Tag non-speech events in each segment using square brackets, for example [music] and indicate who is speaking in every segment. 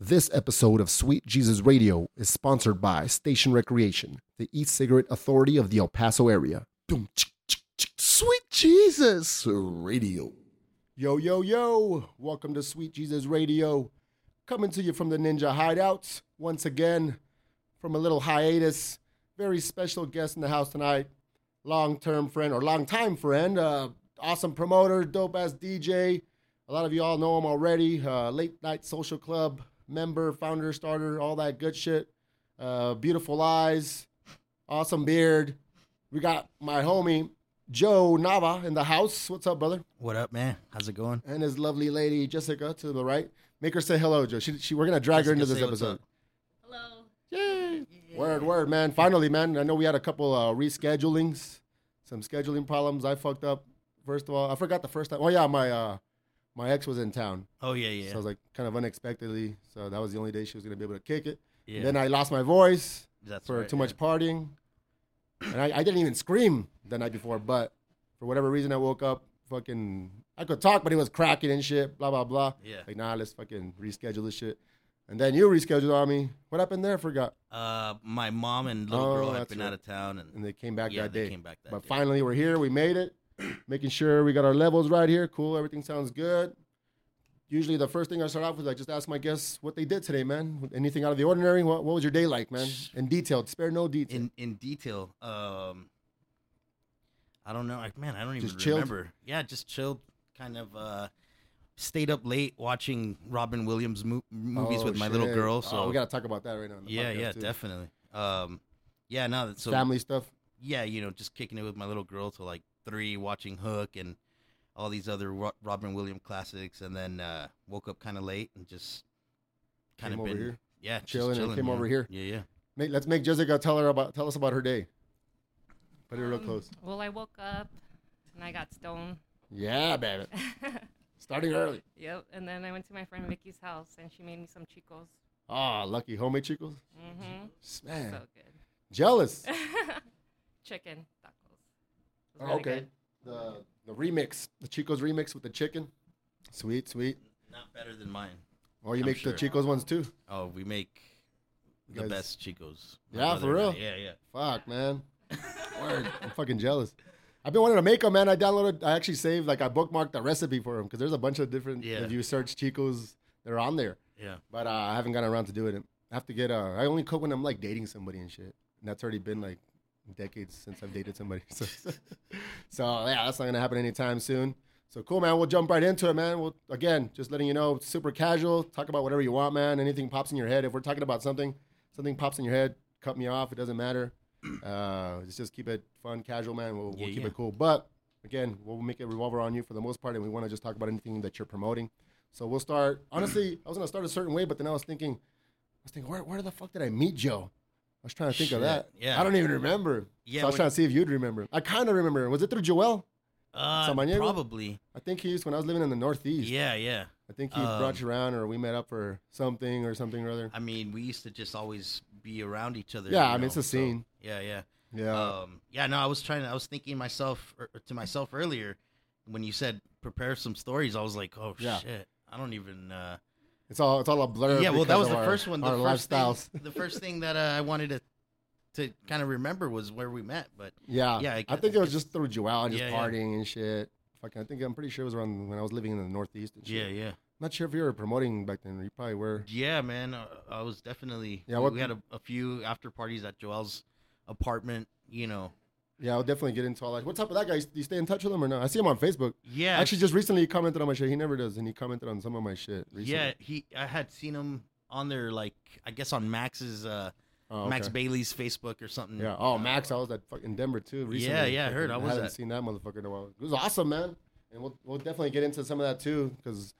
Speaker 1: This episode of Sweet Jesus Radio is sponsored by Station Recreation, the e cigarette authority of the El Paso area. Boom, chick, chick, chick, Sweet Jesus Radio. Yo, yo, yo. Welcome to Sweet Jesus Radio. Coming to you from the Ninja Hideouts once again from a little hiatus. Very special guest in the house tonight. Long term friend or long time friend. Uh, awesome promoter, dope ass DJ. A lot of you all know him already. Uh, late night social club member, founder, starter, all that good shit. Uh, beautiful eyes, awesome beard. We got my homie Joe Nava in the house. What's up, brother?
Speaker 2: What up, man? How's it going?
Speaker 1: and his lovely lady Jessica to the right. Make her say hello, Joe. She, she, we're gonna drag her into
Speaker 2: Jessica,
Speaker 1: this
Speaker 2: say what's
Speaker 1: episode.
Speaker 2: up.
Speaker 3: Hello.
Speaker 1: Yay! Word, word, man. Finally, man. I know we had a couple uh, reschedulings, some scheduling problems. I fucked up. First of all, I forgot the first time. Oh yeah, my uh, my ex was in town,
Speaker 2: Oh yeah, yeah.
Speaker 1: so I was like kind of unexpectedly. So that was the only day she was gonna be able to kick it.
Speaker 2: yeah.
Speaker 1: Then I lost my voice
Speaker 2: That's
Speaker 1: for
Speaker 2: right,
Speaker 1: too
Speaker 2: yeah.
Speaker 1: much partying. And I, I didn't even scream the night before, but for whatever reason, I woke up fucking. I could talk, but it was cracking and shit, blah, blah, blah.
Speaker 2: Yeah.
Speaker 1: Like, nah, let's fucking reschedule this shit. And then you rescheduled on me. What happened there? I forgot.
Speaker 2: Uh, my mom and little
Speaker 1: Oh,
Speaker 2: girl had
Speaker 1: that's
Speaker 2: been
Speaker 1: right.
Speaker 2: out of town, and,
Speaker 1: And they came back
Speaker 2: yeah,
Speaker 1: that
Speaker 2: they
Speaker 1: day.
Speaker 2: came back that
Speaker 1: but
Speaker 2: day.
Speaker 1: finally, we're here. We made it. [clears throat] Making sure we got our levels right here. Cool. Everything sounds good. Usually, the first thing I start off with, I just ask my guests what they did today, man. Anything out of the ordinary? What, what was your day like, man? In detailed, spare no detail.
Speaker 2: in in detail. Um, I don't know. Like, man, I don't even
Speaker 1: Just chilled?
Speaker 2: remember. Yeah, just chilled. Kind of uh, stayed up late watching Robin Williams mo- movies
Speaker 1: Oh,
Speaker 2: with my little
Speaker 1: shit.
Speaker 2: girl.
Speaker 1: Oh,
Speaker 2: So
Speaker 1: we gotta talk about that right now. in the
Speaker 2: yeah,
Speaker 1: podcast,
Speaker 2: yeah,
Speaker 1: too.
Speaker 2: definitely. Um, yeah, no, that's so
Speaker 1: Family stuff.
Speaker 2: yeah, you know, just kicking it with my little girl till like three, watching Hook and all these other Ro- Robin Williams classics, and then uh, woke up kind of late and just kind
Speaker 1: Came
Speaker 2: of
Speaker 1: over
Speaker 2: been
Speaker 1: here,
Speaker 2: yeah, just
Speaker 1: chilling and came
Speaker 2: yeah.
Speaker 1: over here.
Speaker 2: Yeah, yeah.
Speaker 1: Make, let's make Jessica tell her about tell us about her day. Put it real
Speaker 3: Um,
Speaker 1: close.
Speaker 3: Well, I woke up and I got stoned. [laughs]
Speaker 1: Yeah, baby. Starting early.
Speaker 3: yep. And then I went to my friend Vicky's house and she made me some chicos.
Speaker 1: Ah, lucky homemade chicos.
Speaker 3: Mm-hmm.
Speaker 1: Man,
Speaker 3: So good. [laughs]
Speaker 1: jealous.
Speaker 3: Chicken tacos. It was
Speaker 1: Oh,
Speaker 3: really
Speaker 1: okay.
Speaker 3: good.
Speaker 1: The the remix, the chicos remix with the chicken. Sweet, sweet.
Speaker 2: Not better than mine.
Speaker 1: Or Oh, you
Speaker 2: I'm
Speaker 1: make
Speaker 2: sure.
Speaker 1: the chicos ones too.
Speaker 2: Oh, we make the
Speaker 1: Guys-
Speaker 2: best chicos. My
Speaker 1: Yeah, for
Speaker 2: brother and I-
Speaker 1: real?
Speaker 2: Yeah, yeah.
Speaker 1: Fuck,
Speaker 2: [laughs]
Speaker 1: man. Word. I'm fucking jealous. I've been wanting to make them, man. I downloaded, I actually saved, like, I bookmarked the recipe for them because there's a bunch of different.
Speaker 2: Yeah.
Speaker 1: If you search Chico's, they're on there.
Speaker 2: Yeah.
Speaker 1: But uh, I haven't gotten around to doing it. I have to get. Uh, I only cook when I'm like dating somebody and shit, and that's already been like decades since I've dated somebody. [laughs] So, so, yeah, that's not gonna happen anytime soon. So cool, man. We'll jump right into it, man. We'll again just letting you know, super casual. Talk about whatever you want, man. Anything pops in your head. If we're talking about something, something pops in your head, cut me off. It doesn't matter. [clears throat] Uh, let's just keep it fun, casual, man. We'll, we'll
Speaker 2: Yeah,
Speaker 1: keep
Speaker 2: yeah.
Speaker 1: it cool. But again, we'll make it revolve around you for the most part, and we want to just talk about anything that you're promoting. So we'll start. Honestly, [clears throat] I was gonna start a certain way, but then I was thinking, I was thinking, where, where the fuck did I meet Joe? I was trying to think of
Speaker 2: Shit,
Speaker 1: that.
Speaker 2: yeah.
Speaker 1: I don't even remember.
Speaker 2: Yeah,
Speaker 1: so I was
Speaker 2: when-
Speaker 1: trying to see if you'd remember. I kind of remember. Was it through Joel?
Speaker 2: Uh,
Speaker 1: Samaniego?
Speaker 2: probably.
Speaker 1: I think he used when I was living in the Northeast.
Speaker 2: Yeah, yeah.
Speaker 1: I think he
Speaker 2: Um,
Speaker 1: brought you around, or we met up for something, or something or other.
Speaker 2: I mean, we used to just always be around each other.
Speaker 1: Yeah,
Speaker 2: you
Speaker 1: I mean, it's
Speaker 2: know,
Speaker 1: a
Speaker 2: so-
Speaker 1: scene.
Speaker 2: yeah, yeah.
Speaker 1: yeah.
Speaker 2: um, yeah, no, I was trying. I was thinking myself er, to myself earlier when you said prepare some stories. I was like, oh
Speaker 1: Yeah.
Speaker 2: shit, I don't even. Uh...
Speaker 1: it's all it's all a blur.
Speaker 2: Yeah, well, that
Speaker 1: because
Speaker 2: was
Speaker 1: of
Speaker 2: the
Speaker 1: our-
Speaker 2: first one. The
Speaker 1: Our
Speaker 2: first
Speaker 1: lifestyles.
Speaker 2: Thing, the first thing that uh, I wanted to to kind of remember was where we met. But
Speaker 1: Yeah,
Speaker 2: Yeah, I
Speaker 1: I,
Speaker 2: guess-
Speaker 1: think
Speaker 2: I
Speaker 1: it was
Speaker 2: guess-
Speaker 1: just through Joel and just
Speaker 2: Yeah, yeah.
Speaker 1: partying and shit. Fucking, I think I'm pretty sure it was around when I was living in the Northeast. And shit.
Speaker 2: yeah, yeah,
Speaker 1: Not sure if you were promoting back then. You probably were.
Speaker 2: yeah, man, uh, I was definitely.
Speaker 1: Yeah,
Speaker 2: we-
Speaker 1: what-
Speaker 2: we had a, a few after parties at Joel's apartment. You know,
Speaker 1: Yeah, I'll definitely get into all that. What's up with that guy? Do you stay in touch with him or not? I see him on Facebook.
Speaker 2: yeah,
Speaker 1: Actually, just recently he commented on my shit. He never does, and he commented on some of my shit. Recently.
Speaker 2: yeah, he. I had seen him on there, like I guess on Max's uh,
Speaker 1: oh, okay.
Speaker 2: Max Bailey's Facebook or something.
Speaker 1: Yeah. Oh,
Speaker 2: Uh,
Speaker 1: Max, I was at fucking Denver too. Recently.
Speaker 2: Yeah, yeah, I heard. I
Speaker 1: Fucking-
Speaker 2: was
Speaker 1: haven't
Speaker 2: at-
Speaker 1: seen that motherfucker in a while. It was awesome, man. And we'll we'll definitely get into some of that too, because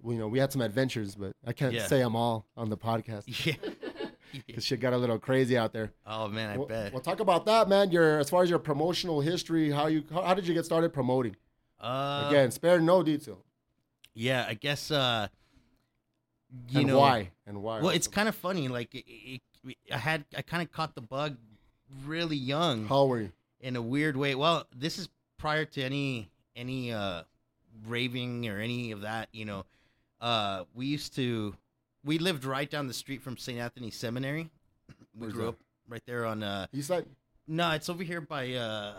Speaker 1: well, you know we had some adventures, but I can't
Speaker 2: Yeah.
Speaker 1: say them all on the podcast
Speaker 2: Yeah.
Speaker 1: because shit got a little crazy out there.
Speaker 2: Oh man, I
Speaker 1: we'll,
Speaker 2: bet.
Speaker 1: we'll talk about that, man. Your as far as your promotional history, how you how, how did you get started promoting?
Speaker 2: uh,
Speaker 1: Again, spare no detail.
Speaker 2: Yeah, I guess. Uh, you
Speaker 1: and
Speaker 2: know
Speaker 1: why and why?
Speaker 2: Well, it's kind of funny. Like it, it, I had, I kind of caught the bug really young
Speaker 1: how were you?
Speaker 2: in a weird way. Well, this is prior to any any uh, raving or any of that. You know, uh, we used to we lived right down the street from St. Anthony Seminary. We
Speaker 1: Where's
Speaker 2: grew
Speaker 1: that?
Speaker 2: up right there on uh
Speaker 1: East side?
Speaker 2: no, it's over here by uh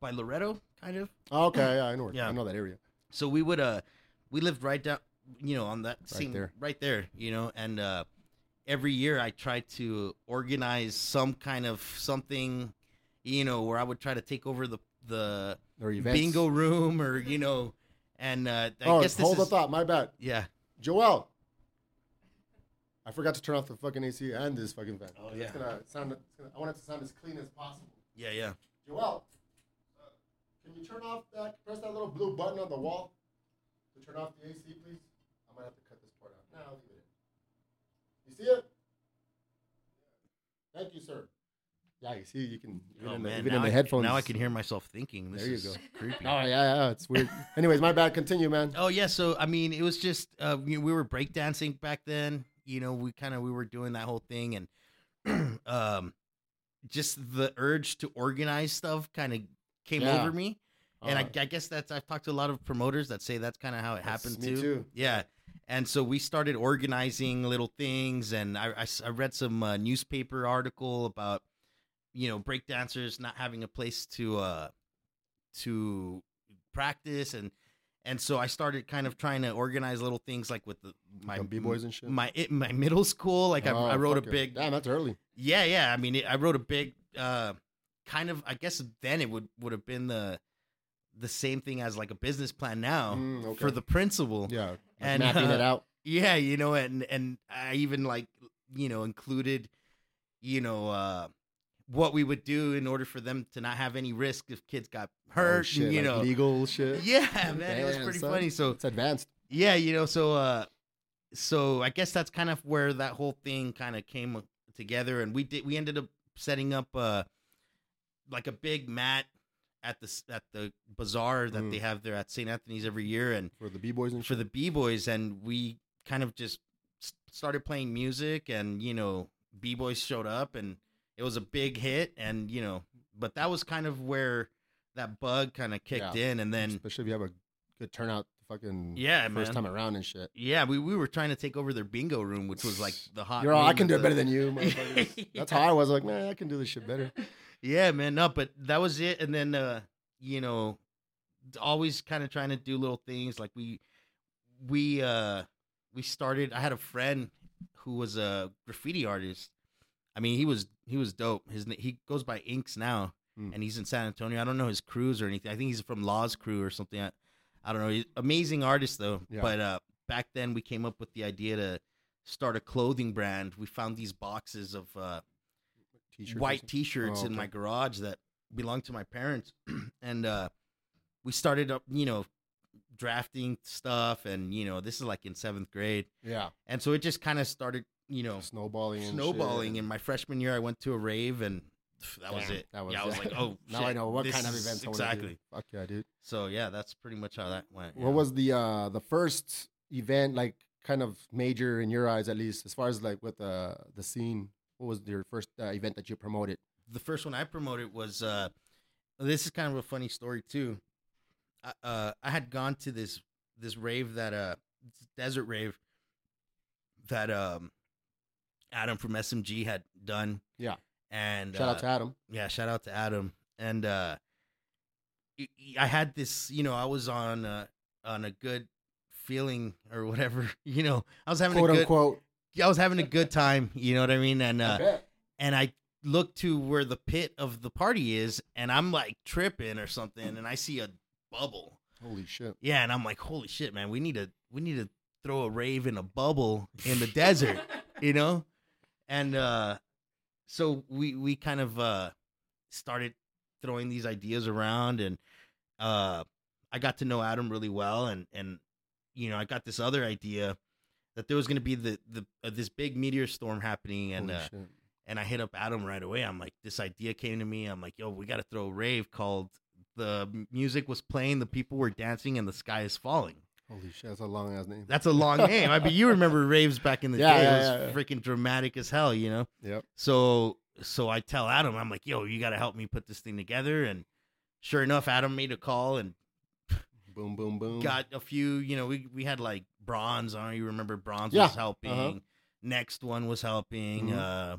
Speaker 2: by Loretto, kind of.
Speaker 1: Oh, okay, yeah, I know. it.
Speaker 2: Yeah.
Speaker 1: I know that area.
Speaker 2: So we would uh we lived right down you know on that same
Speaker 1: there.
Speaker 2: right there, you know, and uh every year I tried to organize some kind of something, you know, where I would try to take over the the
Speaker 1: There are events.
Speaker 2: bingo room or you know and uh I
Speaker 1: oh,
Speaker 2: guess this
Speaker 1: hold
Speaker 2: is
Speaker 1: the thought. My bad.
Speaker 2: yeah.
Speaker 1: Joel. I forgot to turn off the fucking AC and this fucking fan.
Speaker 2: Oh, yeah.
Speaker 1: It's gonna sound, it's gonna, I want it to sound as clean as possible.
Speaker 2: Yeah, yeah.
Speaker 1: Joel, uh, can you turn off that, press that little blue button on the wall to turn off the AC, please? I might have to cut this part out. No, I'll leave it in. You see it? Thank you, sir. Yeah, you see, you can, even
Speaker 2: Oh
Speaker 1: in the,
Speaker 2: man,
Speaker 1: even
Speaker 2: now,
Speaker 1: in the
Speaker 2: I,
Speaker 1: headphones.
Speaker 2: now I can hear myself thinking. This
Speaker 1: There you
Speaker 2: is
Speaker 1: go.
Speaker 2: creepy.
Speaker 1: Oh, yeah, yeah, it's [laughs] weird. Anyways, my bad. Continue, man.
Speaker 2: Oh yeah, so I mean, it was just uh, we, we were breakdancing back then. You know, we kind of we were doing that whole thing, and [clears throat] um, just the urge to organize stuff kind of came
Speaker 1: Yeah.
Speaker 2: over me. And
Speaker 1: Uh,
Speaker 2: I, I guess that's I've talked to a lot of promoters that say that's kind of how it
Speaker 1: That's
Speaker 2: happened
Speaker 1: me
Speaker 2: too.
Speaker 1: too.
Speaker 2: Yeah, and so we started organizing little things, and I I s- I read some uh, newspaper article about you know breakdancers not having a place to uh to practice and and so I started kind of trying to organize little things like with the, my
Speaker 1: my b-boys and shit.
Speaker 2: my it, my middle school like
Speaker 1: Oh,
Speaker 2: I, I wrote a
Speaker 1: fuck it.
Speaker 2: big
Speaker 1: Damn, that's early.
Speaker 2: yeah, yeah. I mean, it, I wrote a big, uh, kind of. I guess then it would would have been the the same thing as like a business plan now
Speaker 1: Mm, okay.
Speaker 2: for the principal. Yeah.
Speaker 1: yeah, like
Speaker 2: and,
Speaker 1: mapping
Speaker 2: [laughs] uh,
Speaker 1: it out.
Speaker 2: you know, and and I even like you know included, you know, uh, what we would do in order for them to not have any risk if kids got hurt.
Speaker 1: Oh,
Speaker 2: and,
Speaker 1: shit,
Speaker 2: you
Speaker 1: like
Speaker 2: know,
Speaker 1: legal shit.
Speaker 2: yeah, man, it was
Speaker 1: Damn,
Speaker 2: pretty
Speaker 1: son.
Speaker 2: funny. So
Speaker 1: It's advanced.
Speaker 2: yeah, you know, so uh so I guess that's kind of where that whole thing kind of came together and we did we ended up setting up uh like a big mat at the s- at the bazaar that
Speaker 1: Mm.
Speaker 2: they have there at St. Anthony's every year and
Speaker 1: for the b boys and
Speaker 2: for the B-boys and we kind of just s- started playing music and you know B-boys showed up and it was a big hit and you know but that was kind of where that bug kind of kicked in and then
Speaker 1: especially if you have a good turnout, the fucking
Speaker 2: yeah
Speaker 1: first
Speaker 2: man.
Speaker 1: time around and shit.
Speaker 2: Yeah, we, we were trying to take over their bingo room, which was like the hot.
Speaker 1: You're all,
Speaker 2: room
Speaker 1: I can
Speaker 2: at
Speaker 1: do it
Speaker 2: the-
Speaker 1: better than you.
Speaker 2: [laughs]
Speaker 1: motherfuckers." That's how I was like, man, I can do this shit better.
Speaker 2: Yeah, man. No, but that was it. And then, uh, you know, always kind of trying to do little things. Like we, we, uh, we started. I had a friend who was a graffiti artist. I mean, he was he was dope. His na- he goes by Inks now,
Speaker 1: Mm.
Speaker 2: and he's in San Antonio. I don't know his crews or anything. I think he's from Law's crew or something. I, I don't know. He's amazing artist though.
Speaker 1: Yeah.
Speaker 2: But uh, back then we came up with the idea to start a clothing brand. We found these boxes of uh,
Speaker 1: T-shirts or
Speaker 2: white
Speaker 1: something.
Speaker 2: t-shirts
Speaker 1: Oh,
Speaker 2: in
Speaker 1: okay.
Speaker 2: my garage that belonged to my parents [clears throat] and uh we started up you know drafting stuff and you know this is like in seventh grade
Speaker 1: Yeah,
Speaker 2: and so it just kind of started you know
Speaker 1: snowballing. And
Speaker 2: snowballing
Speaker 1: shit.
Speaker 2: in my freshman year i went to a rave and pff, that was
Speaker 1: Damn,
Speaker 2: it
Speaker 1: That was
Speaker 2: yeah i was
Speaker 1: it.
Speaker 2: like oh
Speaker 1: [laughs] now
Speaker 2: shit,
Speaker 1: I know what
Speaker 2: this
Speaker 1: kind of
Speaker 2: is
Speaker 1: events I wanna do.
Speaker 2: exactly
Speaker 1: Fuck yeah, dude.
Speaker 2: so yeah that's pretty much how that went yeah.
Speaker 1: What was the uh the first event like? Kind of major in your eyes, at least, as far as like with uh, the scene. What was your first uh, event that you promoted?
Speaker 2: the first one I promoted was uh this is kind of a funny story too. I, uh I had gone to this this rave that uh desert rave that um Adam from SMG had done.
Speaker 1: Yeah.
Speaker 2: And
Speaker 1: Shout
Speaker 2: uh,
Speaker 1: out to Adam.
Speaker 2: yeah, shout out to Adam. And uh y- y- I had this, you know, I was on uh on a good feeling or whatever, [laughs] you know. I was having
Speaker 1: quote
Speaker 2: a good
Speaker 1: unquote.
Speaker 2: I was having a good time, you know what I mean? And uh
Speaker 1: I bet.
Speaker 2: and I look to where the pit of the party is, and I'm like tripping or something, and I see a bubble.
Speaker 1: Holy shit.
Speaker 2: Yeah, and I'm like, holy shit, man, we need to we need to throw a rave in a bubble in
Speaker 1: [laughs]
Speaker 2: the
Speaker 3: [laughs]
Speaker 2: desert, you know? And uh so we we kind of uh started throwing these ideas around and uh I got to know Adam really well and and you know, I got this other idea that there was going to be the the uh, this big meteor storm happening and
Speaker 1: Holy
Speaker 2: uh,
Speaker 1: shit.
Speaker 2: and I hit up Adam right away. I'm like, this idea came to me. I'm like, yo, we got to throw a rave called the M- music was playing, the people were dancing, and the sky is falling.
Speaker 1: Holy shit, that's a long ass name.
Speaker 2: That's a long name. I mean,
Speaker 1: [laughs]
Speaker 2: you remember raves back in the
Speaker 1: Yeah, yeah,
Speaker 2: day. it
Speaker 1: yeah,
Speaker 2: was
Speaker 1: yeah.
Speaker 2: freaking dramatic as hell, you know?
Speaker 1: Yep.
Speaker 2: So, so I tell Adam, I'm like, yo, you got to help me put this thing together. And sure enough, Adam made a call and
Speaker 1: Boom, boom, boom.
Speaker 2: got a few. You know, we we had like bronze. I don't you remember bronze
Speaker 1: Yeah,
Speaker 2: was helping.
Speaker 1: uh-huh.
Speaker 2: Next one was helping.
Speaker 1: Mhm.
Speaker 2: Uh,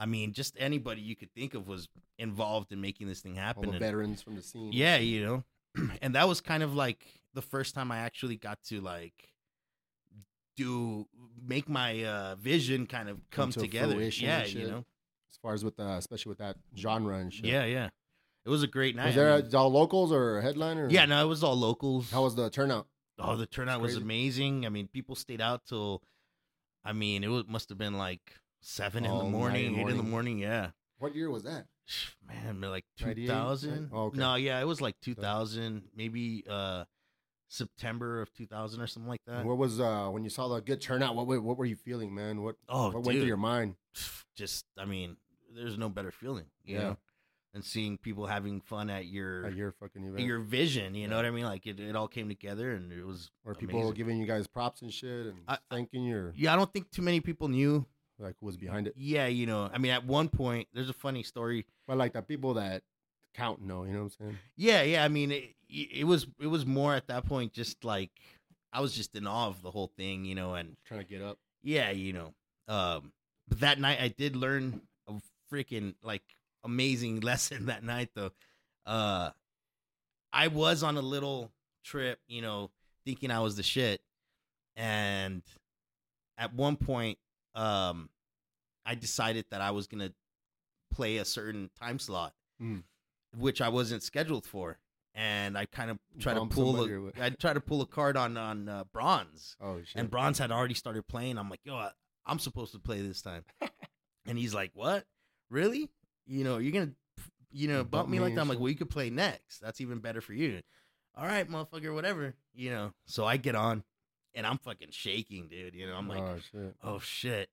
Speaker 2: I mean, just anybody you could think of was involved in making this thing
Speaker 1: all
Speaker 2: happen.
Speaker 1: the
Speaker 2: and-
Speaker 1: veterans from the scene.
Speaker 2: yeah, you know, [clears throat] and that was kind of like the first time I actually got to like do make my uh vision kind of come,
Speaker 1: Come to
Speaker 2: together.
Speaker 1: fruition
Speaker 2: Yeah,
Speaker 1: and
Speaker 2: you
Speaker 1: shit.
Speaker 2: know.
Speaker 1: As far as with uh, especially with that genre and shit.
Speaker 2: Yeah, yeah. It was a great night.
Speaker 1: Was
Speaker 2: I
Speaker 1: there
Speaker 2: mean-
Speaker 1: a, all locals or headliner?
Speaker 2: yeah, no, it was all locals.
Speaker 1: How was the turnout?
Speaker 2: Oh, the turnout was
Speaker 1: Crazy.
Speaker 2: amazing. I mean, people stayed out till, I mean, it was, must have been like seven in
Speaker 1: All
Speaker 2: the
Speaker 1: night
Speaker 2: morning,
Speaker 1: and
Speaker 2: eight in the
Speaker 1: morning.
Speaker 2: morning. Yeah,
Speaker 1: What year was that?
Speaker 2: man, they're like
Speaker 1: 98?
Speaker 2: two thousand.
Speaker 1: Oh, okay.
Speaker 2: No, yeah, it was like two thousand, maybe uh September of two thousand or something like that.
Speaker 1: what was uh when you saw the good turnout? What what, what were you feeling, man? What
Speaker 2: oh,
Speaker 1: what
Speaker 2: dude,
Speaker 1: went through your mind?
Speaker 2: just I mean, there's no better feeling, you
Speaker 1: Yeah.
Speaker 2: know, than seeing people having fun at your
Speaker 1: At your fucking event,
Speaker 2: your vision. You know what I mean? Like it, it all came together, and it was
Speaker 1: or people
Speaker 2: amazing.
Speaker 1: giving you guys props and shit, and
Speaker 2: I- I-
Speaker 1: thanking you, or
Speaker 2: Yeah, I don't think too many people knew
Speaker 1: like who was behind it.
Speaker 2: Yeah, you know, I mean, at one point, there's a funny story.
Speaker 1: But like the people that count know, you know what I'm
Speaker 2: [laughs]
Speaker 1: saying?
Speaker 2: Yeah, yeah, I mean, it, it was it was more at that point, just like I was just in awe of the whole thing, you know, and
Speaker 1: Trying to get up.
Speaker 2: yeah, you know, um, but that night I did learn a freaking like amazing [laughs] lesson that night though. Uh, I was on a little trip, you know, thinking I was the shit, and at one point, um, I decided that I was gonna play a certain time slot,
Speaker 1: Mm.
Speaker 2: which I wasn't scheduled for, and I kind of tried to
Speaker 1: Bump
Speaker 2: pull
Speaker 1: somebody or
Speaker 2: a,
Speaker 1: what?
Speaker 2: I tried to pull a card on on uh, bronze,
Speaker 1: Oh shit!
Speaker 2: and Bronze had already started playing. I'm like, yo, I, I'm supposed to play this [laughs] time. and he's like, what? Really? You know, you're gonna, you know,
Speaker 1: Bump
Speaker 2: bump, me
Speaker 1: me
Speaker 2: like
Speaker 1: and
Speaker 2: that. I'm like,
Speaker 1: shit.
Speaker 2: well, you could play next. That's even better for you. All right, motherfucker, whatever. You know. So I get on, and I'm fucking shaking, dude. You know, I'm like,
Speaker 1: oh shit!
Speaker 2: oh shit.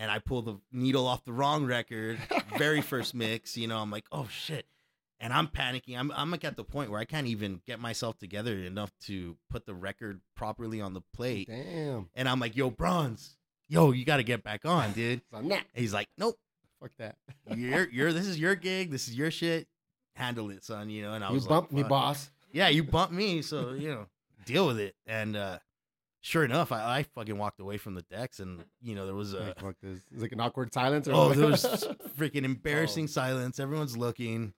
Speaker 2: And I pull the needle off the wrong record, very [laughs] first mix. You know, I'm like, oh shit. And I'm panicking. I'm I'm like at the point where I can't even get myself together enough to put the record properly on the plate.
Speaker 1: Damn!
Speaker 2: And I'm like, yo, bronze, yo, you gotta get back on, dude.
Speaker 1: So nah,
Speaker 2: And he's like, Nope,
Speaker 1: fuck that.
Speaker 2: you're you're this is your gig, this is your shit. Handle it, son, you know. And I
Speaker 1: You
Speaker 2: was
Speaker 1: bumped
Speaker 2: like,
Speaker 1: me,
Speaker 2: "Fuck."
Speaker 1: boss.
Speaker 2: Yeah, you bumped me, so you know, deal with it. And uh sure enough, I, I fucking walked away from the decks and you know, there was a
Speaker 1: Like, fuck this. It's like an awkward silence. Or
Speaker 2: [laughs] oh, there
Speaker 1: [laughs]
Speaker 2: was
Speaker 1: something.
Speaker 2: freaking
Speaker 1: Oh.
Speaker 2: embarrassing silence, everyone's looking.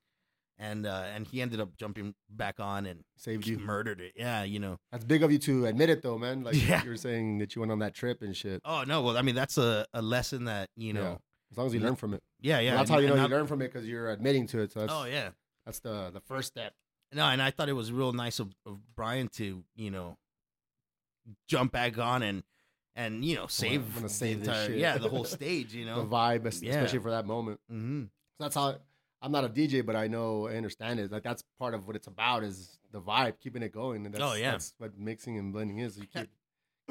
Speaker 2: And uh, and he ended up jumping back on and
Speaker 1: saved you.
Speaker 2: murdered it. Yeah, you know.
Speaker 1: That's big of you to admit it, though, man. Like
Speaker 2: Yeah.
Speaker 1: you were saying that you went on that trip and shit.
Speaker 2: Oh no, well, I mean that's a, a lesson that you
Speaker 1: Yeah.
Speaker 2: know.
Speaker 1: As long as you
Speaker 2: Yeah.
Speaker 1: learn from it.
Speaker 2: Yeah, yeah.
Speaker 1: And that's
Speaker 2: and-
Speaker 1: how you know
Speaker 2: and
Speaker 1: you
Speaker 2: not-
Speaker 1: learn from it because you're admitting to it. So that's
Speaker 2: Oh yeah.
Speaker 1: that's the the first step.
Speaker 2: No, and I thought it was real nice of, of Brian to, you know, jump back on and and you know save,
Speaker 1: gonna save this
Speaker 2: the entire
Speaker 1: shit. [laughs]
Speaker 2: yeah the whole stage, you know.
Speaker 1: The vibe, es-
Speaker 2: Yeah.
Speaker 1: especially for that moment.
Speaker 2: hmm
Speaker 1: So that's how. I'm not a DJ, but I know I understand it. Like that's part of what it's about is the vibe, keeping it going. And that's,
Speaker 2: Oh, yeah.
Speaker 1: that's what mixing and blending is. You keep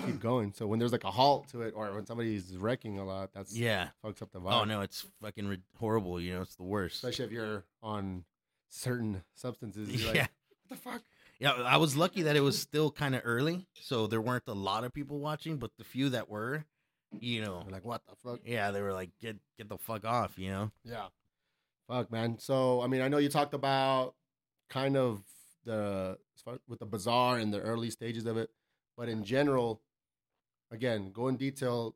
Speaker 1: keep going. So when there's like a halt to it, or when somebody's wrecking a lot, that's
Speaker 2: Yeah.
Speaker 1: fucks up the vibe.
Speaker 2: Oh no, it's fucking re- horrible. You know, it's the worst. [laughs]
Speaker 1: Especially if you're on certain substances. You're like,
Speaker 2: yeah,
Speaker 1: What the fuck?
Speaker 2: yeah. I was lucky that it was still kind of early, so there weren't a lot of people watching, but the few that were, you know,
Speaker 1: You're like what the fuck?
Speaker 2: yeah, they were like, get get the fuck off, you know.
Speaker 1: Yeah. Fuck, man. So, I mean, I know you talked about kind of the as far- with the bazaar and the early stages of it, but in general, again, go in detail.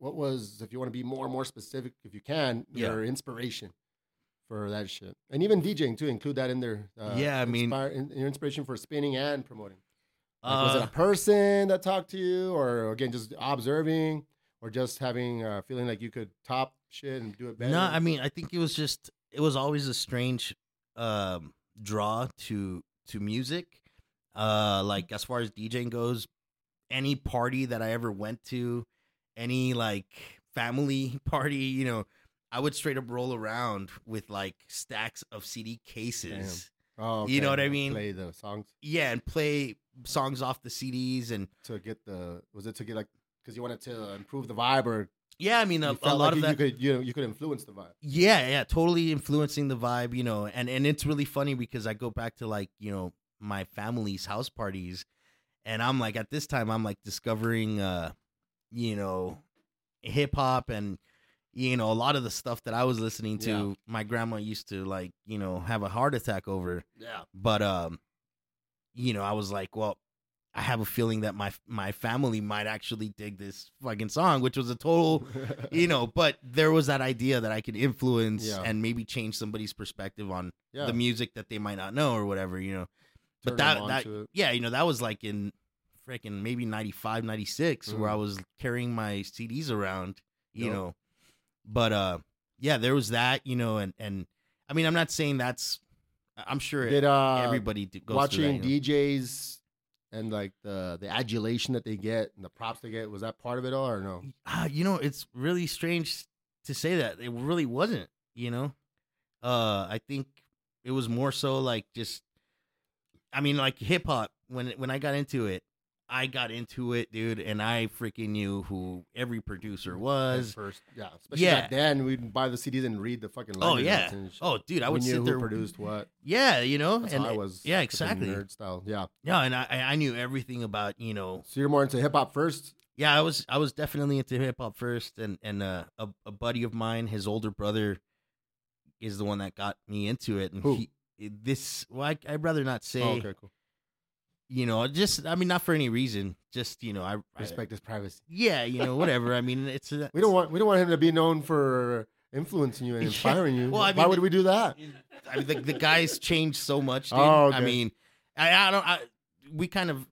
Speaker 1: What was, if you want to be more and more specific, if you can,
Speaker 2: Yeah.
Speaker 1: your inspiration for that shit, and even DJing too, include that in there. uh,
Speaker 2: Yeah, I mean-
Speaker 1: inspire- in- your inspiration for spinning and promoting. Like, was
Speaker 2: Uh,
Speaker 1: it a person that talked to you, or again, just observing, or just having uh, feeling like you could top shit and do it better?
Speaker 2: No, I mean I think it was just it was always a strange um draw to to music.
Speaker 1: Hmm.
Speaker 2: Uh like as far as DJing goes, any party that I ever went to, any like family [laughs] party, you know, I would straight up roll around with like stacks of CD cases.
Speaker 1: Oh,
Speaker 2: You know what I
Speaker 1: yeah,
Speaker 2: mean?
Speaker 1: Play the songs
Speaker 2: Yeah, and play songs off the CDs and
Speaker 1: to get the. Was it to get like because you wanted to improve the vibe, or
Speaker 2: yeah, I mean
Speaker 1: you
Speaker 2: a,
Speaker 1: felt
Speaker 2: a lot
Speaker 1: like
Speaker 2: of
Speaker 1: you,
Speaker 2: that
Speaker 1: you could you, you could influence the vibe.
Speaker 2: yeah yeah totally influencing the vibe you know and and it's really funny because i go back to like you know my family's house parties and i'm like at this time i'm like discovering uh you know hip hop and you know a lot of the stuff that i was listening to
Speaker 1: Yeah. [laughs]
Speaker 2: my grandma used to like you know have a heart attack over
Speaker 1: Yeah,
Speaker 2: but um you know, I was like, well, I have a feeling that my my family might actually dig this fucking song, which was a total, you know. But there was that idea that I could influence
Speaker 1: Yeah.
Speaker 2: and maybe change somebody's perspective on
Speaker 1: yeah.
Speaker 2: the music that they might not know or whatever, you know.
Speaker 1: Turn
Speaker 2: But
Speaker 1: 'em on
Speaker 2: that that
Speaker 1: to it.
Speaker 2: yeah, you know, that was like in freaking maybe 95, 96 where
Speaker 1: Mhm.
Speaker 2: I was carrying my CDs around, you
Speaker 1: Yep.
Speaker 2: know. But uh yeah, there was that, you know, and and I mean, I'm not saying that's I'm sure
Speaker 1: Did uh,
Speaker 2: everybody d- goes through
Speaker 1: watching
Speaker 2: that, you know.
Speaker 1: DJs and like the the adulation that they get and the props they get was that part of it all or no?
Speaker 2: Ah, you know, it's really strange to say that. It really wasn't, you know. Uh I think it was more so like just I mean like hip hop when when I got into it, I got into it, dude, and I freaking knew who every producer
Speaker 1: At
Speaker 2: was.
Speaker 1: first, yeah. Especially
Speaker 2: Yeah.
Speaker 1: back then, we'd buy the CDs and read the fucking.
Speaker 2: Oh
Speaker 1: liner
Speaker 2: yeah.
Speaker 1: notes and shit.
Speaker 2: Oh dude, I
Speaker 1: We
Speaker 2: would
Speaker 1: knew
Speaker 2: sit
Speaker 1: who
Speaker 2: there
Speaker 1: produced what.
Speaker 2: Yeah, you know,
Speaker 1: That's
Speaker 2: [laughs] and
Speaker 1: how I was.
Speaker 2: yeah,
Speaker 1: freaking
Speaker 2: exactly.
Speaker 1: Nerd style. Yeah.
Speaker 2: No, and I I knew everything about, you know,
Speaker 1: So you're more into hip hop first. Oh,
Speaker 2: yeah, I was I was definitely into hip hop first, and and uh, a a buddy of mine, his older brother, is the one that got me into it, and
Speaker 1: Who?
Speaker 2: he eh, this well, I, I'd rather not say,
Speaker 1: Oh, okay, cool.
Speaker 2: you know, just I mean, not for any reason, just you know, I I-
Speaker 1: Respect his privacy.
Speaker 2: yeah, you know, whatever. I mean, it's a,
Speaker 1: [laughs] We don't want we don't want him to be known for influencing you and
Speaker 2: [laughs] Yeah.
Speaker 1: inspiring you.
Speaker 2: Well, I
Speaker 1: Why
Speaker 2: mean,
Speaker 1: would we do that?
Speaker 2: I mean, the, the guys changed so much. Dude.
Speaker 1: Oh,
Speaker 2: I
Speaker 1: okay.
Speaker 2: mean, I, I don't. I, we kind of,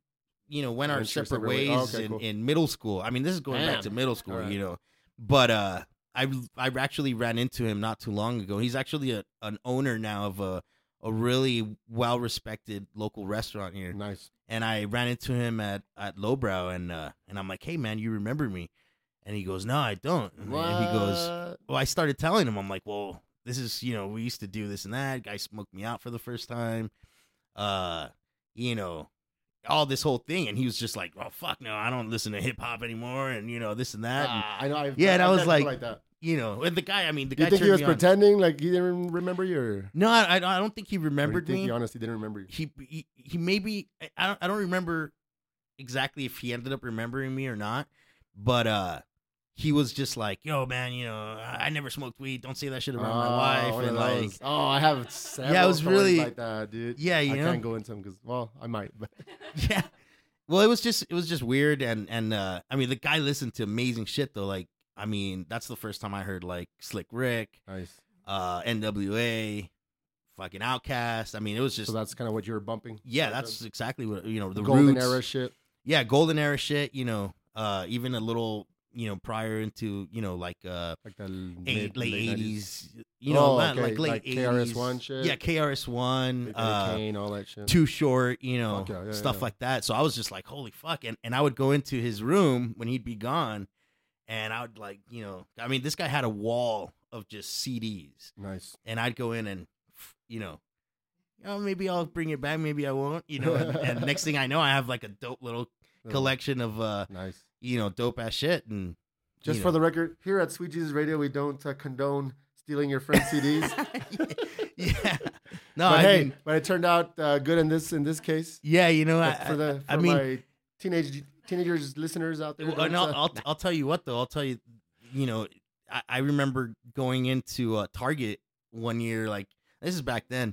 Speaker 2: you know, went our
Speaker 1: Went your
Speaker 2: separate
Speaker 1: separate
Speaker 2: ways
Speaker 1: way- oh, okay,
Speaker 2: in,
Speaker 1: cool.
Speaker 2: in middle school. I mean, this is going back
Speaker 1: Damn.
Speaker 2: to middle school,
Speaker 1: All right.
Speaker 2: you know. But uh, I I actually ran into him not too long ago. He's actually a, an owner now of a a really well respected local restaurant here
Speaker 1: Nice.
Speaker 2: and I ran into him at at Lowbrow, and uh, and I'm like, hey man, you remember me? And he goes, no, I don't. And he goes,
Speaker 1: What?
Speaker 2: well, I started telling him, I'm like, well, this is you know, we used to do this and that. Guy smoked me out for the first time, uh, you know, all this whole thing, and he was just like, oh fuck, no, I don't listen to hip hop anymore, and you know, this and that, and,
Speaker 1: Ah, I know. I've,
Speaker 2: Yeah, and I
Speaker 1: I've
Speaker 2: was
Speaker 1: met people
Speaker 2: like-
Speaker 1: that.
Speaker 2: you know, and the guy, I mean, the
Speaker 1: you
Speaker 2: guy
Speaker 1: think he
Speaker 2: turned
Speaker 1: was
Speaker 2: me on.
Speaker 1: pretending like he didn't remember you? Or,
Speaker 2: No, I I I don't think he
Speaker 1: or you
Speaker 2: remembered
Speaker 1: think
Speaker 2: me.
Speaker 1: he honestly didn't remember you?
Speaker 2: he he, he maybe I- I don't I don't remember exactly if he ended up remembering me or not, but uh he was just like, "Yo, man, you know, I I never smoked weed. Don't say that shit around
Speaker 1: Oh,
Speaker 2: my
Speaker 1: one
Speaker 2: wife."
Speaker 1: of
Speaker 2: And like,
Speaker 1: those. oh, I have several
Speaker 2: Yeah, it was
Speaker 1: stories
Speaker 2: really-
Speaker 1: like that, dude.
Speaker 2: yeah, you
Speaker 1: I
Speaker 2: know,
Speaker 1: can't go into them because well, I might. But
Speaker 2: [laughs]
Speaker 1: [laughs]
Speaker 2: yeah. Well, it was just it was just weird, and and uh I mean, the guy listened to amazing shit though. Like, I mean, that's the first time I heard like Slick Rick,
Speaker 1: nice.
Speaker 2: uh N.W.A., fucking Outcast. I mean, it was just
Speaker 1: So that's kind of what you were bumping.
Speaker 2: yeah,
Speaker 1: Like
Speaker 2: that's
Speaker 1: the
Speaker 2: exactly what you know the
Speaker 1: golden
Speaker 2: roots.
Speaker 1: era shit.
Speaker 2: yeah, golden era shit, you know, uh even a little, you know, prior into, you know, like uh
Speaker 1: Like the l-
Speaker 2: eight,
Speaker 1: mid-
Speaker 2: late
Speaker 1: 90s.
Speaker 2: eighties, you know,
Speaker 1: Oh,
Speaker 2: not
Speaker 1: okay,
Speaker 2: like late
Speaker 1: like
Speaker 2: 80s.
Speaker 1: KRS-One shit?
Speaker 2: Yeah, KRS one,
Speaker 1: Big Daddy
Speaker 2: uh
Speaker 1: Kane, all that shit.
Speaker 2: too short, you know,
Speaker 1: Fuck yeah, yeah,
Speaker 2: stuff
Speaker 1: yeah.
Speaker 2: like that. So I was just like, holy fuck. And and I would go into his room when he'd be gone and I would like, you know, I mean this guy had a wall of just CDs
Speaker 1: nice.
Speaker 2: and I'd go in and you know, oh, maybe I'll bring it back, maybe I won't, you know, and, and next thing I know I have like a dope little collection of uh
Speaker 1: Nice.
Speaker 2: you know dope ass shit and
Speaker 1: Just
Speaker 2: you
Speaker 1: for
Speaker 2: know.
Speaker 1: the record, here at Sweet Jesus Radio, we don't uh, condone stealing your friend's
Speaker 2: [laughs]
Speaker 1: CDs.
Speaker 2: yeah no
Speaker 1: but
Speaker 2: I
Speaker 1: hey,
Speaker 2: mean,
Speaker 1: but it turned out uh, good in this in this case.
Speaker 2: yeah you know
Speaker 1: But
Speaker 2: I,
Speaker 1: for the for
Speaker 2: I mean
Speaker 1: my teenage teenagers listeners out there,
Speaker 2: well, and
Speaker 1: don't,
Speaker 2: I'll,
Speaker 1: uh,
Speaker 2: I'll I'll tell you what though I'll tell you you know I, I remember going into uh, Target one year like this is back then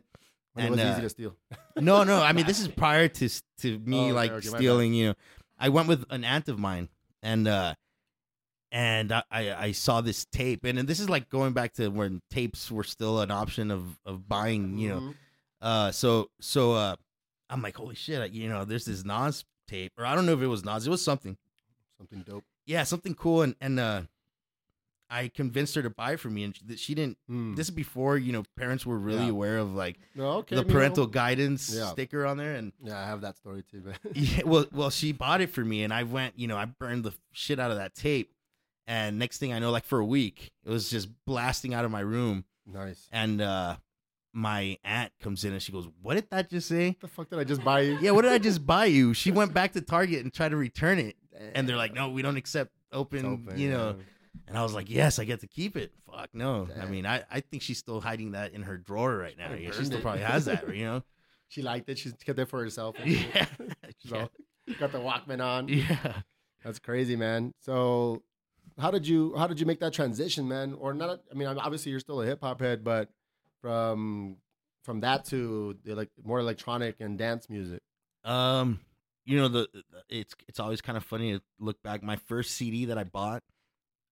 Speaker 1: when it
Speaker 2: and,
Speaker 1: was
Speaker 2: uh,
Speaker 1: easy to steal.
Speaker 2: no no I mean this
Speaker 1: [laughs]
Speaker 2: is prior to s- to
Speaker 1: Oh,
Speaker 2: me
Speaker 1: okay,
Speaker 2: like
Speaker 1: okay, my bad.
Speaker 2: stealing you know I went with an aunt of mine and uh and I, I I saw this tape and, and this is like going back to when tapes were still an option of of buying you know
Speaker 1: Mhm.
Speaker 2: Uh, so so uh, I'm like, holy shit, I- you know, there's this Nas tape, or I don't know if it was Nas, it was something,
Speaker 1: something dope.
Speaker 2: yeah, something cool, and and uh, I convinced her to buy it for me, and she, she didn't.
Speaker 1: Mm.
Speaker 2: This is before you know parents were really
Speaker 1: Yeah.
Speaker 2: aware of like
Speaker 1: no, okay, I
Speaker 2: the
Speaker 1: mean,
Speaker 2: parental guidance
Speaker 1: Yeah.
Speaker 2: sticker on there, and [laughs]
Speaker 1: Yeah, I have that story too. But [laughs]
Speaker 2: yeah, well, well, she bought it for me, and I went, you know, I burned the shit out of that tape, and next thing I know, like for a week, it was just blasting out of my room,
Speaker 1: nice.
Speaker 2: and uh, my aunt comes in and she goes, "What did that
Speaker 1: [laughs]
Speaker 2: just say?"
Speaker 1: What the fuck did I just buy you?
Speaker 2: yeah, what did I just buy you? She went back to Target and tried to return it, and they're like, no, we don't accept open,
Speaker 1: It's open,
Speaker 2: you know.
Speaker 1: yeah.
Speaker 2: And I was like, yes, I get to keep it. Fuck no. I
Speaker 1: Damn.
Speaker 2: mean, I, I think she's still hiding that in her drawer right now.
Speaker 1: probably
Speaker 2: Yeah, she
Speaker 1: burned
Speaker 2: still
Speaker 1: it.
Speaker 2: probably has that,
Speaker 1: [laughs]
Speaker 2: you know. [laughs]
Speaker 1: she liked it. She kept it for herself.
Speaker 2: yeah, [laughs]
Speaker 1: She's
Speaker 2: yeah.
Speaker 1: all- got the Walkman on.
Speaker 2: yeah.
Speaker 1: That's crazy, man. So, how did you how did you make that transition, man? Or not? I mean, obviously you're still a hip hop head, but from from that to the, like more electronic and dance music.
Speaker 2: Um, you know the the- it's it's always kind of funny to look back. My first CD that I bought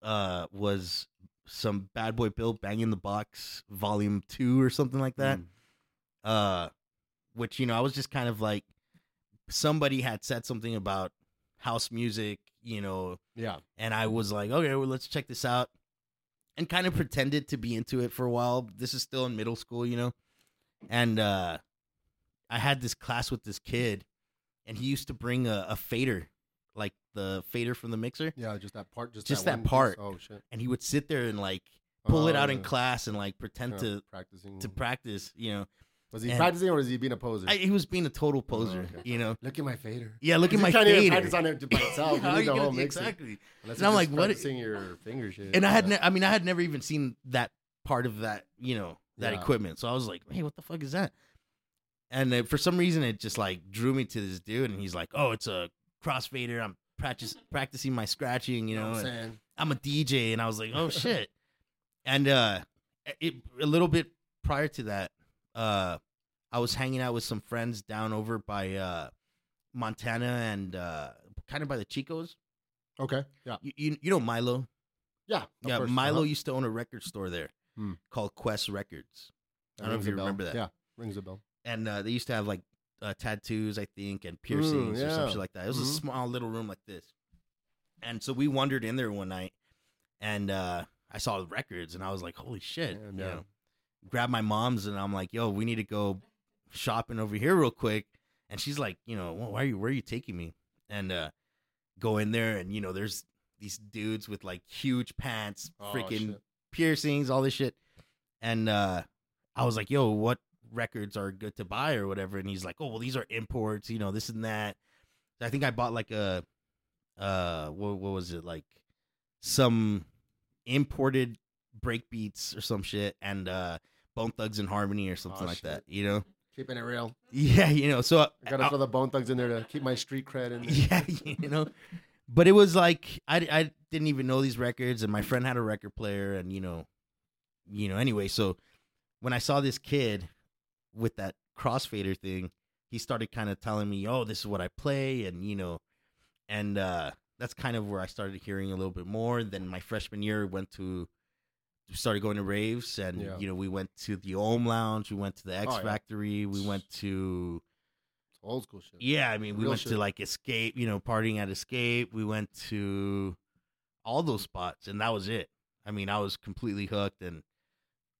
Speaker 2: uh was some Bad Boy Bill Bang in the Box Volume Two or something like that.
Speaker 1: Mm.
Speaker 2: Uh, which you know I was just kind of like somebody had said something about house music, you know,
Speaker 1: Yeah.
Speaker 2: and I was like, okay, well, let's check this out, and kind of pretended to be into it for a while. This is still in middle school, you know, and uh, I had this class with this kid, and he used to bring a, a fader, like the fader from the mixer,
Speaker 1: Yeah, just that part. Just,
Speaker 2: Just that
Speaker 1: one piece.
Speaker 2: part.
Speaker 1: Oh, shit.
Speaker 2: and he would sit there and like pull it
Speaker 1: Oh,
Speaker 2: out in
Speaker 1: yeah.
Speaker 2: class and like pretend
Speaker 1: Yeah,
Speaker 2: to
Speaker 1: practicing.
Speaker 2: to practice, you know.
Speaker 1: was he
Speaker 2: and-
Speaker 1: practicing or was he being a poser?
Speaker 2: I, he was being a total poser,
Speaker 1: Oh, okay.
Speaker 2: you know.
Speaker 1: Look at my fader.
Speaker 2: Yeah, look at
Speaker 1: You
Speaker 2: my
Speaker 1: can't even
Speaker 2: fader.
Speaker 1: practice on it
Speaker 2: [laughs]
Speaker 1: by itself.
Speaker 2: How
Speaker 1: you
Speaker 2: are
Speaker 1: need
Speaker 2: you
Speaker 1: the
Speaker 2: gonna-
Speaker 1: whole mix. it.
Speaker 2: exactly.
Speaker 1: Unless
Speaker 2: And
Speaker 1: you're
Speaker 2: I'm
Speaker 1: just
Speaker 2: like, what-
Speaker 1: Practicing your finger shit.
Speaker 2: and I had,
Speaker 1: Yeah.
Speaker 2: ne- I mean, I had never even seen that part of that, you know, that
Speaker 1: Yeah.
Speaker 2: equipment. So I was like, hey, what the fuck is that? And uh, for some reason, it just like drew me to this dude, and he's like, oh, it's a crossfader. I'm practice- practicing my scratching, you
Speaker 1: You know
Speaker 2: know.
Speaker 1: what I'm
Speaker 2: and
Speaker 1: saying?
Speaker 2: I'm a DJ, and I was like,
Speaker 1: [laughs]
Speaker 2: oh shit. And uh, it, a little bit prior to that, uh, I was hanging out with some friends down over by uh, Montana and uh, kind of by the Chicos.
Speaker 1: Okay. Yeah.
Speaker 2: You, you, you know Milo?
Speaker 1: Yeah. of
Speaker 2: yeah,
Speaker 1: course.
Speaker 2: Milo
Speaker 1: Uh-huh.
Speaker 2: used to own a record store there
Speaker 1: Hmm.
Speaker 2: called Quest Records,
Speaker 1: That
Speaker 2: I don't know if
Speaker 1: rings a
Speaker 2: you
Speaker 1: bell.
Speaker 2: remember that.
Speaker 1: Yeah. Rings a bell.
Speaker 2: and uh, they used to have like uh, tattoos, I think, and piercings or
Speaker 1: Hmm, yeah.
Speaker 2: some shit like that. It was a
Speaker 1: Mhm.
Speaker 2: small little room like this, and so we wandered in there one night, and uh, I saw the records, and I was like, "Holy shit!"
Speaker 1: Yeah,
Speaker 2: you
Speaker 1: yeah.
Speaker 2: know, grab my mom's, and I'm like, "Yo, we need to go shopping over here real quick," and she's like, "You know, well, why are you? Where are you taking me?" And uh, go in there, and you know, there's these dudes with like huge pants,
Speaker 1: Oh,
Speaker 2: freaking
Speaker 1: shit.
Speaker 2: piercings, all this shit. And uh, I was like, yo, what records are good to buy or whatever? And he's like, oh, well, these are imports, you know, this and that. I think I bought like a, uh, what, what was it? Like some imported breakbeats or some shit and uh, Bone Thugs and Harmony or something
Speaker 1: Oh,
Speaker 2: like
Speaker 1: shit.
Speaker 2: that, you know? [laughs]
Speaker 1: Keeping it real.
Speaker 2: Yeah, you know, so
Speaker 1: I gotta throw the bone thugs in there to keep my street cred
Speaker 2: [laughs]
Speaker 1: in. There.
Speaker 2: Uh, yeah,
Speaker 1: [laughs]
Speaker 2: you know. But it was like I, I didn't even know these records, and my friend had a record player, and you know, you know. Anyway, so when I saw this kid with that crossfader thing, he started kind of telling me, "Oh, this is what I play," and you know, and uh, that's kind of where I started hearing a little bit more. Then my freshman year went to started going to raves, and
Speaker 1: Yeah. Oh,
Speaker 2: you know, we went to the Ohm Lounge, we went to the X
Speaker 1: yeah.
Speaker 2: Factory, we went to
Speaker 1: It's old school shit.
Speaker 2: yeah, I mean, we
Speaker 1: Real
Speaker 2: went
Speaker 1: shit.
Speaker 2: to like Escape, you know, partying at Escape. We went to all those spots, and that was it. I mean, I was completely hooked and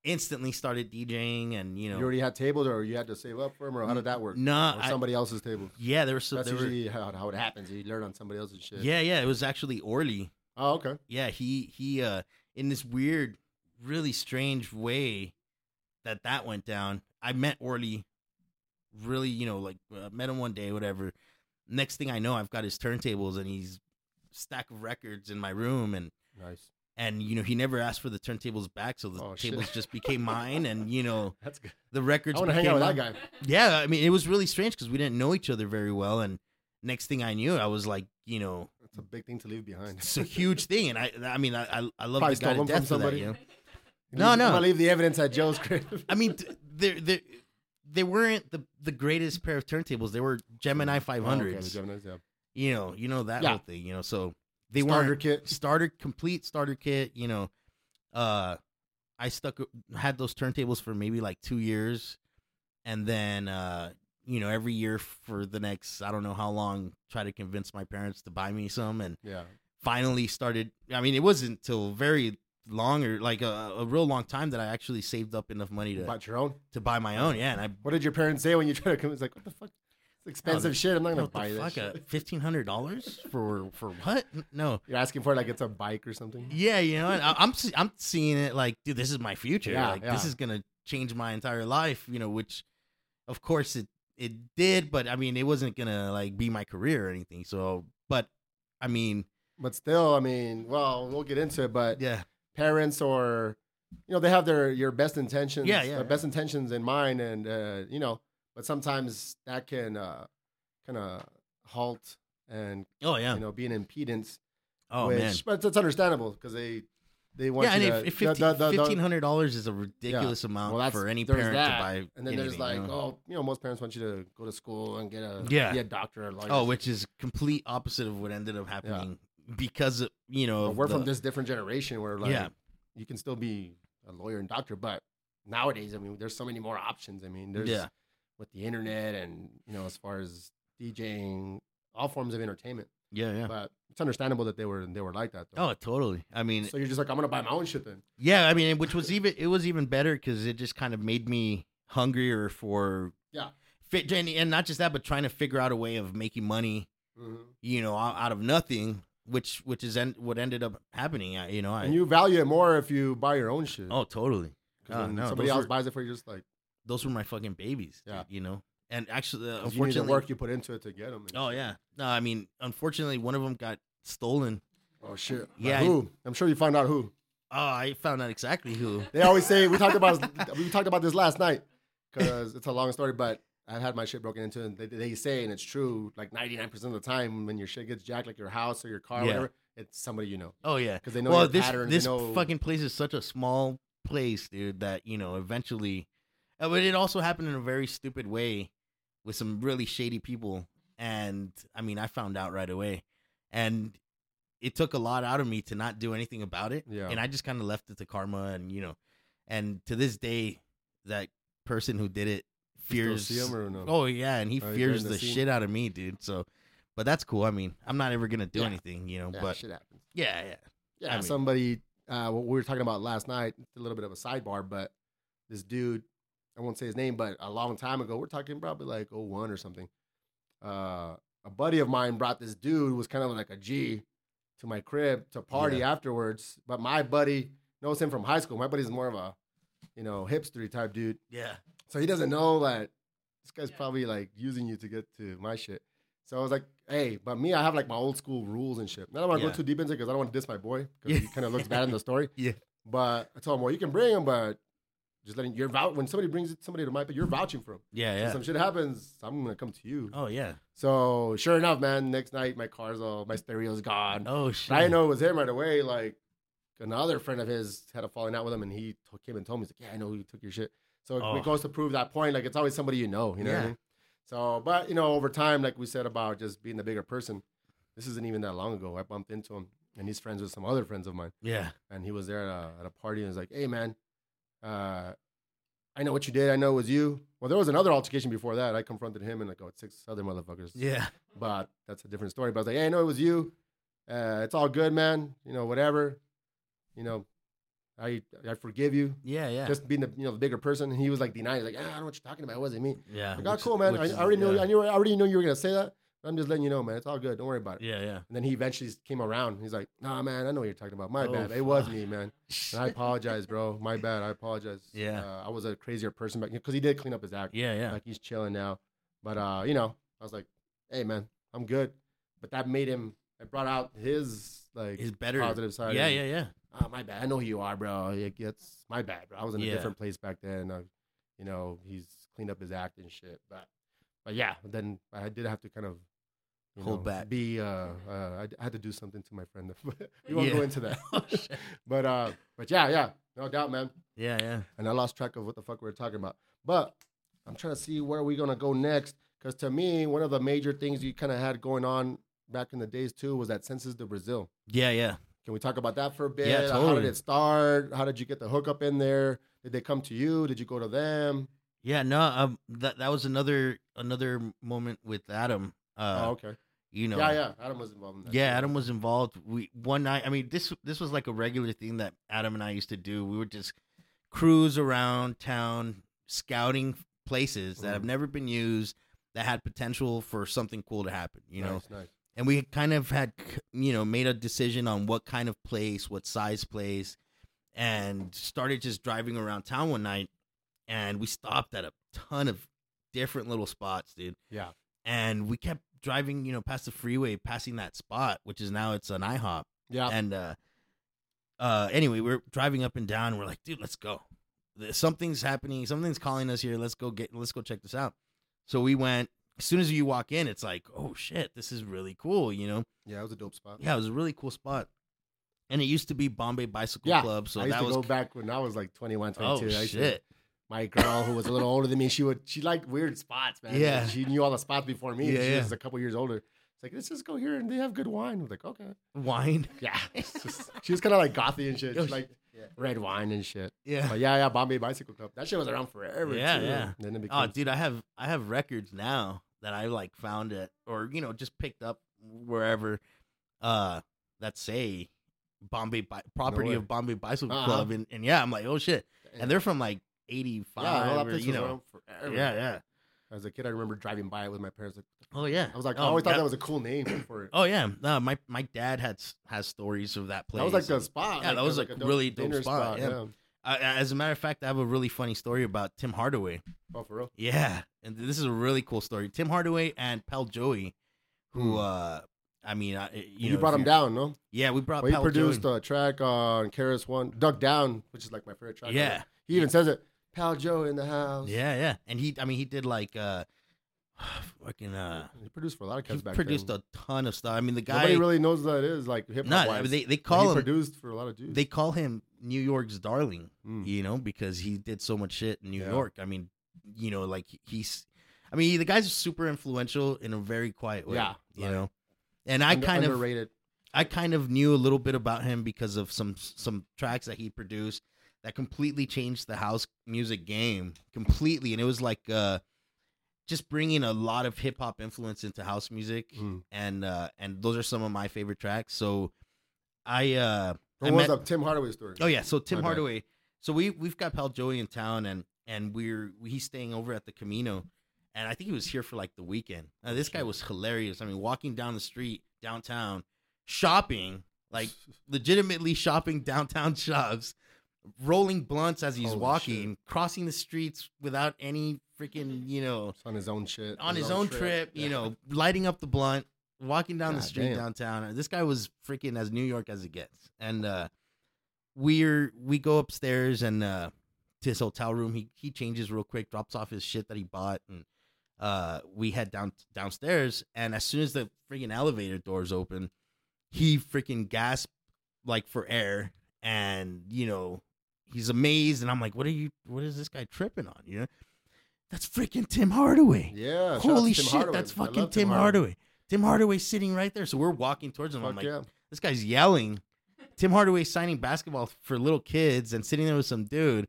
Speaker 2: instantly started DJing, and you
Speaker 1: You,
Speaker 2: know,
Speaker 1: already had tables, or you had to save up for them, or how did that work?
Speaker 2: nah,
Speaker 1: or
Speaker 2: I-
Speaker 1: somebody else's table.
Speaker 2: yeah, there were so
Speaker 1: That's
Speaker 2: there were,
Speaker 1: usually how, how it happens. You learn on somebody else's shit.
Speaker 2: yeah, yeah, it was actually Orly.
Speaker 1: Oh, okay.
Speaker 2: Yeah, he he, uh, in this weird, really strange way that that went down. I met Orly, really, you know, like uh, met him one day, whatever. Next thing I know, I've got his turntables and he's stack of records in my room and
Speaker 1: Nice.
Speaker 2: and you know he never asked for the turntables back so the
Speaker 1: Oh, shit.
Speaker 2: tables just
Speaker 1: [laughs]
Speaker 2: became mine and you know
Speaker 1: That's good.
Speaker 2: the records
Speaker 1: I want to hang
Speaker 2: became
Speaker 1: out with that
Speaker 2: mine.
Speaker 1: guy.
Speaker 2: yeah i mean it was really strange because we didn't know each other very well and next thing i knew i was like you know
Speaker 1: That's a big thing to leave behind. [laughs]
Speaker 2: it's a huge thing and i i mean i i, I love
Speaker 1: Probably
Speaker 2: this guy
Speaker 1: stole
Speaker 2: to
Speaker 1: them from
Speaker 2: death for that,
Speaker 1: somebody.
Speaker 2: you know? No,
Speaker 1: Leave-
Speaker 2: no.
Speaker 1: I'm gonna leave the evidence at Joe's crib.
Speaker 2: [laughs] i mean th- they're they're they weren't the, the greatest pair of turntables. They were Gemini 500s.
Speaker 1: Oh, okay, the Gemini's, yeah.
Speaker 2: You know, you know that
Speaker 1: Yeah.
Speaker 2: whole thing. You know, so they
Speaker 1: Starter
Speaker 2: weren't
Speaker 1: kit.
Speaker 2: starter complete starter kit you know uh i stuck had those turntables for maybe like two years and then uh you know every year for the next i don't know how long try to convince my parents to buy me some and
Speaker 1: Yeah.
Speaker 2: finally started i mean it wasn't till very long or like a, a real long time that i actually saved up enough money
Speaker 1: You
Speaker 2: to,
Speaker 1: bought your own.
Speaker 2: to buy my own yeah and i
Speaker 1: What did your parents say when you tried to come? It's like, what the fuck? It's expensive shit. I'm not gonna
Speaker 2: what
Speaker 1: buy
Speaker 2: the
Speaker 1: that.
Speaker 2: fuck
Speaker 1: Shit.
Speaker 2: fifteen hundred
Speaker 1: [laughs]
Speaker 2: dollars for for what no
Speaker 1: You're asking for it like it's a bike or something.
Speaker 2: Yeah, you know, and I, I'm se- I'm seeing it like, dude, this is my future.
Speaker 1: Yeah,
Speaker 2: like,
Speaker 1: yeah.
Speaker 2: this is gonna change my entire life. You know, which, of course, it it did, but I mean, it wasn't gonna like be my career or anything. So, but I mean,
Speaker 1: But still, I mean, well, we'll get into it. But
Speaker 2: yeah,
Speaker 1: parents or you know they have their your best intentions
Speaker 2: Yeah, yeah,
Speaker 1: uh,
Speaker 2: yeah.
Speaker 1: best intentions in mind and uh, you know but sometimes that can uh, kind of halt and
Speaker 2: oh yeah,
Speaker 1: you know be an impedence
Speaker 2: oh
Speaker 1: which
Speaker 2: man,
Speaker 1: but it's understandable because they They want
Speaker 2: Yeah, and
Speaker 1: you
Speaker 2: if,
Speaker 1: to
Speaker 2: if
Speaker 1: da- da- da- da-
Speaker 2: fifteen hundred dollars is a ridiculous amount
Speaker 1: Well, that's-
Speaker 2: for any
Speaker 1: there's
Speaker 2: parent
Speaker 1: that.
Speaker 2: to buy,
Speaker 1: And then there's like,
Speaker 2: anything, you know?
Speaker 1: oh, you know, most parents want you to go to school and get a
Speaker 2: Yeah.
Speaker 1: be a doctor or a lawyer.
Speaker 2: oh, which is complete opposite of what ended up happening because of, you know
Speaker 1: But
Speaker 2: of
Speaker 1: we're from
Speaker 2: the-
Speaker 1: this different generation where like
Speaker 2: Yeah.
Speaker 1: you can still be a lawyer and doctor, but nowadays, I mean, there's so many more options. I mean, there's
Speaker 2: Yeah.
Speaker 1: with the internet and you know, as far as DJing, all forms of entertainment.
Speaker 2: yeah yeah
Speaker 1: But it's understandable that they were they were like that. Though.
Speaker 2: oh totally. I mean
Speaker 1: so you're just like, I'm gonna buy my own shit then.
Speaker 2: yeah, I mean which was even it was even better because it just kind of made me hungrier for
Speaker 1: Yeah.
Speaker 2: fit and, and not just that but trying to figure out a way of making money
Speaker 1: Mhm.
Speaker 2: you know out, out of nothing which which is en- what ended up happening. I, you know I
Speaker 1: And you value it more if you buy your own shit.
Speaker 2: oh totally
Speaker 1: 'Cause
Speaker 2: oh,
Speaker 1: when
Speaker 2: no,
Speaker 1: somebody
Speaker 2: those
Speaker 1: else
Speaker 2: were-
Speaker 1: buys it for you, you're just like,
Speaker 2: those were my fucking babies.
Speaker 1: Yeah.
Speaker 2: you know and actually uh,
Speaker 1: 'cause you need the
Speaker 2: unfortunately
Speaker 1: work you put into it to get them.
Speaker 2: oh yeah no I mean unfortunately one of them got stolen.
Speaker 1: Oh shit. By
Speaker 2: Yeah, I-
Speaker 1: who? I'm sure you found out who.
Speaker 2: Oh, I found out exactly who.
Speaker 1: [laughs] They always say we talked about we talked about this last night because it's a long story, but I had my shit broken into, and they, they say, and it's true, like 99 percent of the time when your shit gets jacked, like your house or your car, or
Speaker 2: Yeah.
Speaker 1: whatever, it's somebody you know
Speaker 2: Oh yeah.
Speaker 1: because they know
Speaker 2: well,
Speaker 1: your
Speaker 2: this
Speaker 1: pattern.
Speaker 2: this
Speaker 1: they know,
Speaker 2: fucking place is such a small place, dude. That you know, eventually, Uh, but it also happened in a very stupid way with some really shady people. And I mean, I found out right away, and it took a lot out of me to not do anything about it.
Speaker 1: Yeah.
Speaker 2: And I just kind of left it to karma, and you know, and to this day, that person who did it
Speaker 1: you still
Speaker 2: fears.
Speaker 1: see 'em or no?
Speaker 2: Oh yeah, and he
Speaker 1: Oh, you're
Speaker 2: fears
Speaker 1: in
Speaker 2: the,
Speaker 1: the scene.
Speaker 2: shit out of me, dude. So, but that's cool. I mean, I'm not ever gonna do
Speaker 1: Yeah.
Speaker 2: anything, you know.
Speaker 1: yeah,
Speaker 2: but
Speaker 1: shit happens.
Speaker 2: yeah, yeah.
Speaker 1: Yeah,
Speaker 2: I mean-
Speaker 1: somebody. Uh, what we were talking about last night, a little bit of a sidebar, but this dude, I won't say his name, but a long time ago, we're talking probably like 01 or something. Uh, a buddy of mine brought this dude who was kind of like a G to my crib to party afterwards. But my buddy knows him from high school. My buddy's more of a, you know, hipstery type dude.
Speaker 2: Yeah.
Speaker 1: So he doesn't know that this guy's probably like using you to get to my shit. So I was like, hey, but me, I have like my old school rules and shit. And I don't want to
Speaker 2: Yeah.
Speaker 1: go too deep into it because I don't want to diss my boy because
Speaker 2: Yeah.
Speaker 1: he kind of looks bad in the story.
Speaker 2: [laughs] Yeah.
Speaker 1: But I told him, well, you can bring him, but just letting you're vouch when somebody brings somebody to my, you're vouching for him.
Speaker 2: Yeah,
Speaker 1: If
Speaker 2: yeah.
Speaker 1: some shit happens, I'm gonna come to you.
Speaker 2: Oh yeah.
Speaker 1: So sure enough, man, next night my car's all my stereo's gone.
Speaker 2: Oh shit.
Speaker 1: But I didn't know it was him right away. Like another friend of his had a falling out with him, and he t- came and told me, he's like, "Yeah, I know you took your shit." So it,
Speaker 2: Oh.
Speaker 1: it goes to prove that point. Like it's always somebody you know, you know. What I
Speaker 2: Yeah.
Speaker 1: mean? So, but you know, over time, like we said about just being the bigger person, this isn't even that long ago. I bumped into him, and he's friends with some other friends of mine,
Speaker 2: Yeah.
Speaker 1: and he was there at a, at a party, and was like, "Hey, man, uh, I know what you did. I know it was you." Well, there was another altercation before that. I confronted him and like oh, six other motherfuckers
Speaker 2: Yeah.
Speaker 1: but that's a different story. But I was like, hey, I know it was you. Uh, it's all good, man. You know, whatever. You know, I I forgive you.
Speaker 2: Yeah. Yeah.
Speaker 1: Just being the you know the bigger person, and he was like denying, like, ah, I don't know what you're talking about. It wasn't me.
Speaker 2: yeah.
Speaker 1: I like, oh,
Speaker 2: which-
Speaker 1: cool, man. I,
Speaker 2: which is-
Speaker 1: I already knew.
Speaker 2: yeah.
Speaker 1: I knew. I already knew you were gonna say that. But I'm just letting you know, man. It's all good. Don't worry about it.
Speaker 2: Yeah. Yeah.
Speaker 1: And then he eventually came around. He's like, Nah, man. I know what you're talking about. My
Speaker 2: Oh,
Speaker 1: bad. It was
Speaker 2: fuck.
Speaker 1: me, man. And I apologize, bro. My bad. I apologize.
Speaker 2: Yeah.
Speaker 1: Uh, I was a crazier person back because he did clean up his act.
Speaker 2: yeah. Yeah.
Speaker 1: Like he's chilling now. But uh, you know, I was like, hey man, I'm good. But that made him it brought out his like
Speaker 2: His better.
Speaker 1: positive side.
Speaker 2: Yeah.
Speaker 1: and,
Speaker 2: Yeah. Yeah.
Speaker 1: "Ah, my bad. I know who you are, bro. It gets my bad, bro. I was in a
Speaker 2: Yeah.
Speaker 1: different place back then. I, you know, he's cleaned up his act and shit. But but yeah, then I did have to kind of you
Speaker 2: Hold
Speaker 1: know,
Speaker 2: back.
Speaker 1: Be uh, uh I, d- I had to do something to my friend. [laughs] we won't go
Speaker 2: Yeah.
Speaker 1: into that.
Speaker 2: [laughs] Oh, shit.
Speaker 1: [laughs] but uh but yeah, yeah, no doubt, man
Speaker 2: Yeah. Yeah.
Speaker 1: and I lost track of what the fuck we were talking about. But I'm trying to see where we gonna go next, because to me, one of the major things you kind of had going on back in the days too was that census to Brazil.
Speaker 2: Yeah. Yeah.
Speaker 1: Can we talk about that for a bit?
Speaker 2: Yeah,
Speaker 1: How did
Speaker 2: totally.
Speaker 1: it start? How did you get the hookup in there? Did they come to you? Did you go to them?
Speaker 2: Yeah. No. Um. That that was another another moment with Adam. Uh.
Speaker 1: oh, okay.
Speaker 2: You know.
Speaker 1: Yeah, yeah. Adam was involved in that.
Speaker 2: Yeah,
Speaker 1: too.
Speaker 2: Adam was involved. We one night. I mean, this this was like a regular thing that Adam and I used to do. We would just cruise around town, scouting places that have
Speaker 1: Mhm.
Speaker 2: never been used that had potential for something cool to happen. You know,
Speaker 1: Nice, nice.
Speaker 2: and we kind of had you know made a decision on what kind of place what size place and started just driving around town one night and we stopped at a ton of different little spots dude
Speaker 1: Yeah.
Speaker 2: and we kept driving you know past the freeway passing that spot which is now it's an ihop
Speaker 1: Yeah.
Speaker 2: and uh uh anyway we're driving up and down and we're like dude let's go Th- something's happening something's calling us here let's go get let's go check this out so we went as soon as you walk in it's like oh shit this is really cool you know
Speaker 1: yeah, it was a dope spot.
Speaker 2: yeah it was a really cool spot and it used to be Bombay Bicycle
Speaker 1: Yeah,
Speaker 2: Club. So
Speaker 1: I used
Speaker 2: that
Speaker 1: to
Speaker 2: was
Speaker 1: go back when I was like 21, 22.
Speaker 2: oh
Speaker 1: I used to-
Speaker 2: shit.
Speaker 1: my girl, who was a little older than me, she would she liked weird spots, man.
Speaker 2: Yeah.
Speaker 1: she knew all the spots before me.
Speaker 2: Yeah,
Speaker 1: she
Speaker 2: yeah.
Speaker 1: was a couple years older. It's like let's just go here and they have good wine. I was like, okay,
Speaker 2: Wine.
Speaker 1: yeah. [laughs] It's just- she was kind of like gothy and shit.
Speaker 2: Yo,
Speaker 1: She liked
Speaker 2: yeah.
Speaker 1: red wine and shit.
Speaker 2: Yeah.
Speaker 1: But yeah, yeah, Bombay Bicycle Club. That shit was around forever.
Speaker 2: Yeah,
Speaker 1: too.
Speaker 2: yeah.
Speaker 1: And then it became
Speaker 2: Oh, dude, I have I have records now that I like found at or you know just picked up wherever uh that say Bombay Bi- property
Speaker 1: way.
Speaker 2: of Bombay Bicycle
Speaker 1: Uh-huh.
Speaker 2: Club and, and yeah, I'm like, "Oh shit." And they're from like
Speaker 1: yeah,
Speaker 2: 85
Speaker 1: all that
Speaker 2: or,
Speaker 1: place
Speaker 2: you
Speaker 1: was
Speaker 2: know.
Speaker 1: around forever.
Speaker 2: Yeah, yeah.
Speaker 1: As a kid, I remember driving by it with my parents. Like,
Speaker 2: Oh yeah.
Speaker 1: I was like,
Speaker 2: oh,
Speaker 1: I always thought
Speaker 2: yeah.
Speaker 1: that was a cool name for it.
Speaker 2: Oh yeah. No, my my dad has has stories of that place.
Speaker 1: that was like
Speaker 2: and-
Speaker 1: a spot.
Speaker 2: Yeah, that was, like, really dope
Speaker 1: dinner
Speaker 2: spot, yeah. I- I- as a matter of fact, I have a really funny story about Tim Hardaway.
Speaker 1: Oh, for real.
Speaker 2: Yeah, and this is a really cool story. Tim Hardaway and Pal Joey, who
Speaker 1: Hmm.
Speaker 2: uh, I mean, I, you,
Speaker 1: You,
Speaker 2: know, if
Speaker 1: brought him
Speaker 2: you-
Speaker 1: down, no?
Speaker 2: Yeah, we brought
Speaker 1: Well, he
Speaker 2: Pal
Speaker 1: produced
Speaker 2: Joey.
Speaker 1: a track on Karis One, Duck Down, which is like my favorite track. on
Speaker 2: yeah,
Speaker 1: it. He even says it, Pal Joe in the house.
Speaker 2: yeah, yeah, and he, I mean, he did like uh, [sighs] fucking uh,
Speaker 1: He produced for a lot of
Speaker 2: he
Speaker 1: kids back
Speaker 2: produced
Speaker 1: then.
Speaker 2: a ton of stuff. I mean, the guy,
Speaker 1: Nobody really knows who that is, like hip hop.
Speaker 2: no, I
Speaker 1: wise.
Speaker 2: mean, they they
Speaker 1: But he
Speaker 2: call him
Speaker 1: produced for a lot of dudes.
Speaker 2: they call him New York's darling.
Speaker 1: Mm.
Speaker 2: you know, because he did so much shit in New
Speaker 1: Yeah.
Speaker 2: York. I mean, you know, like he- he's, I mean, the guy's super influential in a very quiet way.
Speaker 1: Yeah,
Speaker 2: you
Speaker 1: like-
Speaker 2: know, and I
Speaker 1: Under-
Speaker 2: kind of,
Speaker 1: underrated.
Speaker 2: I kind of knew a little bit about him because of some some tracks that he produced that completely changed the house music game completely, and it was like, uh, just bringing a lot of hip hop influence into house music,
Speaker 1: Mm.
Speaker 2: and uh, and those are some of my favorite tracks. So, I uh, I
Speaker 1: What was
Speaker 2: met-
Speaker 1: up? Tim Hardaway story.
Speaker 2: Oh yeah, so Tim
Speaker 1: My bad.
Speaker 2: Hardaway. So we we've got Pal Joey in town, and and we're he's staying over at the Camino, and I think he was here for like the weekend. Now, this guy was hilarious. I mean, walking down the street downtown, shopping like legitimately shopping downtown [laughs] shops, rolling blunts as he's
Speaker 1: Holy
Speaker 2: walking, crossing the streets without any freaking you know
Speaker 1: It's on his own shit.
Speaker 2: on his, own, trip, you
Speaker 1: Yeah.
Speaker 2: know, lighting up the blunt, walking down the
Speaker 1: God
Speaker 2: street
Speaker 1: damn.
Speaker 2: downtown. This guy was freaking as New York as it gets. And uh we're we go upstairs and uh to his hotel room, he he changes real quick, drops off his shit that he bought and uh we head down downstairs and as soon as the freaking elevator doors open, he freaking gasps like for air and you know he's amazed and I'm like, What are you what is this guy tripping on? You know? That's freaking Tim Hardaway.
Speaker 1: Yeah. Oh, shout out
Speaker 2: Holy
Speaker 1: to Tim
Speaker 2: shit,
Speaker 1: Hardaway.
Speaker 2: that's
Speaker 1: I love
Speaker 2: fucking Tim Hardaway. Tim Hardaway sitting right there. So we're walking towards him. I'm
Speaker 1: Fuck
Speaker 2: like,
Speaker 1: yeah.
Speaker 2: this guy's yelling. Tim Hardaway signing basketball for little kids and sitting there with some dude.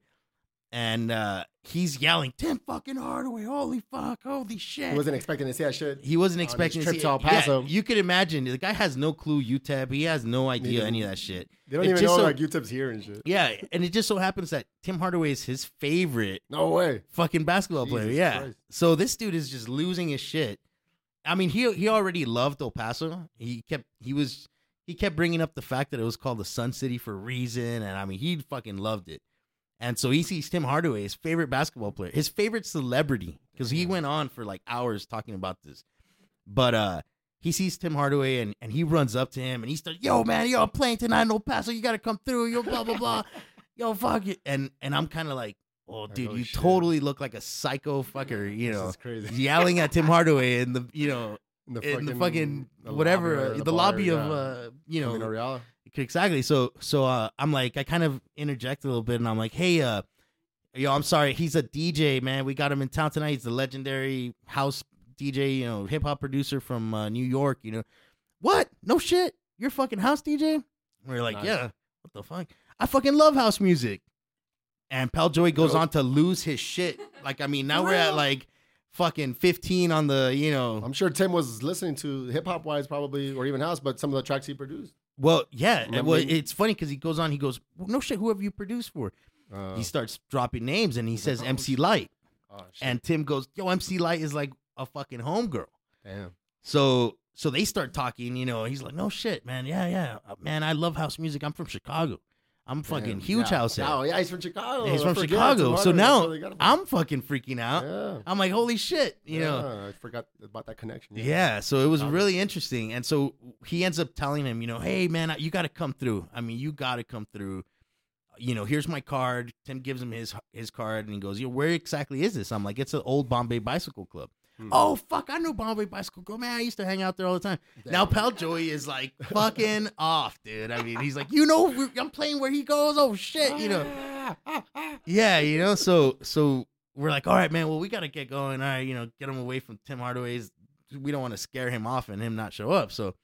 Speaker 2: And uh, he's yelling, Tim fucking Hardaway. Holy fuck. Holy shit.
Speaker 1: He wasn't expecting to see that shit.
Speaker 2: He wasn't
Speaker 1: on his
Speaker 2: expecting
Speaker 1: trip
Speaker 2: see
Speaker 1: to El
Speaker 2: it. Yeah,
Speaker 1: Paso.
Speaker 2: you could imagine. The guy has no clue UTEP. He has no idea
Speaker 1: Neither-
Speaker 2: any of that shit.
Speaker 1: They don't
Speaker 2: It
Speaker 1: even
Speaker 2: just
Speaker 1: know
Speaker 2: so-
Speaker 1: like UTIP's here and shit.
Speaker 2: Yeah. And it just so happens that Tim Hardaway is his favorite
Speaker 1: No way.
Speaker 2: fucking basketball player.
Speaker 1: Jesus
Speaker 2: Yeah.
Speaker 1: Christ.
Speaker 2: So this dude is just losing his shit. I mean, he he already loved El Paso. He kept he was he kept bringing up the fact that it was called the Sun City for a reason, and I mean, he fucking loved it. And so he sees Tim Hardaway, his favorite basketball player, his favorite celebrity, because he went on for like hours talking about this. But uh, he sees Tim Hardaway and, and he runs up to him and he starts, yo, man, yo, I'm playing tonight in El Paso. You got to come through. Yo, blah,
Speaker 1: [laughs]
Speaker 2: blah, blah. yo, fuck it. And, and I'm kind of like, oh,
Speaker 1: Like,
Speaker 2: dude,
Speaker 1: oh,
Speaker 2: you
Speaker 1: shit.
Speaker 2: totally look like a psycho fucker, you
Speaker 1: This [laughs]
Speaker 2: know,
Speaker 1: is crazy.
Speaker 2: yelling at Tim Hardaway in the, you know, in the fucking
Speaker 1: the lobby
Speaker 2: whatever, uh,
Speaker 1: or
Speaker 2: the,
Speaker 1: bar,
Speaker 2: lobby of,
Speaker 1: yeah.
Speaker 2: uh, you know,
Speaker 1: Camino Real.
Speaker 2: Exactly. So so uh, I'm like I kind of interject a little bit and I'm like, hey, uh, yo, I'm sorry, he's a DJ, man. We got him in town tonight. He's the legendary house DJ, you know, hip hop producer from uh, New York. You know, what? No shit, you're a fucking house DJ. And we're like,
Speaker 1: Nice.
Speaker 2: yeah. What the fuck? I fucking love house music. And Pal Joey goes
Speaker 1: Dope.
Speaker 2: on to lose his shit. Like I mean, now we're at
Speaker 4: Real?
Speaker 2: like fucking 15 on the you know.
Speaker 1: I'm sure Tim was listening to hip hop wise, probably, or even house, but some of the tracks he produced.
Speaker 2: Well, yeah.
Speaker 1: Remember
Speaker 2: well,
Speaker 1: when-
Speaker 2: it's funny because he goes on. He goes, no shit. Whoever you produce for.
Speaker 1: Uh,
Speaker 2: he starts dropping names and he
Speaker 1: He's like,
Speaker 2: says
Speaker 1: "Oh,
Speaker 2: MC
Speaker 1: shit."
Speaker 2: Light.
Speaker 1: oh, shit,
Speaker 2: And Tim goes, Yo, MC Light is like a fucking homegirl.
Speaker 1: damn,
Speaker 2: So so they start talking, you know, he's like, No shit, man. Yeah, yeah. Uh, Man, I love house music. I'm from Chicago. I'm fucking
Speaker 1: damn,
Speaker 2: huge
Speaker 1: yeah.
Speaker 2: house head.
Speaker 1: Oh yeah, he's from Chicago.
Speaker 2: He's
Speaker 1: I
Speaker 2: from
Speaker 1: forget, Tim
Speaker 2: Chicago. So
Speaker 1: Hardaway,
Speaker 2: now
Speaker 1: that's where they got him from.
Speaker 2: I'm fucking freaking out.
Speaker 1: yeah,
Speaker 2: I'm like, holy shit, you know.
Speaker 1: Yeah, I forgot about that connection.
Speaker 2: Yeah, so it was
Speaker 1: Chicago.
Speaker 2: really interesting. And so he ends up telling him, you know, hey man, you got to come through. I mean, you got to come through. You know, here's my card. Tim gives him his his card and he goes, "Yo, where exactly is this?" I'm like, "It's an old Bombay Bicycle Club." Oh fuck, I knew Bombay Bicycle Girl. Man, I used to hang out there all the time. Now Pal Joey is like fucking [laughs] off, dude. I mean, he's like, you know, we're- I'm playing where he goes. Oh shit, [laughs] you know. Yeah, you know. So so we're like, all right, man. Well, we gotta get going. All right, you know, get him away from Tim Hardaway's. We don't want to scare him off and him not show up. So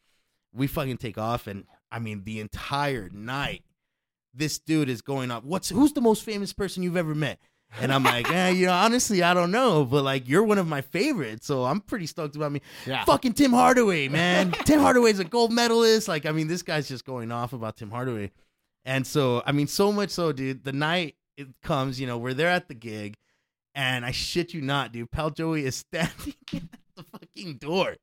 Speaker 2: we fucking take off, and I mean, the entire night, this dude is going up. What's who's the most famous person you've ever met? And I'm like, eh, you know, honestly, I don't know, but like, you're one of my favorites, so I'm pretty stoked about me.
Speaker 5: Yeah.
Speaker 2: Fucking Tim Hardaway, man. [laughs] Tim Hardaway's a gold medalist. Like, I mean, this guy's just going off about Tim Hardaway. And so, I mean, so much so, dude, the night it comes, you know, we're there at the gig, and I shit you not, dude, Pal Joey is [laughs] standing at the fucking door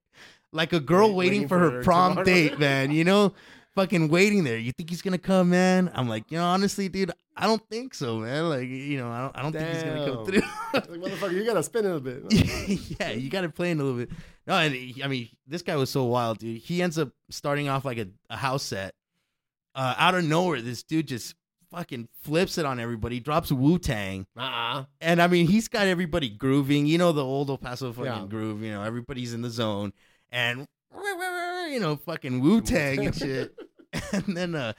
Speaker 2: like a girl
Speaker 1: Wait-
Speaker 2: waiting, for her
Speaker 1: to
Speaker 2: prom
Speaker 1: order.
Speaker 2: date, man, you know? Fucking waiting there. You think he's gonna come, man? I'm like, you know, honestly, dude, I don't think so, man. Like, you know, I don't, I don't think he's gonna
Speaker 1: Damn.
Speaker 2: come through.
Speaker 1: [laughs]
Speaker 2: [laughs]
Speaker 1: Like, motherfucker, you gotta spin it a bit.
Speaker 2: yeah, [laughs] you got to play in a little bit. No, and he- I mean, this guy was so wild, dude. He ends up starting off like a, a house set. Uh, out of nowhere, this dude just fucking flips it on everybody, drops Wu Tang.
Speaker 1: Uh-uh.
Speaker 2: And I mean, he's got everybody grooving. You know, the old El Paso fucking
Speaker 1: Yeah.
Speaker 2: groove. You know, everybody's in the zone. And, you know, fucking Wu Tang and shit. [laughs] and then uh,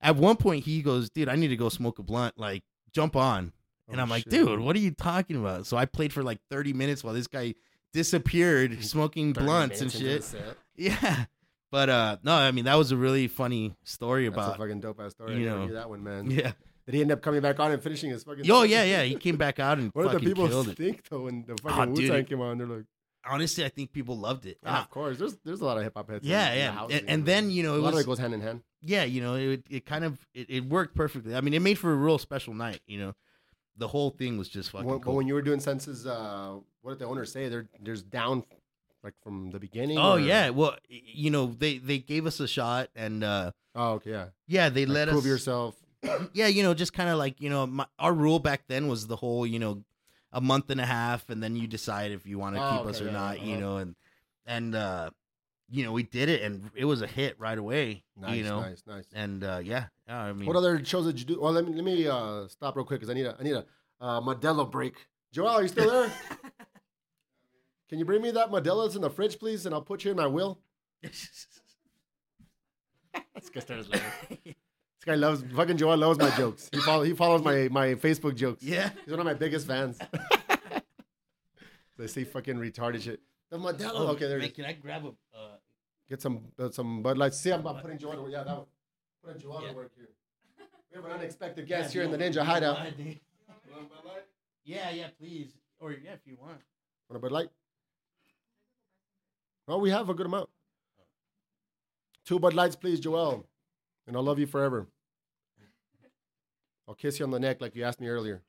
Speaker 2: at one point, he goes, dude, I need to go smoke a blunt. Like, jump on. And
Speaker 1: Oh,
Speaker 2: I'm like,
Speaker 1: shit.
Speaker 2: dude, what are you talking about? So I played for like 30 minutes while this guy disappeared smoking
Speaker 1: 30
Speaker 2: blunts and
Speaker 1: minutes into the set.
Speaker 2: shit. [laughs] Yeah. But uh no, I mean that was a really funny story
Speaker 1: That's a
Speaker 2: about
Speaker 1: fucking dope ass story.
Speaker 2: you
Speaker 1: I never
Speaker 2: know.
Speaker 1: knew that one, man.
Speaker 2: Yeah.
Speaker 1: Did he end up coming back on and finishing his fucking?
Speaker 2: Yo, yeah, yeah. He came back out and
Speaker 1: [laughs] What did
Speaker 2: fucking
Speaker 1: the people
Speaker 2: killed it.
Speaker 1: think though when the
Speaker 2: Ah,
Speaker 1: fucking
Speaker 2: dude,
Speaker 1: Wu Tang
Speaker 2: it-
Speaker 1: came on? They're like,
Speaker 2: Honestly, I think people loved
Speaker 1: [laughs]
Speaker 2: it.
Speaker 1: ah,
Speaker 2: Uh,
Speaker 1: of course. There's there's a lot of hip hop heads. in
Speaker 2: yeah,
Speaker 1: the
Speaker 2: yeah.
Speaker 1: house,
Speaker 2: And, and then, you know,
Speaker 1: a
Speaker 2: it
Speaker 1: lot of
Speaker 2: was
Speaker 1: it goes hand in hand.
Speaker 2: yeah, you know, it it kind of it, it worked perfectly. I mean, it made for a real special night, you know. The whole thing was just fucking
Speaker 1: When, But
Speaker 2: cool.
Speaker 1: when you were doing senses, uh, what did the owner say? They're there's down, like from the beginning.
Speaker 2: Oh
Speaker 1: or-
Speaker 2: yeah, well, y- you know, they they gave us a shot and uh
Speaker 1: Oh okay, yeah.
Speaker 2: yeah, they
Speaker 1: Like,
Speaker 2: let
Speaker 1: prove
Speaker 2: us
Speaker 1: yourself.
Speaker 2: yeah, you know, just kind of like you know, my, our rule back then was the whole you know, a month and a half, and then you decide if you want to
Speaker 1: Oh,
Speaker 2: keep
Speaker 1: okay,
Speaker 2: us or
Speaker 1: yeah,
Speaker 2: not,
Speaker 1: yeah,
Speaker 2: you
Speaker 1: uh-huh.
Speaker 2: know, and and uh, you know, we did it, and it was a hit right away,
Speaker 1: Nice,
Speaker 2: you know,
Speaker 1: nice, nice.
Speaker 2: and uh, yeah, yeah, I mean,
Speaker 1: What other shows did you do? Well, let me let me uh, stop real quick because I need a I need a uh, Modelo break. Joel, are you still there? Can you bring me that Modelo that's in the fridge, please? And I'll put you in my will.
Speaker 2: let's get started
Speaker 1: [laughs]
Speaker 2: later.
Speaker 1: This guy loves fucking Joel loves my jokes. He follow, he follows my my Facebook jokes.
Speaker 2: [laughs] yeah,
Speaker 1: He's one of my biggest fans. they say fucking retarded shit. The Modelo. okay, there. it
Speaker 2: Oh, man,
Speaker 1: is.
Speaker 2: can I grab a? Uh,
Speaker 1: Get some uh, some Bud Lights. See, I'm, I'm putting Joel. to work. Yeah, that one. Putting Joel
Speaker 2: Yeah.
Speaker 1: to work here. We have an unexpected guest here in the Ninja Hideout. Want
Speaker 2: Yeah, yeah, please, or yeah, if you want.
Speaker 1: a Bud Light? Well, we have a good amount. Two Bud Lights, please, Joel. And I'll love you forever. I'll kiss you on the neck like you asked me earlier.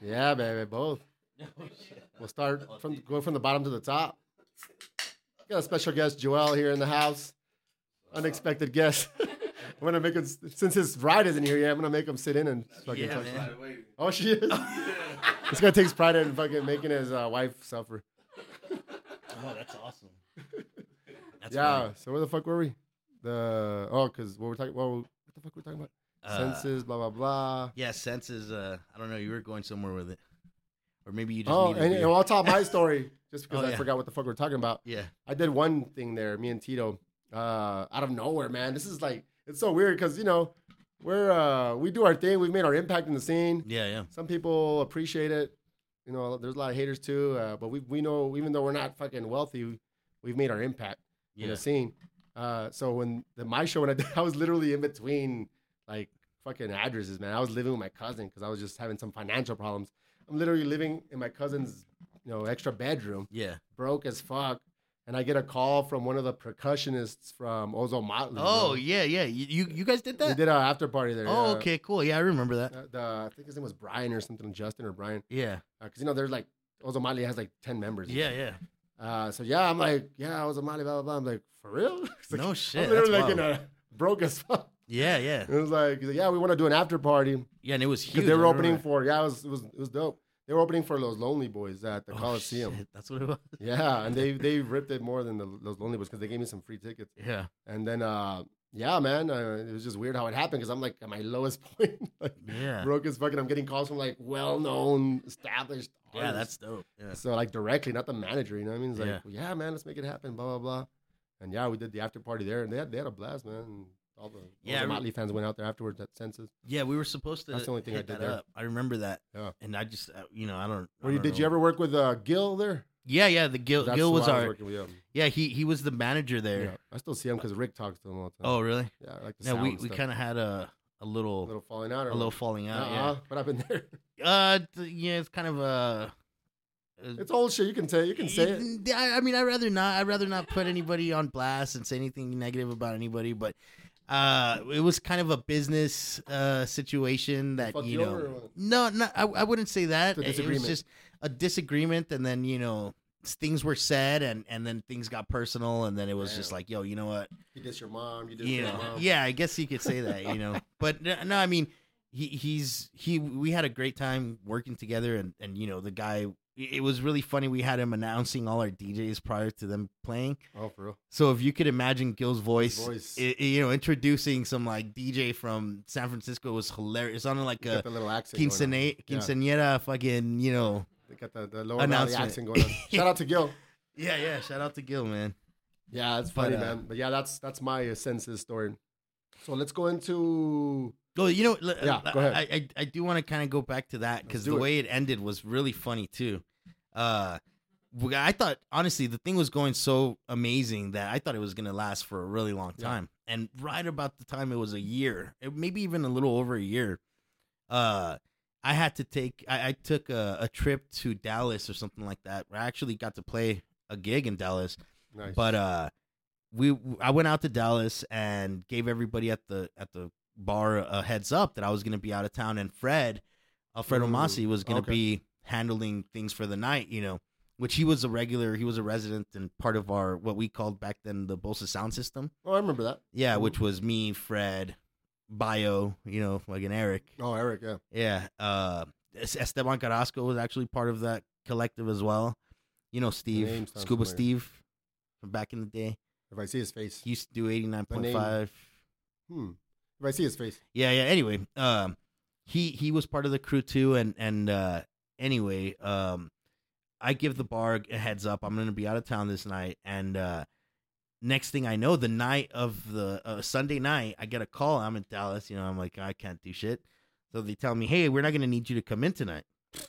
Speaker 1: Yeah, baby, both. We'll start from go from the bottom to the top. We got a special guest, Joel, here in the house. Unexpected guest. [laughs] I'm gonna make him since his bride isn't here yet. I'm gonna make him sit in and fucking
Speaker 2: Yeah,
Speaker 1: talk.
Speaker 2: man.
Speaker 1: Oh, she
Speaker 2: [laughs]
Speaker 1: is. [laughs] this guy takes pride in fucking making his uh, wife suffer.
Speaker 2: Oh, that's
Speaker 1: [laughs]
Speaker 2: awesome. That's
Speaker 1: yeah.
Speaker 2: funny.
Speaker 1: So where the fuck were we? The oh, cause what we're talking. Well, what the fuck we're talking about?
Speaker 2: Uh,
Speaker 1: Senses, blah blah blah.
Speaker 2: Yeah, sense is uh I don't know, you were going somewhere with it. Or maybe you just
Speaker 1: Oh,
Speaker 2: needed
Speaker 1: and,
Speaker 2: beer.
Speaker 1: and I'll tell my story
Speaker 2: [laughs]
Speaker 1: just because
Speaker 2: Oh,
Speaker 1: I
Speaker 2: yeah.
Speaker 1: forgot what the fuck we're talking about.
Speaker 2: Yeah.
Speaker 1: I did one thing there, me and Tito, uh, out of nowhere, man. This is like it's so weird because you know we're uh, we do our thing. We've made our impact in the scene.
Speaker 2: Yeah, yeah.
Speaker 1: Some people appreciate it. You know, there's a lot of haters too. Uh, but we we know even though we're not fucking wealthy, we've made our impact in
Speaker 2: Yeah.
Speaker 1: the scene. Uh, so when the, my show when [laughs] I did, I was literally in between like fucking addresses, man. I was living with my cousin because I was just having some financial problems. I'm literally living in my cousin's you know extra bedroom
Speaker 2: Yeah.
Speaker 1: broke as fuck. And I get a call from one of the percussionists from Ozo Motley.
Speaker 2: Oh,
Speaker 1: bro.
Speaker 2: yeah, yeah. You you, you guys did
Speaker 1: we
Speaker 2: that?
Speaker 1: did an after party there.
Speaker 2: oh,
Speaker 1: yeah.
Speaker 2: okay, cool. Yeah, I remember that.
Speaker 1: Uh, the, I think his name was Brian or something, Justin or Brian,
Speaker 2: Yeah.
Speaker 1: because you know there's like Ozo Motley has like ten members.
Speaker 2: Yeah, yeah.
Speaker 1: Uh, so yeah, I'm like, yeah, Ozo Motley, blah blah blah. I'm like, for real? [laughs] It's like,
Speaker 2: No
Speaker 1: I'm
Speaker 2: shit. That's
Speaker 1: literally like in
Speaker 2: wild.
Speaker 1: a [laughs] broke as fuck.
Speaker 2: Yeah, yeah.
Speaker 1: It was like, he's like, yeah, we want to do an after party
Speaker 2: Yeah, and it was
Speaker 1: because
Speaker 2: huge.
Speaker 1: they
Speaker 2: I
Speaker 1: were
Speaker 2: remember
Speaker 1: opening
Speaker 2: that.
Speaker 1: for yeah, it was it was it was dope. They were opening for those Lonely Boys at the
Speaker 2: Oh,
Speaker 1: Coliseum. [laughs]
Speaker 2: shit, That's what it was.
Speaker 1: Yeah, and they they ripped it more than the, those Lonely Boys because they gave me some free tickets.
Speaker 2: Yeah.
Speaker 1: And then uh yeah, man, uh, it was just weird how it happened because I'm like at my lowest [laughs] point, like
Speaker 2: Yeah.
Speaker 1: broke as fucking. I'm getting calls from like well-known, established.
Speaker 2: Yeah,
Speaker 1: artists.
Speaker 2: that's dope. Yeah.
Speaker 1: So like directly, not the manager. You know what I mean? It's like,
Speaker 2: Yeah.
Speaker 1: yeah, man, let's make it happen. Blah blah blah. And yeah, we did the after party there, and they had they had a blast, man. And all the,
Speaker 2: Yeah,
Speaker 1: all
Speaker 2: I
Speaker 1: the
Speaker 2: re-
Speaker 1: Motley fans went out there afterwards at Census.
Speaker 2: Yeah, we were supposed to
Speaker 1: That's the only thing I
Speaker 2: hit
Speaker 1: did
Speaker 2: that
Speaker 1: there.
Speaker 2: up. I remember that.
Speaker 1: Yeah.
Speaker 2: And I just uh, you know, I don't I
Speaker 1: Where you,
Speaker 2: don't
Speaker 1: did you
Speaker 2: know.
Speaker 1: ever work with uh, Gil there?
Speaker 2: Yeah, yeah, the Gil
Speaker 1: That's
Speaker 2: Gil
Speaker 1: who
Speaker 2: was
Speaker 1: I
Speaker 2: our
Speaker 1: working with, yeah.
Speaker 2: Yeah, he he was the manager there.
Speaker 1: Yeah, I still see him because Rick talks to him all the time.
Speaker 2: Oh, really?
Speaker 1: yeah, I like the
Speaker 2: No,
Speaker 1: sound
Speaker 2: we, we
Speaker 1: stuff.
Speaker 2: kind of had a a
Speaker 1: a
Speaker 2: little
Speaker 1: little falling out.
Speaker 2: a
Speaker 1: Or
Speaker 2: little falling out.
Speaker 1: uh-uh, What happened there?
Speaker 2: Yeah. Uh th- yeah, it's kind of a
Speaker 1: It's old shit. You can say you can say
Speaker 2: [laughs]
Speaker 1: it.
Speaker 2: I, I mean, I'd rather not. I'd rather not put anybody on blast and say anything negative about anybody. But uh, it was kind of a business uh, situation that
Speaker 1: Fuck
Speaker 2: you
Speaker 1: you
Speaker 2: know.
Speaker 1: over or what?
Speaker 2: no, no, I, I wouldn't say that.
Speaker 1: It's a
Speaker 2: It was
Speaker 1: disagreement.
Speaker 2: just a disagreement, and then you know things were said, and and then things got personal, and then it was just
Speaker 1: Damn.
Speaker 2: like, yo, you know what?
Speaker 1: You diss your mom. You diss
Speaker 2: you
Speaker 1: your
Speaker 2: know,
Speaker 1: mom.
Speaker 2: yeah, I guess you could say that,
Speaker 1: [laughs]
Speaker 2: you know. But no, no, I mean, he he's he. We had a great time working together, and and you know, the guy. It was really funny. We had him announcing all our DJs prior to them playing.
Speaker 1: Oh, for real.
Speaker 2: So if you could imagine Gil's voice,
Speaker 1: voice.
Speaker 2: i- i- you know, introducing some like DJ from San Francisco was hilarious. It sounded like
Speaker 1: You got
Speaker 2: a
Speaker 1: the little accent. going on.
Speaker 2: quinceañera,
Speaker 1: Yeah.
Speaker 2: quinceañera fucking, you know.
Speaker 1: They got the, the lower valley
Speaker 2: Announcement.
Speaker 1: accent going on. Shout out to
Speaker 2: [laughs]
Speaker 1: Gil.
Speaker 2: Yeah, yeah. Shout out to Gil, man.
Speaker 1: Yeah, it's funny,
Speaker 2: uh,
Speaker 1: man. But yeah, that's that's my uh, census story. So let's go into
Speaker 2: Well, you know, l-
Speaker 1: Yeah,
Speaker 2: l-
Speaker 1: go ahead.
Speaker 2: I, I, I do want to kind of go back to that because
Speaker 1: do
Speaker 2: the
Speaker 1: it.
Speaker 2: way it ended was really funny too. Uh, we- I thought honestly the thing was going so amazing that I thought it was gonna last for a really long
Speaker 1: Yeah.
Speaker 2: time, and right about the time it was a year, it- maybe even a little over a year, uh, I had to take I, I took a, a trip to Dallas or something like that. Where I actually got to play a gig in Dallas,
Speaker 1: nice.
Speaker 2: but uh we i went out to dallas and gave everybody at the at the bar a heads up that i was going to be out of town and fred alfredo
Speaker 1: Ooh,
Speaker 2: masi was going to
Speaker 1: okay.
Speaker 2: be handling things for the night you know which he was a regular he was a resident and part of our what we called back then the bosa sound system
Speaker 1: oh, I remember that.
Speaker 2: yeah
Speaker 1: Ooh.
Speaker 2: which was me fred bio you know like an eric
Speaker 1: Oh, Eric, yeah.
Speaker 2: yeah. Uh, Es- Esteban Carrasco was actually part of that collective as well. You know, Steve,
Speaker 1: name sounds
Speaker 2: Scuba
Speaker 1: familiar.
Speaker 2: Steve from back in the day.
Speaker 1: If I see his face,
Speaker 2: He used to do 89.5.
Speaker 1: hmm. If I see his face,
Speaker 2: Yeah, yeah. Anyway, um, he he was part of the crew too, and and uh, anyway, um, I give the bar a heads up. I'm gonna be out of town this night, and uh, next thing I know, the night of the uh, Sunday night, I get a call. I'm in Dallas, you know. I'm like, I can't do shit. So they tell me, hey, we're not gonna need you to come in tonight. [laughs]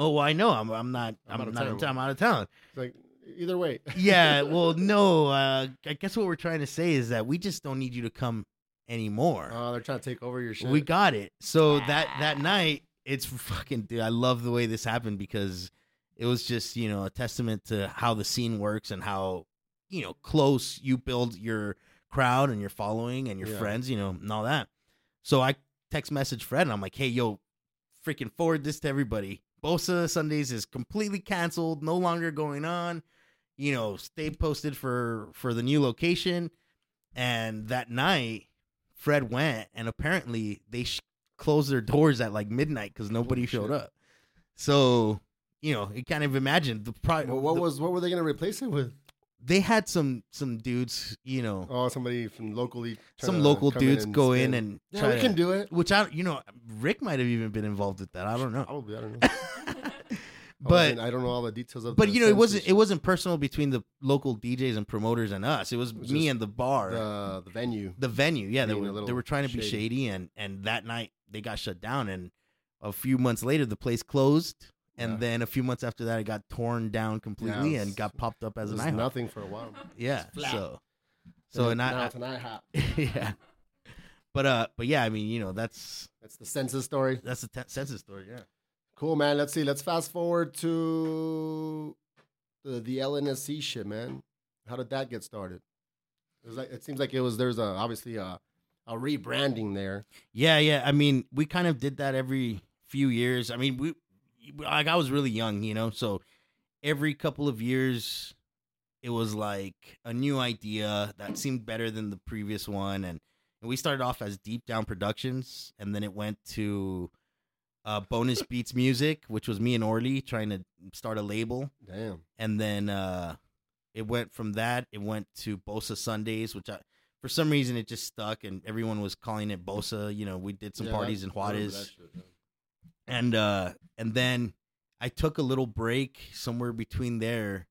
Speaker 2: Oh, well, I know. I'm I'm not
Speaker 1: I'm
Speaker 2: I'm,
Speaker 1: out of
Speaker 2: not in
Speaker 1: town.
Speaker 2: town. I'm out of town.
Speaker 1: it's like either way.
Speaker 2: [laughs] Yeah. Well, no. Uh, I guess what we're trying to say is that we just don't need you to come anymore.
Speaker 1: [laughs] Oh, they're trying to take over your shit.
Speaker 2: We got it. So that that night, it's fucking dude. I love the way this happened because it was just you know a testament to how the scene works and how you know close you build your crowd and your following and your
Speaker 1: Yeah.
Speaker 2: friends, you know, and all that. So I text message Fred and I'm like, hey, yo, freaking forward this to everybody. Bosa Sundays is completely canceled, no longer going on. You know, stay posted for for the new location. And that night, Fred went, and apparently they sh- closed their doors at like midnight because nobody
Speaker 1: Holy
Speaker 2: showed
Speaker 1: shit.
Speaker 2: up. So you know, you can't even imagine the pro-
Speaker 1: Well, what
Speaker 2: the-
Speaker 1: was what were they gonna replace it with?
Speaker 2: they had some some dudes, you know,
Speaker 1: Oh, somebody from locally. trying
Speaker 2: some
Speaker 1: to
Speaker 2: local
Speaker 1: come in
Speaker 2: dudes
Speaker 1: and
Speaker 2: go in
Speaker 1: spin.
Speaker 2: and
Speaker 1: yeah,
Speaker 2: try
Speaker 1: we
Speaker 2: to-
Speaker 1: can do it.
Speaker 2: which I you know Rick might have even been involved with that. I don't know,
Speaker 1: Probably, I
Speaker 2: [laughs]
Speaker 1: don't know. Oh, I wasn't-
Speaker 2: but
Speaker 1: I don't know all the details of.
Speaker 2: but
Speaker 1: the
Speaker 2: you know it
Speaker 1: census
Speaker 2: wasn't it
Speaker 1: shit.
Speaker 2: wasn't personal between the local DJs and promoters and us. It was,
Speaker 1: was
Speaker 2: me
Speaker 1: just
Speaker 2: and the bar, the,
Speaker 1: the the venue.
Speaker 2: venue. Yeah, they
Speaker 1: being a
Speaker 2: were they
Speaker 1: little
Speaker 2: were trying to be
Speaker 1: shady.
Speaker 2: shady, and and that night they got shut down, and a few months later the place closed. And
Speaker 1: Yeah.
Speaker 2: then a few months after that, it got torn down completely
Speaker 1: it
Speaker 2: and
Speaker 1: was-
Speaker 2: got popped up as
Speaker 1: It
Speaker 2: an
Speaker 1: was
Speaker 2: IHOP.
Speaker 1: nothing for a while.
Speaker 2: Yeah,
Speaker 1: flat.
Speaker 2: so so and
Speaker 1: now
Speaker 2: I,
Speaker 1: it's an IHOP.
Speaker 2: [laughs] yeah. But uh, but yeah, I mean, you know, that's
Speaker 1: That's the census story.
Speaker 2: that's the te- census story. Yeah.
Speaker 1: Cool, man. Let's see. Let's fast forward to the, the LNSC shit, man. How did that get started? It was like it seems like it was there's a obviously a a rebranding there.
Speaker 2: Yeah, yeah. I mean, we kind of did that every few years. I mean, we like I was really young, you know, so every couple of years it was like a new idea that seemed better than the previous one and, and we started off as Deep Down Productions and then it went to uh, Bonus Beats Music, which was me and Orly trying to start a label.
Speaker 1: Damn.
Speaker 2: and then uh it went from that it went to bosa sundays which i for some reason it just stuck, and everyone was calling it Bosa. You know, we did some
Speaker 1: Yeah,
Speaker 2: parties in
Speaker 1: that- I remember
Speaker 2: Juarez,
Speaker 1: that shit, yeah.
Speaker 2: and uh, and then I took a little break somewhere between there,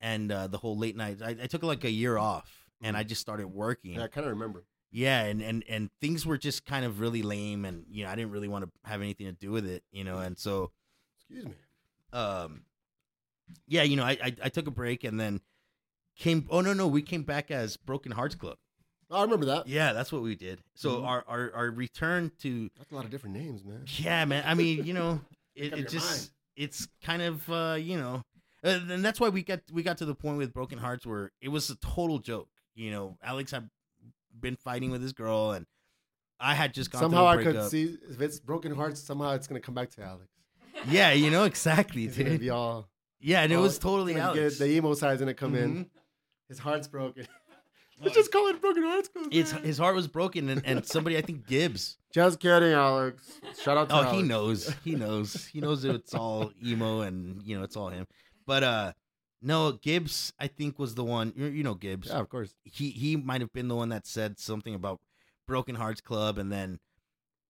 Speaker 2: and uh, the whole late night. I, I took like a year off,
Speaker 1: Mm-hmm.
Speaker 2: and I just started working.
Speaker 1: Yeah, I kind of remember.
Speaker 2: Yeah, and and and things were just kind of really lame, and you know I didn't really want to have anything to do with it, you know, and so
Speaker 1: Excuse me.
Speaker 2: um, yeah, you know I I, I took a break and then came. Oh no no, we came back as Broken Hearts Club.
Speaker 1: Oh, I remember that.
Speaker 2: Yeah, that's what we did. So
Speaker 1: Mhm.
Speaker 2: our, our our return to
Speaker 1: That's a lot of different names, man.
Speaker 2: yeah, man. I mean,
Speaker 1: [laughs]
Speaker 2: you know, it,
Speaker 1: up
Speaker 2: it
Speaker 1: your
Speaker 2: just
Speaker 1: mind.
Speaker 2: it's kind of uh, you know, uh, and that's why we got we got to the point with Broken Hearts where it was a total joke. You know, Alex had been fighting with his girl, and I had just gone
Speaker 1: Somehow I
Speaker 2: through a
Speaker 1: could
Speaker 2: breakup.
Speaker 1: see if it's broken hearts. Somehow it's gonna come back to Alex.
Speaker 2: Yeah, you
Speaker 1: [laughs]
Speaker 2: know exactly,
Speaker 1: He's gonna
Speaker 2: dude.
Speaker 1: be
Speaker 2: [laughs]
Speaker 1: all.
Speaker 2: yeah, and it
Speaker 1: all-
Speaker 2: was totally
Speaker 1: he's gonna
Speaker 2: Alex. Mm-hmm.
Speaker 1: Get, the emo side's gonna come in. His heart's broken. [laughs] Let's just call it broken hearts. Club, [laughs]
Speaker 2: It's
Speaker 1: man.
Speaker 2: his heart was broken, and, and somebody I think Gibbs.
Speaker 1: just kidding, Alex. Shout out to
Speaker 2: Oh,
Speaker 1: Alex.
Speaker 2: he knows.
Speaker 1: [laughs]
Speaker 2: He knows. He knows that it's all emo, and you know it's all him. But uh, no, Gibbs I think was the one. You you know Gibbs.
Speaker 1: Yeah, of course.
Speaker 2: he he might have been the one that said something about Broken Hearts Club, and then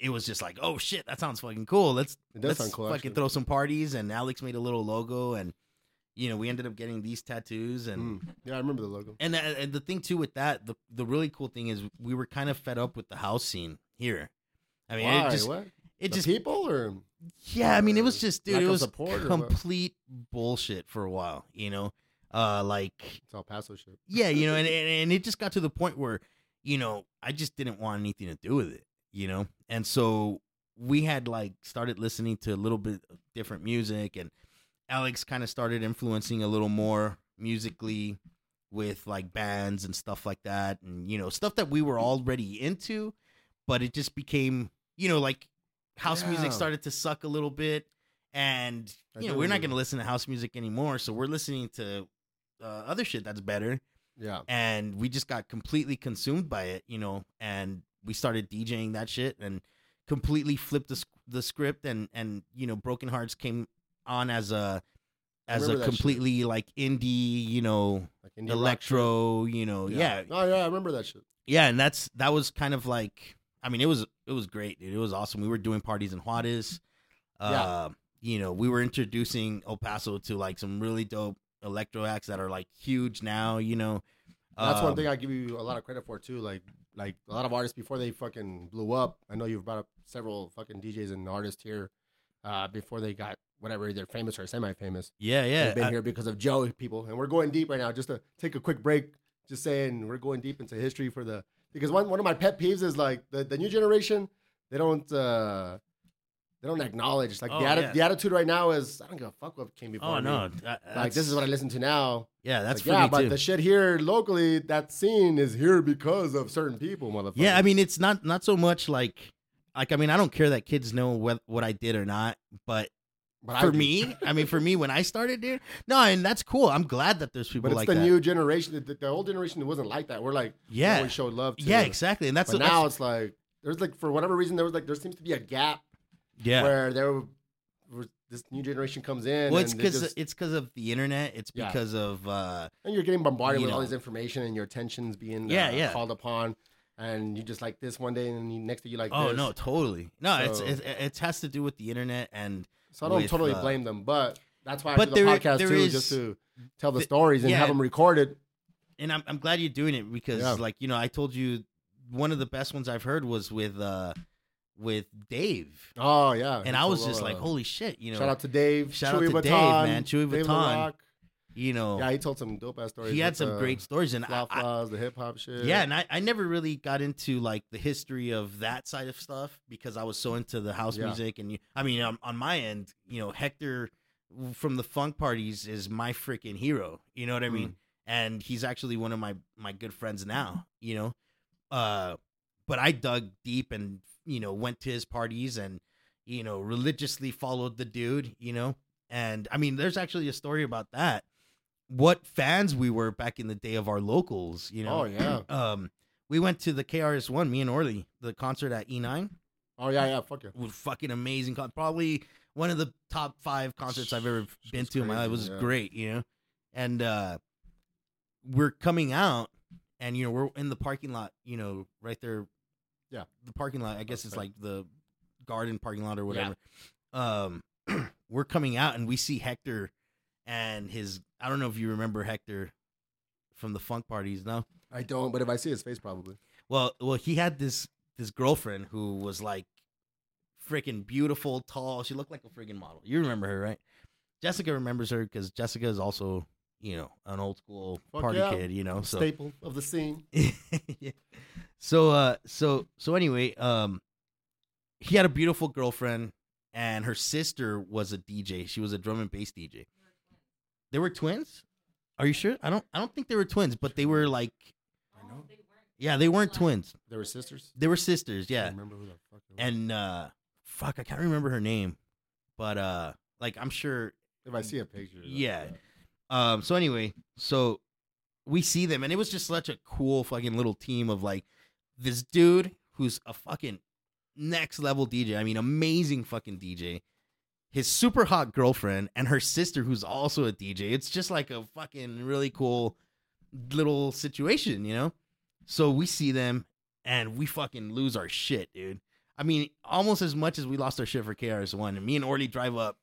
Speaker 2: it was just like, oh shit, that sounds fucking cool. Let's
Speaker 1: It does
Speaker 2: let's
Speaker 1: sound cool.
Speaker 2: fucking
Speaker 1: actually.
Speaker 2: throw some parties. And Alex made a little logo, and you know we ended up getting these tattoos and.
Speaker 1: Mm. Yeah, I remember the logo.
Speaker 2: And, uh, and the thing too with that, the, the really cool thing is we were kind of fed up with the house scene here. I mean,
Speaker 1: Why?
Speaker 2: it just,
Speaker 1: what?
Speaker 2: it
Speaker 1: The
Speaker 2: just,
Speaker 1: people or
Speaker 2: yeah. I mean, it was
Speaker 1: or
Speaker 2: just,
Speaker 1: lack
Speaker 2: dude, it
Speaker 1: of
Speaker 2: was
Speaker 1: support or what?
Speaker 2: complete bullshit for a while. You know, uh, like
Speaker 1: it's El Paso shit.
Speaker 2: yeah, you
Speaker 1: [laughs]
Speaker 2: know, and, and and it just got to the point where, you know, I just didn't want anything to do with it, you know, and so we had like started listening to a little bit of different music, and Alex kind of started influencing a little more musically with like bands and stuff like that, and you know, stuff that we were already into, but it just became, you know, like house
Speaker 1: Yeah.
Speaker 2: music started to suck a little bit, and
Speaker 1: I
Speaker 2: you
Speaker 1: do
Speaker 2: know, we're not
Speaker 1: remember.
Speaker 2: going to listen to house music anymore, so we're listening to uh, other shit that's better
Speaker 1: Yeah.
Speaker 2: and we just got completely consumed by it, you know, and we started DJing that shit and completely flipped the, sc- the script and and you know Broken Hearts came on as a as a
Speaker 1: Remember that shit.
Speaker 2: completely like indie, you know,
Speaker 1: Like indie rock
Speaker 2: electro, you know,
Speaker 1: shit.
Speaker 2: yeah. yeah.
Speaker 1: Oh yeah, I remember that shit.
Speaker 2: and that's that was kind of like I mean, it was it was great, dude. It was awesome. We were doing parties in Juarez. Uh, you know, we were introducing El Paso to like some really dope electro acts that are like huge now, you know.
Speaker 1: That's one
Speaker 2: Um,
Speaker 1: thing I give you a lot of credit for too. Like like a lot of artists before they fucking blew up. I know you've brought up several fucking DJs and artists here uh, before they got whatever either famous or semi famous.
Speaker 2: Yeah, yeah.
Speaker 1: They've been
Speaker 2: I-
Speaker 1: here because of Joe people, and we're going deep right now. Just to take a quick break, just saying we're going deep into history for the because one one of my pet peeves is like the, the new generation they don't. uh they don't acknowledge like
Speaker 2: Oh,
Speaker 1: the, atti-
Speaker 2: yeah.
Speaker 1: the attitude right now is I don't give a fuck what came before.
Speaker 2: Oh
Speaker 1: me.
Speaker 2: no!
Speaker 1: like this is what I listen to now.
Speaker 2: Yeah, that's
Speaker 1: Like,
Speaker 2: for
Speaker 1: yeah,
Speaker 2: me
Speaker 1: but
Speaker 2: too.
Speaker 1: the shit here locally, that scene is here because of certain people, motherfucker.
Speaker 2: yeah, I mean, it's not not so much like like I mean, I don't care that kids know what what I did or not, but
Speaker 1: but I
Speaker 2: for
Speaker 1: do.
Speaker 2: me, I mean, for me, when I started, dude, no, and that's cool. I'm glad that there's people
Speaker 1: but it's
Speaker 2: like
Speaker 1: the
Speaker 2: that.
Speaker 1: new generation. The, the old generation wasn't like that. We're like,
Speaker 2: Yeah.
Speaker 1: we always showed love. To
Speaker 2: yeah,
Speaker 1: it.
Speaker 2: exactly, and that's,
Speaker 1: But
Speaker 2: that's
Speaker 1: now it's like there's like for whatever reason there was like there seems to be a gap
Speaker 2: yeah.
Speaker 1: where there were, where this new generation comes in.
Speaker 2: well,
Speaker 1: and,
Speaker 2: it's
Speaker 1: they
Speaker 2: because
Speaker 1: just-
Speaker 2: it's because of the internet. It's
Speaker 1: Yeah.
Speaker 2: because of uh,
Speaker 1: and you're getting bombarded
Speaker 2: you
Speaker 1: with all
Speaker 2: know.
Speaker 1: this information and your attention's being
Speaker 2: Yeah,
Speaker 1: uh,
Speaker 2: yeah.
Speaker 1: called upon, and you just like this one day and then you, next day you like
Speaker 2: oh
Speaker 1: this.
Speaker 2: no, totally no. It's,
Speaker 1: So-
Speaker 2: it's it has to do with the internet and
Speaker 1: So I don't
Speaker 2: with,
Speaker 1: totally
Speaker 2: uh,
Speaker 1: blame them, but that's why I
Speaker 2: but
Speaker 1: do the
Speaker 2: there-
Speaker 1: podcast
Speaker 2: there
Speaker 1: too,
Speaker 2: is-
Speaker 1: just to tell the
Speaker 2: th-
Speaker 1: stories and
Speaker 2: yeah.
Speaker 1: have them recorded.
Speaker 2: and I'm I'm glad you're doing it because
Speaker 1: Yeah.
Speaker 2: like you know I told you one of the best ones I've heard was with uh with Dave.
Speaker 1: Oh yeah,
Speaker 2: and
Speaker 1: He's
Speaker 2: I
Speaker 1: so
Speaker 2: was
Speaker 1: well,
Speaker 2: just like,
Speaker 1: uh,
Speaker 2: holy shit, you know,
Speaker 1: shout out to Dave,
Speaker 2: Shout out
Speaker 1: Chewy
Speaker 2: to Dave,
Speaker 1: Vuitton,
Speaker 2: man. Chewy
Speaker 1: Dave
Speaker 2: Vuitton.
Speaker 1: LaRock.
Speaker 2: you know,
Speaker 1: Yeah, he told some dope ass stories.
Speaker 2: he had
Speaker 1: with,
Speaker 2: some
Speaker 1: uh,
Speaker 2: great stories, and I,
Speaker 1: flaw
Speaker 2: I,
Speaker 1: flaws, the hip hop shit.
Speaker 2: yeah, and I, I never really got into like the history of that side of stuff because I was so into the house
Speaker 1: Yeah.
Speaker 2: music, and you, I mean, on, on my end, you know, Hector from the funk parties is my freaking hero. You know what I mean? And he's actually one of my my good friends now. You know, uh, but I dug deep and you know went to his parties and you know religiously followed the dude. You know, and I mean, there's actually a story about that. What fans we were back in the day of our locals, you know
Speaker 1: oh yeah,
Speaker 2: um, we went to the KRS One, me and Orly, the concert at E9.
Speaker 1: oh yeah, yeah. Fuck yeah.
Speaker 2: It was fucking amazing. con- Probably one of the top five concerts I've ever
Speaker 1: Shit
Speaker 2: been
Speaker 1: was
Speaker 2: to in my life. It
Speaker 1: crazy,
Speaker 2: was
Speaker 1: yeah.
Speaker 2: great, you know. And uh, we're coming out, and you know we're in the parking lot, you know, right there.
Speaker 1: Yeah.
Speaker 2: the parking lot. I guess it's like the garden parking lot or
Speaker 1: Yeah.
Speaker 2: whatever. Um, [clears throat] we're coming out and we see Hector and his. I don't know if you remember Hector from the funk parties. No,
Speaker 1: I don't, but if I see his face, probably.
Speaker 2: well, well, he had this this girlfriend who was like freaking beautiful, tall. She looked like a freaking model. You remember her, right? Jessica remembers her because Jessica is also, you know, an old school
Speaker 1: Fuck
Speaker 2: party
Speaker 1: yeah.
Speaker 2: kid. You know, Oh, so
Speaker 1: Staple of the scene.
Speaker 2: [laughs] yeah. So uh so so anyway, um he had a beautiful girlfriend and her sister was a DJ. She was a drum and bass DJ. They were twins? Are you sure? I don't I don't think they were twins, but they were like
Speaker 1: I know.
Speaker 2: yeah, they weren't twins.
Speaker 1: They were sisters.
Speaker 2: They were sisters,
Speaker 1: I
Speaker 2: yeah.
Speaker 1: remember who the fuck. they were.
Speaker 2: And uh fuck, I can't remember her name. But uh like I'm sure
Speaker 1: if I see a picture. like
Speaker 2: Yeah.
Speaker 1: that.
Speaker 2: Um. So anyway, so we see them, and it was just such a cool fucking little team of like this dude who's a fucking next level DJ. I mean, amazing fucking DJ. His super hot girlfriend and her sister, who's also a DJ. It's just like a fucking really cool little situation, you know. So we see them, and we fucking lose our shit, dude. I mean, almost as much as we lost our shit for KRS-One. And me and Orly drive up,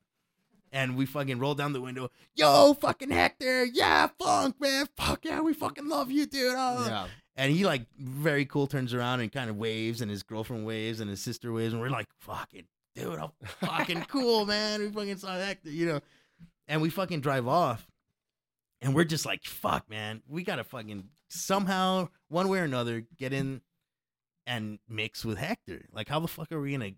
Speaker 2: and we fucking roll down the window. Yo, fucking Hector, yeah, funk, man, fuck yeah, we fucking love you, dude. Oh.
Speaker 1: Yeah.
Speaker 2: And he like very cool turns around and kind of waves, and his girlfriend waves, and his sister waves, and we're like, fucking dude, how fucking cool, man. We fucking saw Hector, you know. And we fucking drive off, and we're just like, fuck, man, we gotta fucking somehow, one way or another, get in and mix with Hector. Like, how the fuck are we gonna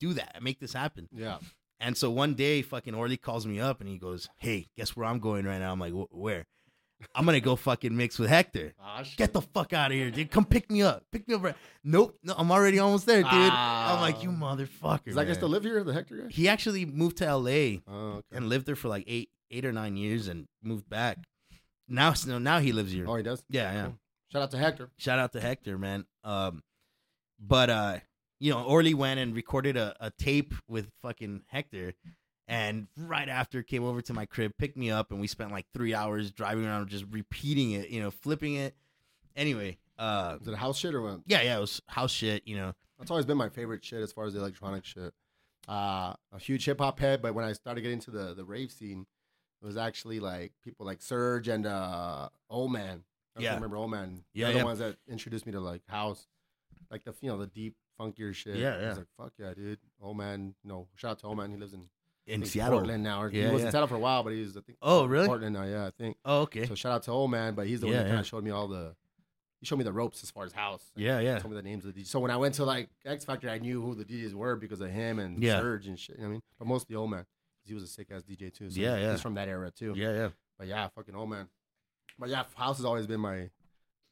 Speaker 2: do that? Make this happen?
Speaker 1: Yeah.
Speaker 2: And so one day, fucking Orly calls me up and he goes, "Hey, guess where I'm going right now?" I'm like, "Wh- "Where?" I'm gonna go fucking mix with Hector.
Speaker 1: Ah, shit.
Speaker 2: Get the fuck out of here, dude. Come pick me up. Pick me up. Right. Nope. No, I'm already almost there, dude. I'm like, you
Speaker 1: Ah.
Speaker 2: motherfucker.
Speaker 1: Does that guy
Speaker 2: man."
Speaker 1: still live here, the Hector guy?
Speaker 2: he actually moved to L.A.
Speaker 1: Oh, okay.
Speaker 2: and lived there for like eight, eight or nine years, and moved back. Now, so now he lives here.
Speaker 1: Oh, he does.
Speaker 2: yeah, yeah.
Speaker 1: Cool. Shout out to Hector.
Speaker 2: Shout out to Hector, man. Um, but uh, you know, Orly went and recorded a, a tape with fucking Hector, and right after came over to my crib, picked me up, and we spent like three hours driving around, just repeating it, you know, flipping it. Anyway, uh,
Speaker 1: Is it house shit or what?
Speaker 2: yeah, yeah, it was house shit, you know.
Speaker 1: That's always been my favorite shit as far as the electronic shit. Uh, a huge hip hop head, but when I started getting into the, the rave scene, it was actually like people like Surge and uh, Old Man. I
Speaker 2: Yeah.
Speaker 1: remember Old Man.
Speaker 2: Yeah,
Speaker 1: They're the
Speaker 2: yeah.
Speaker 1: ones that introduced me to like house, like the you know the deep funkier shit.
Speaker 2: Yeah,
Speaker 1: I was
Speaker 2: yeah.
Speaker 1: like fuck yeah, dude. Old Man, you know, shout out to Old Man. He lives in, I
Speaker 2: In
Speaker 1: think,
Speaker 2: Seattle.
Speaker 1: Portland now. Or
Speaker 2: Yeah,
Speaker 1: he was
Speaker 2: yeah.
Speaker 1: in Seattle for a while, but he's I think
Speaker 2: Oh, really?
Speaker 1: Portland now. Yeah, I think.
Speaker 2: Oh, okay.
Speaker 1: So shout out to Old Man, but he's the
Speaker 2: Yeah,
Speaker 1: one that kind
Speaker 2: yeah.
Speaker 1: of showed me all the. He showed me the ropes as far as house. and
Speaker 2: Yeah, yeah.
Speaker 1: Told me the names of the DJs. So when I went to like X Factor, I knew who the DJs were because of him and
Speaker 2: Yeah.
Speaker 1: Surge and shit. You know what I mean, but mostly Old Man. 'cause He was a sick ass DJ too. So
Speaker 2: Yeah, yeah.
Speaker 1: He's from that era too.
Speaker 2: Yeah, yeah.
Speaker 1: But yeah, fucking Old Man. But yeah, house has always been my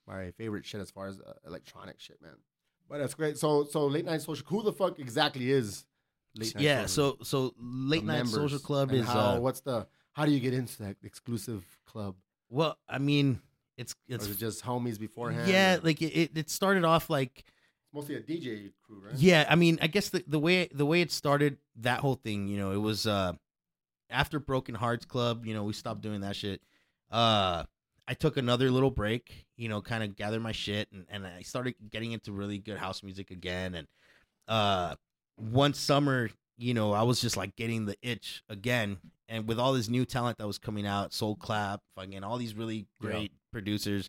Speaker 1: my favorite shit as far as uh, electronic shit, man. But that's great. So so late night social. Who the fuck exactly is? Late Night
Speaker 2: yeah,
Speaker 1: Social?
Speaker 2: so so
Speaker 1: The
Speaker 2: late night social
Speaker 1: members
Speaker 2: club
Speaker 1: and
Speaker 2: is
Speaker 1: how,
Speaker 2: uh,
Speaker 1: what's the how do you get into that exclusive club?
Speaker 2: well, I mean, it's
Speaker 1: Or
Speaker 2: it's
Speaker 1: is it just homies beforehand?
Speaker 2: yeah,
Speaker 1: It's
Speaker 2: like it- it, it started off like
Speaker 1: mostly a DJ crew, right?
Speaker 2: Yeah, I mean, I guess the, the way the way it started that whole thing, you know, it was uh after Broken Hearts Club, you know, we stopped doing that shit. Uh I took another little break, you know, kind of gathered my shit and, and I started getting into really good house music again and uh one summer, you know, I was just like getting the itch again and with all this new talent that was coming out, Soul Clap, fucking all these really
Speaker 1: Yeah.
Speaker 2: great producers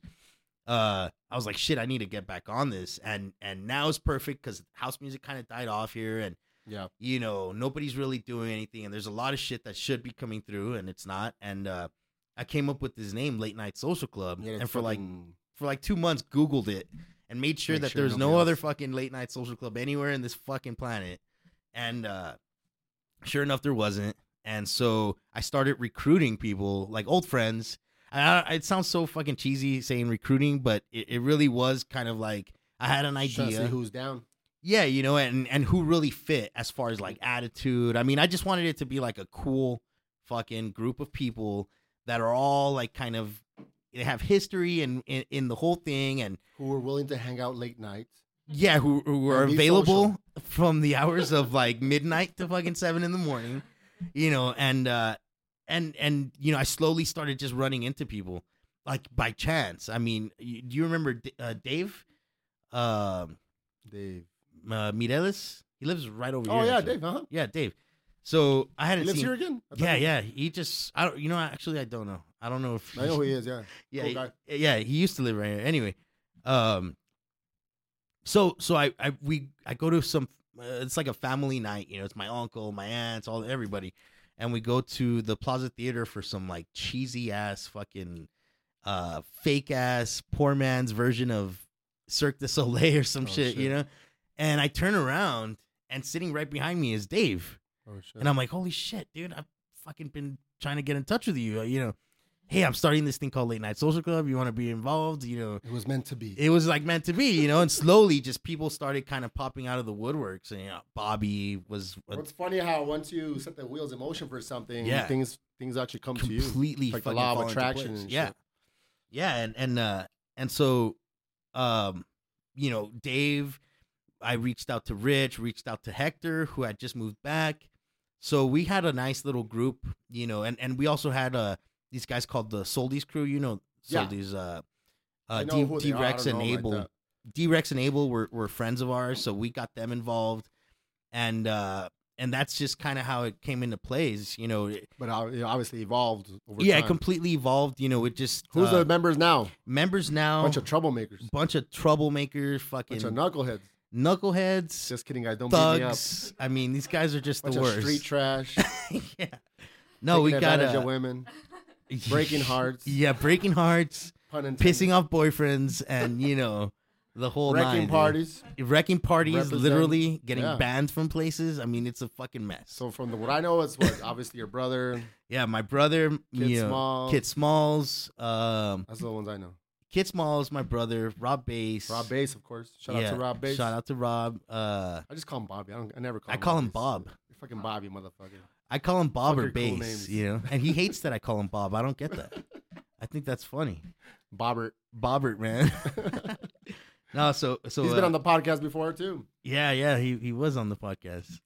Speaker 2: uh i was like shit i need to get back on this and and now is perfect because house music kind of died off here and
Speaker 1: Yeah.
Speaker 2: you know nobody's really doing anything and there's a lot of shit that should be coming through and it's not and uh i came up with this name late night social club
Speaker 1: Yeah,
Speaker 2: and
Speaker 1: it's
Speaker 2: for like
Speaker 1: fucking-
Speaker 2: for like two months googled it and made sure
Speaker 1: Make
Speaker 2: that
Speaker 1: sure
Speaker 2: there's no
Speaker 1: nobody
Speaker 2: other
Speaker 1: else-
Speaker 2: fucking late night social club anywhere in this fucking planet and uh sure enough there wasn't and so i started recruiting people like old friends and I, it sounds so fucking cheesy saying recruiting but it, it really was kind of like i had an
Speaker 1: trying to see
Speaker 2: idea
Speaker 1: who's down.
Speaker 2: yeah you know and and who really fit as far as
Speaker 1: Mm.
Speaker 2: like attitude i mean i just wanted it to be like a cool fucking group of people that are all like kind of they have history and in, in the whole thing and
Speaker 1: Who were willing to hang out late night?
Speaker 2: yeah, who who are
Speaker 1: And be
Speaker 2: available [laughs] from the
Speaker 1: [laughs]
Speaker 2: hours of like midnight to fucking seven in the morning, you know, and uh, and and you know, I slowly started just running into people, like by chance. I mean, you, do you remember D- uh, Dave um,
Speaker 1: Dave.
Speaker 2: uh, Mireles? He lives right over
Speaker 1: Oh
Speaker 2: here.
Speaker 1: yeah,
Speaker 2: actually.
Speaker 1: Dave. Uh huh.
Speaker 2: Yeah, Dave. So I
Speaker 1: He
Speaker 2: hadn't
Speaker 1: lives
Speaker 2: seen.
Speaker 1: here again. I thought
Speaker 2: yeah,
Speaker 1: he-
Speaker 2: yeah. He just, I don't, you know, actually, I don't know. I don't know if.
Speaker 1: I know who he is. Yeah.
Speaker 2: [laughs] yeah,
Speaker 1: Cool
Speaker 2: he-
Speaker 1: guy.
Speaker 2: yeah. He used to live right here. Anyway, um, so so I I we I go to some. Uh, it's like a family night. You know, it's my uncle, my aunts, all everybody, and we go to the Plaza Theater for some like cheesy ass fucking, uh, fake ass poor man's version of Cirque du Soleil or some
Speaker 1: Oh,
Speaker 2: shit. You
Speaker 1: shit.
Speaker 2: know, and I turn around and sitting right behind me is Dave.
Speaker 1: Oh shit.
Speaker 2: And I'm like, holy shit, dude, I've fucking been trying to get in touch with you. uh, You know, hey, I'm starting this thing called Late Night Social Club. You want to be involved? You know,
Speaker 1: it was meant to be.
Speaker 2: it was like meant to be, you know, and slowly just people started kind of popping out of the woodworks. And, you know, Bobby was a
Speaker 1: Well, it's funny how once you set the wheels in motion for something,
Speaker 2: Yeah.
Speaker 1: things things actually come to you.
Speaker 2: completely
Speaker 1: Like the
Speaker 2: fucking
Speaker 1: law of
Speaker 2: fall into
Speaker 1: attraction
Speaker 2: place.
Speaker 1: and
Speaker 2: Yeah.
Speaker 1: shit.
Speaker 2: Yeah. And, and, uh, and so, um, you know, Dave, I reached out to Rich, reached out to Hector, who had just moved back. So we had a nice little group, you know, and, and we also had uh these guys called the Soldies crew, you know,
Speaker 1: Yeah.
Speaker 2: Soldies uh uh
Speaker 1: I know
Speaker 2: D,
Speaker 1: who they are, I
Speaker 2: D-Rex
Speaker 1: don't
Speaker 2: and
Speaker 1: know 'em like uh,
Speaker 2: Abel.
Speaker 1: that.
Speaker 2: D-Rex and Abel were, were friends of ours, so we got them involved. And uh and that's just kind of how it came into plays, you know. It-
Speaker 1: But ob- it obviously evolved over
Speaker 2: yeah, it
Speaker 1: time.
Speaker 2: completely evolved, you know, it just
Speaker 1: Who's
Speaker 2: uh,
Speaker 1: the members now?
Speaker 2: members now
Speaker 1: Bunch of troublemakers.
Speaker 2: bunch of troublemakers, fucking
Speaker 1: Bunch of knuckleheads.
Speaker 2: knuckleheads,
Speaker 1: Just kidding, guys. Don't beat me up.
Speaker 2: thugs. I mean, these guys are just
Speaker 1: Bunch
Speaker 2: the
Speaker 1: of
Speaker 2: worst. [laughs]
Speaker 1: street trash.
Speaker 2: yeah. No, we
Speaker 1: taking
Speaker 2: got
Speaker 1: advantage
Speaker 2: uh,
Speaker 1: of women,
Speaker 2: [laughs]
Speaker 1: breaking hearts.
Speaker 2: Yeah,
Speaker 1: [laughs]
Speaker 2: breaking hearts,
Speaker 1: pun intended.
Speaker 2: pissing off boyfriends, and you know the whole nine,
Speaker 1: wrecking
Speaker 2: dude.
Speaker 1: parties.
Speaker 2: wrecking parties,
Speaker 1: Represent-
Speaker 2: literally getting
Speaker 1: yeah.
Speaker 2: banned from places. I mean, it's a fucking mess.
Speaker 1: So from the, what I know, it's what obviously your brother.
Speaker 2: yeah, my brother,
Speaker 1: Kid
Speaker 2: you know,
Speaker 1: Small.
Speaker 2: Kid Smalls, um,
Speaker 1: That's the ones I know.
Speaker 2: Kid Smalls, my brother, Rob Bass,
Speaker 1: Rob Bass, of course. Shout out
Speaker 2: Yeah,
Speaker 1: to Rob Bass.
Speaker 2: shout out to Rob. Uh,
Speaker 1: I just call him Bobby. I don't. I never call.
Speaker 2: I
Speaker 1: him
Speaker 2: call him
Speaker 1: Bass.
Speaker 2: Bob.
Speaker 1: You're fucking Bobby, motherfucker.
Speaker 2: I call him Bob or
Speaker 1: Fucking cool
Speaker 2: Bass,
Speaker 1: names.
Speaker 2: you know, and he hates that I call him Bob. I don't get
Speaker 1: [laughs]
Speaker 2: that. I think that's funny,
Speaker 1: Bobbert. [laughs]
Speaker 2: Bobbert, man. no, so so
Speaker 1: He's been
Speaker 2: uh,
Speaker 1: on the podcast before too.
Speaker 2: yeah, yeah, he he was on the podcast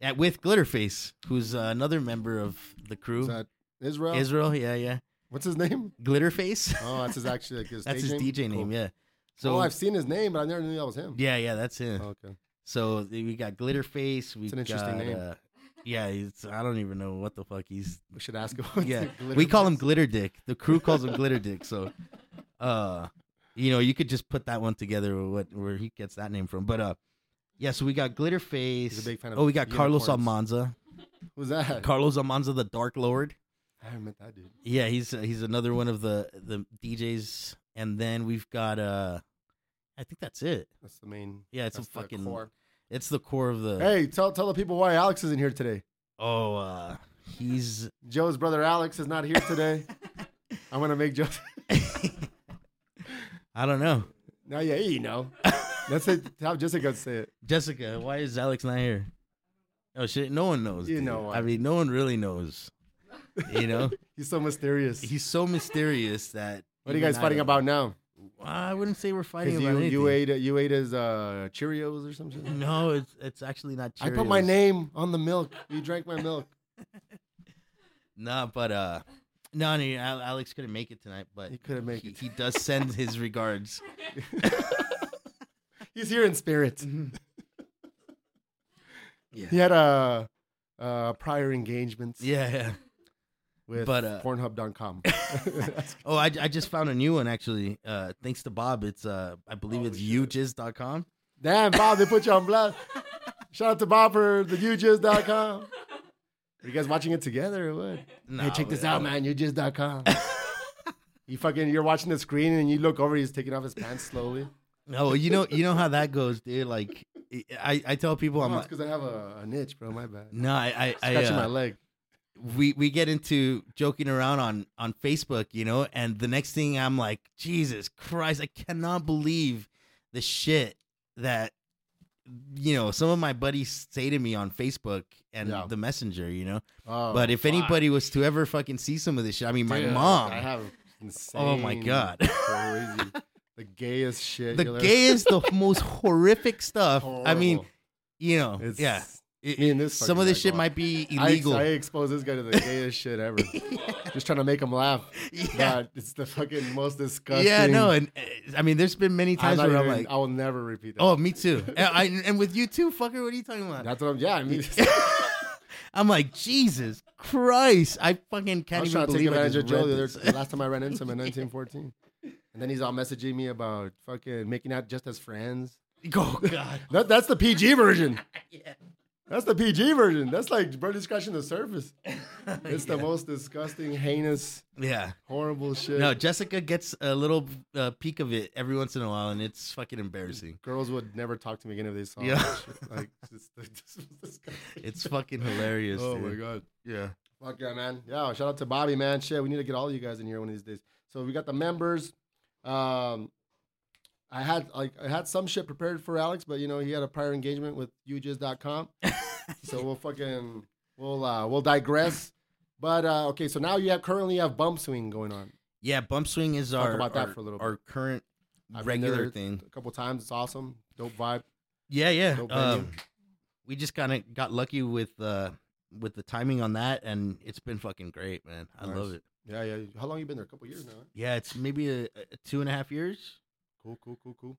Speaker 2: at with Glitterface, who's uh, another member of the crew.
Speaker 1: Is that Israel?
Speaker 2: Israel, yeah, yeah,
Speaker 1: What's his name?
Speaker 2: Glitterface.
Speaker 1: Oh, that's his actually like his
Speaker 2: [laughs] that's
Speaker 1: stage
Speaker 2: his DJ name,
Speaker 1: Cool.
Speaker 2: yeah.
Speaker 1: oh,
Speaker 2: So
Speaker 1: I've seen his name, but I never knew that was him.
Speaker 2: yeah, yeah, that's him.
Speaker 1: Oh, okay.
Speaker 2: So th- we got Glitterface. We
Speaker 1: It's an interesting
Speaker 2: got,
Speaker 1: name.
Speaker 2: Uh, yeah, it's, I don't even know what the fuck he's
Speaker 1: We should ask him. [laughs]
Speaker 2: yeah, we call him Glitter Dick. The crew calls him Glitter Dick. So, uh, you know, you could just put that one together. with What where he gets that name from? But uh, yeah. So we got Glitterface.
Speaker 1: He's a big fan of
Speaker 2: oh, we got Carlos
Speaker 1: unicorns.
Speaker 2: Almanza.
Speaker 1: Who's that?
Speaker 2: Carlos Almanza, the Dark Lord.
Speaker 1: I haven't met that dude.
Speaker 2: Yeah, he's uh, he's another one of the the DJs. And then we've got uh, I think that's it.
Speaker 1: That's the main.
Speaker 2: Yeah, it's
Speaker 1: that's
Speaker 2: a
Speaker 1: the
Speaker 2: fucking. uh,
Speaker 1: core.
Speaker 2: It's the core of the.
Speaker 1: Hey, tell tell the people why Alex isn't here today.
Speaker 2: Oh, uh, he's [laughs]
Speaker 1: Joe's brother Alex is not here today. I'm gonna make Joe. [laughs]
Speaker 2: I don't know.
Speaker 1: now, yeah, you know. That's it. How Jessica say it.
Speaker 2: Jessica, why is Alex not here? Oh shit, no one knows.
Speaker 1: You
Speaker 2: dude.
Speaker 1: know why.
Speaker 2: I mean, no one really knows.
Speaker 1: [laughs]
Speaker 2: You know,
Speaker 1: He's so mysterious.
Speaker 2: he's so mysterious that.
Speaker 1: what are you
Speaker 2: even
Speaker 1: guys
Speaker 2: I
Speaker 1: fighting
Speaker 2: don't-
Speaker 1: about now?
Speaker 2: I wouldn't say we're fighting
Speaker 1: Because
Speaker 2: about
Speaker 1: you, you
Speaker 2: anything.
Speaker 1: ate you ate his uh, Cheerios or something.
Speaker 2: No, it's it's actually not.
Speaker 1: I
Speaker 2: Cheerios.
Speaker 1: put my name on the milk. You drank my
Speaker 2: [laughs]
Speaker 1: milk.
Speaker 2: Nah, but uh, no, no, Al- Alex couldn't make it tonight, but
Speaker 1: He couldn't make
Speaker 2: he,
Speaker 1: it.
Speaker 2: he does send
Speaker 1: [laughs]
Speaker 2: his regards.
Speaker 1: He's here in spirit.
Speaker 2: Mm-hmm. Yeah.
Speaker 1: He had a, a prior engagement
Speaker 2: Yeah, yeah.
Speaker 1: with
Speaker 2: but, uh, [laughs]
Speaker 1: Pornhub.com.
Speaker 2: Oh, I, I just found a new one actually. Uh, thanks to Bob, it's uh, I believe
Speaker 1: Oh,
Speaker 2: it's
Speaker 1: shit.
Speaker 2: youjizz.com.
Speaker 1: [laughs] Damn, Bob, they put you on blast. Shout out to Bob for the YouJizz.com. Are you guys watching it together or what?
Speaker 2: Nah, oh,
Speaker 1: hey, check this
Speaker 2: we-
Speaker 1: out, man.
Speaker 2: [laughs]
Speaker 1: YouJizz.com. you fucking, you're watching the screen and you look over, he's taking off his pants slowly.
Speaker 2: No, you know, you know how that goes, dude. Like, I, I tell people, I'm
Speaker 1: Oh, it's
Speaker 2: like,
Speaker 1: because I have a, a niche, bro. My bad.
Speaker 2: no, I, I, I
Speaker 1: Scratching my
Speaker 2: uh,
Speaker 1: leg.
Speaker 2: we, we get into joking around on, on Facebook, you know, and the next thing I'm like, Jesus Christ, I cannot believe the shit that, you know, some of my buddies say to me on Facebook and
Speaker 1: Yeah.
Speaker 2: the messenger, you know,
Speaker 1: Oh,
Speaker 2: but if
Speaker 1: fuck.
Speaker 2: anybody was to ever fucking see some of this shit, I mean, my
Speaker 1: Dude,
Speaker 2: mom,
Speaker 1: I have
Speaker 2: Oh my
Speaker 1: insane,
Speaker 2: God.
Speaker 1: [laughs] crazy, the gayest shit.
Speaker 2: the
Speaker 1: you'll ever-
Speaker 2: gayest, the most horrific stuff. I mean,
Speaker 1: Horrible.
Speaker 2: you know,
Speaker 1: it's
Speaker 2: yeah. It-
Speaker 1: Me and this
Speaker 2: some
Speaker 1: fucking
Speaker 2: of this
Speaker 1: guy
Speaker 2: shit
Speaker 1: go
Speaker 2: might be
Speaker 1: I-
Speaker 2: illegal.
Speaker 1: I, expose this guy to the gayest shit
Speaker 2: [laughs]
Speaker 1: ever. Just trying to make him laugh.
Speaker 2: yeah.
Speaker 1: God, it's the fucking most disgusting.
Speaker 2: yeah, no, and uh, I mean, there's been many
Speaker 1: I'm
Speaker 2: times
Speaker 1: not
Speaker 2: where
Speaker 1: even,
Speaker 2: I'm like,
Speaker 1: I will never repeat that.
Speaker 2: oh, me too, and, I, and with you too, fucker. What are you talking about?
Speaker 1: that's what I'm. Yeah, I mean,
Speaker 2: I'm like, Jesus Christ. I fucking
Speaker 1: I
Speaker 2: can't
Speaker 1: was trying to take
Speaker 2: even believe I
Speaker 1: advantage
Speaker 2: just
Speaker 1: of Joe
Speaker 2: read
Speaker 1: the, other,
Speaker 2: this. [laughs]
Speaker 1: the last time I ran into him in 1914, and then he's all messaging me about fucking making out just as friends.
Speaker 2: Oh, God.
Speaker 1: That, that's the PG [laughs] version. That's the PG version. That's like barely scratching the [laughs] surface. It's the most disgusting, heinous,
Speaker 2: Yeah.
Speaker 1: horrible shit.
Speaker 2: No, Jessica gets a little uh, peek of it every once in a while, and it's fucking embarrassing.
Speaker 1: Girls would never talk to me again if they saw
Speaker 2: Yeah.
Speaker 1: that shit.
Speaker 2: [laughs]
Speaker 1: Like, just, [laughs] this was disgusting.
Speaker 2: It's fucking hilarious.
Speaker 1: oh
Speaker 2: dude.
Speaker 1: my god.
Speaker 2: Yeah.
Speaker 1: Fuck yeah, man. Yeah, shout out to Bobby, man. Shit, we need to get all of you guys in here one of these days. So we got the members. Um, I had like I had some shit prepared for Alex, but you know he had a prior engagement with
Speaker 2: [laughs]
Speaker 1: ujiz.com. so we'll fucking we'll uh, we'll digress. But uh, okay, so now you have currently have bump swing going on.
Speaker 2: [laughs] Yeah. Bump swing is
Speaker 1: Talk
Speaker 2: our,
Speaker 1: about that
Speaker 2: our,
Speaker 1: for a little
Speaker 2: our current
Speaker 1: I've been
Speaker 2: regular
Speaker 1: there
Speaker 2: thing.
Speaker 1: A couple times, it's awesome, dope vibe.
Speaker 2: Yeah. Yeah.
Speaker 1: Dope venue.
Speaker 2: Um, we just kind of got lucky with uh, with the timing on that, and it's been fucking great, man. I
Speaker 1: Nice.
Speaker 2: love it.
Speaker 1: Yeah, yeah. How long you been there? A couple years now. huh?
Speaker 2: Yeah. It's maybe a, a two and a half years.
Speaker 1: Cool, cool, cool, cool.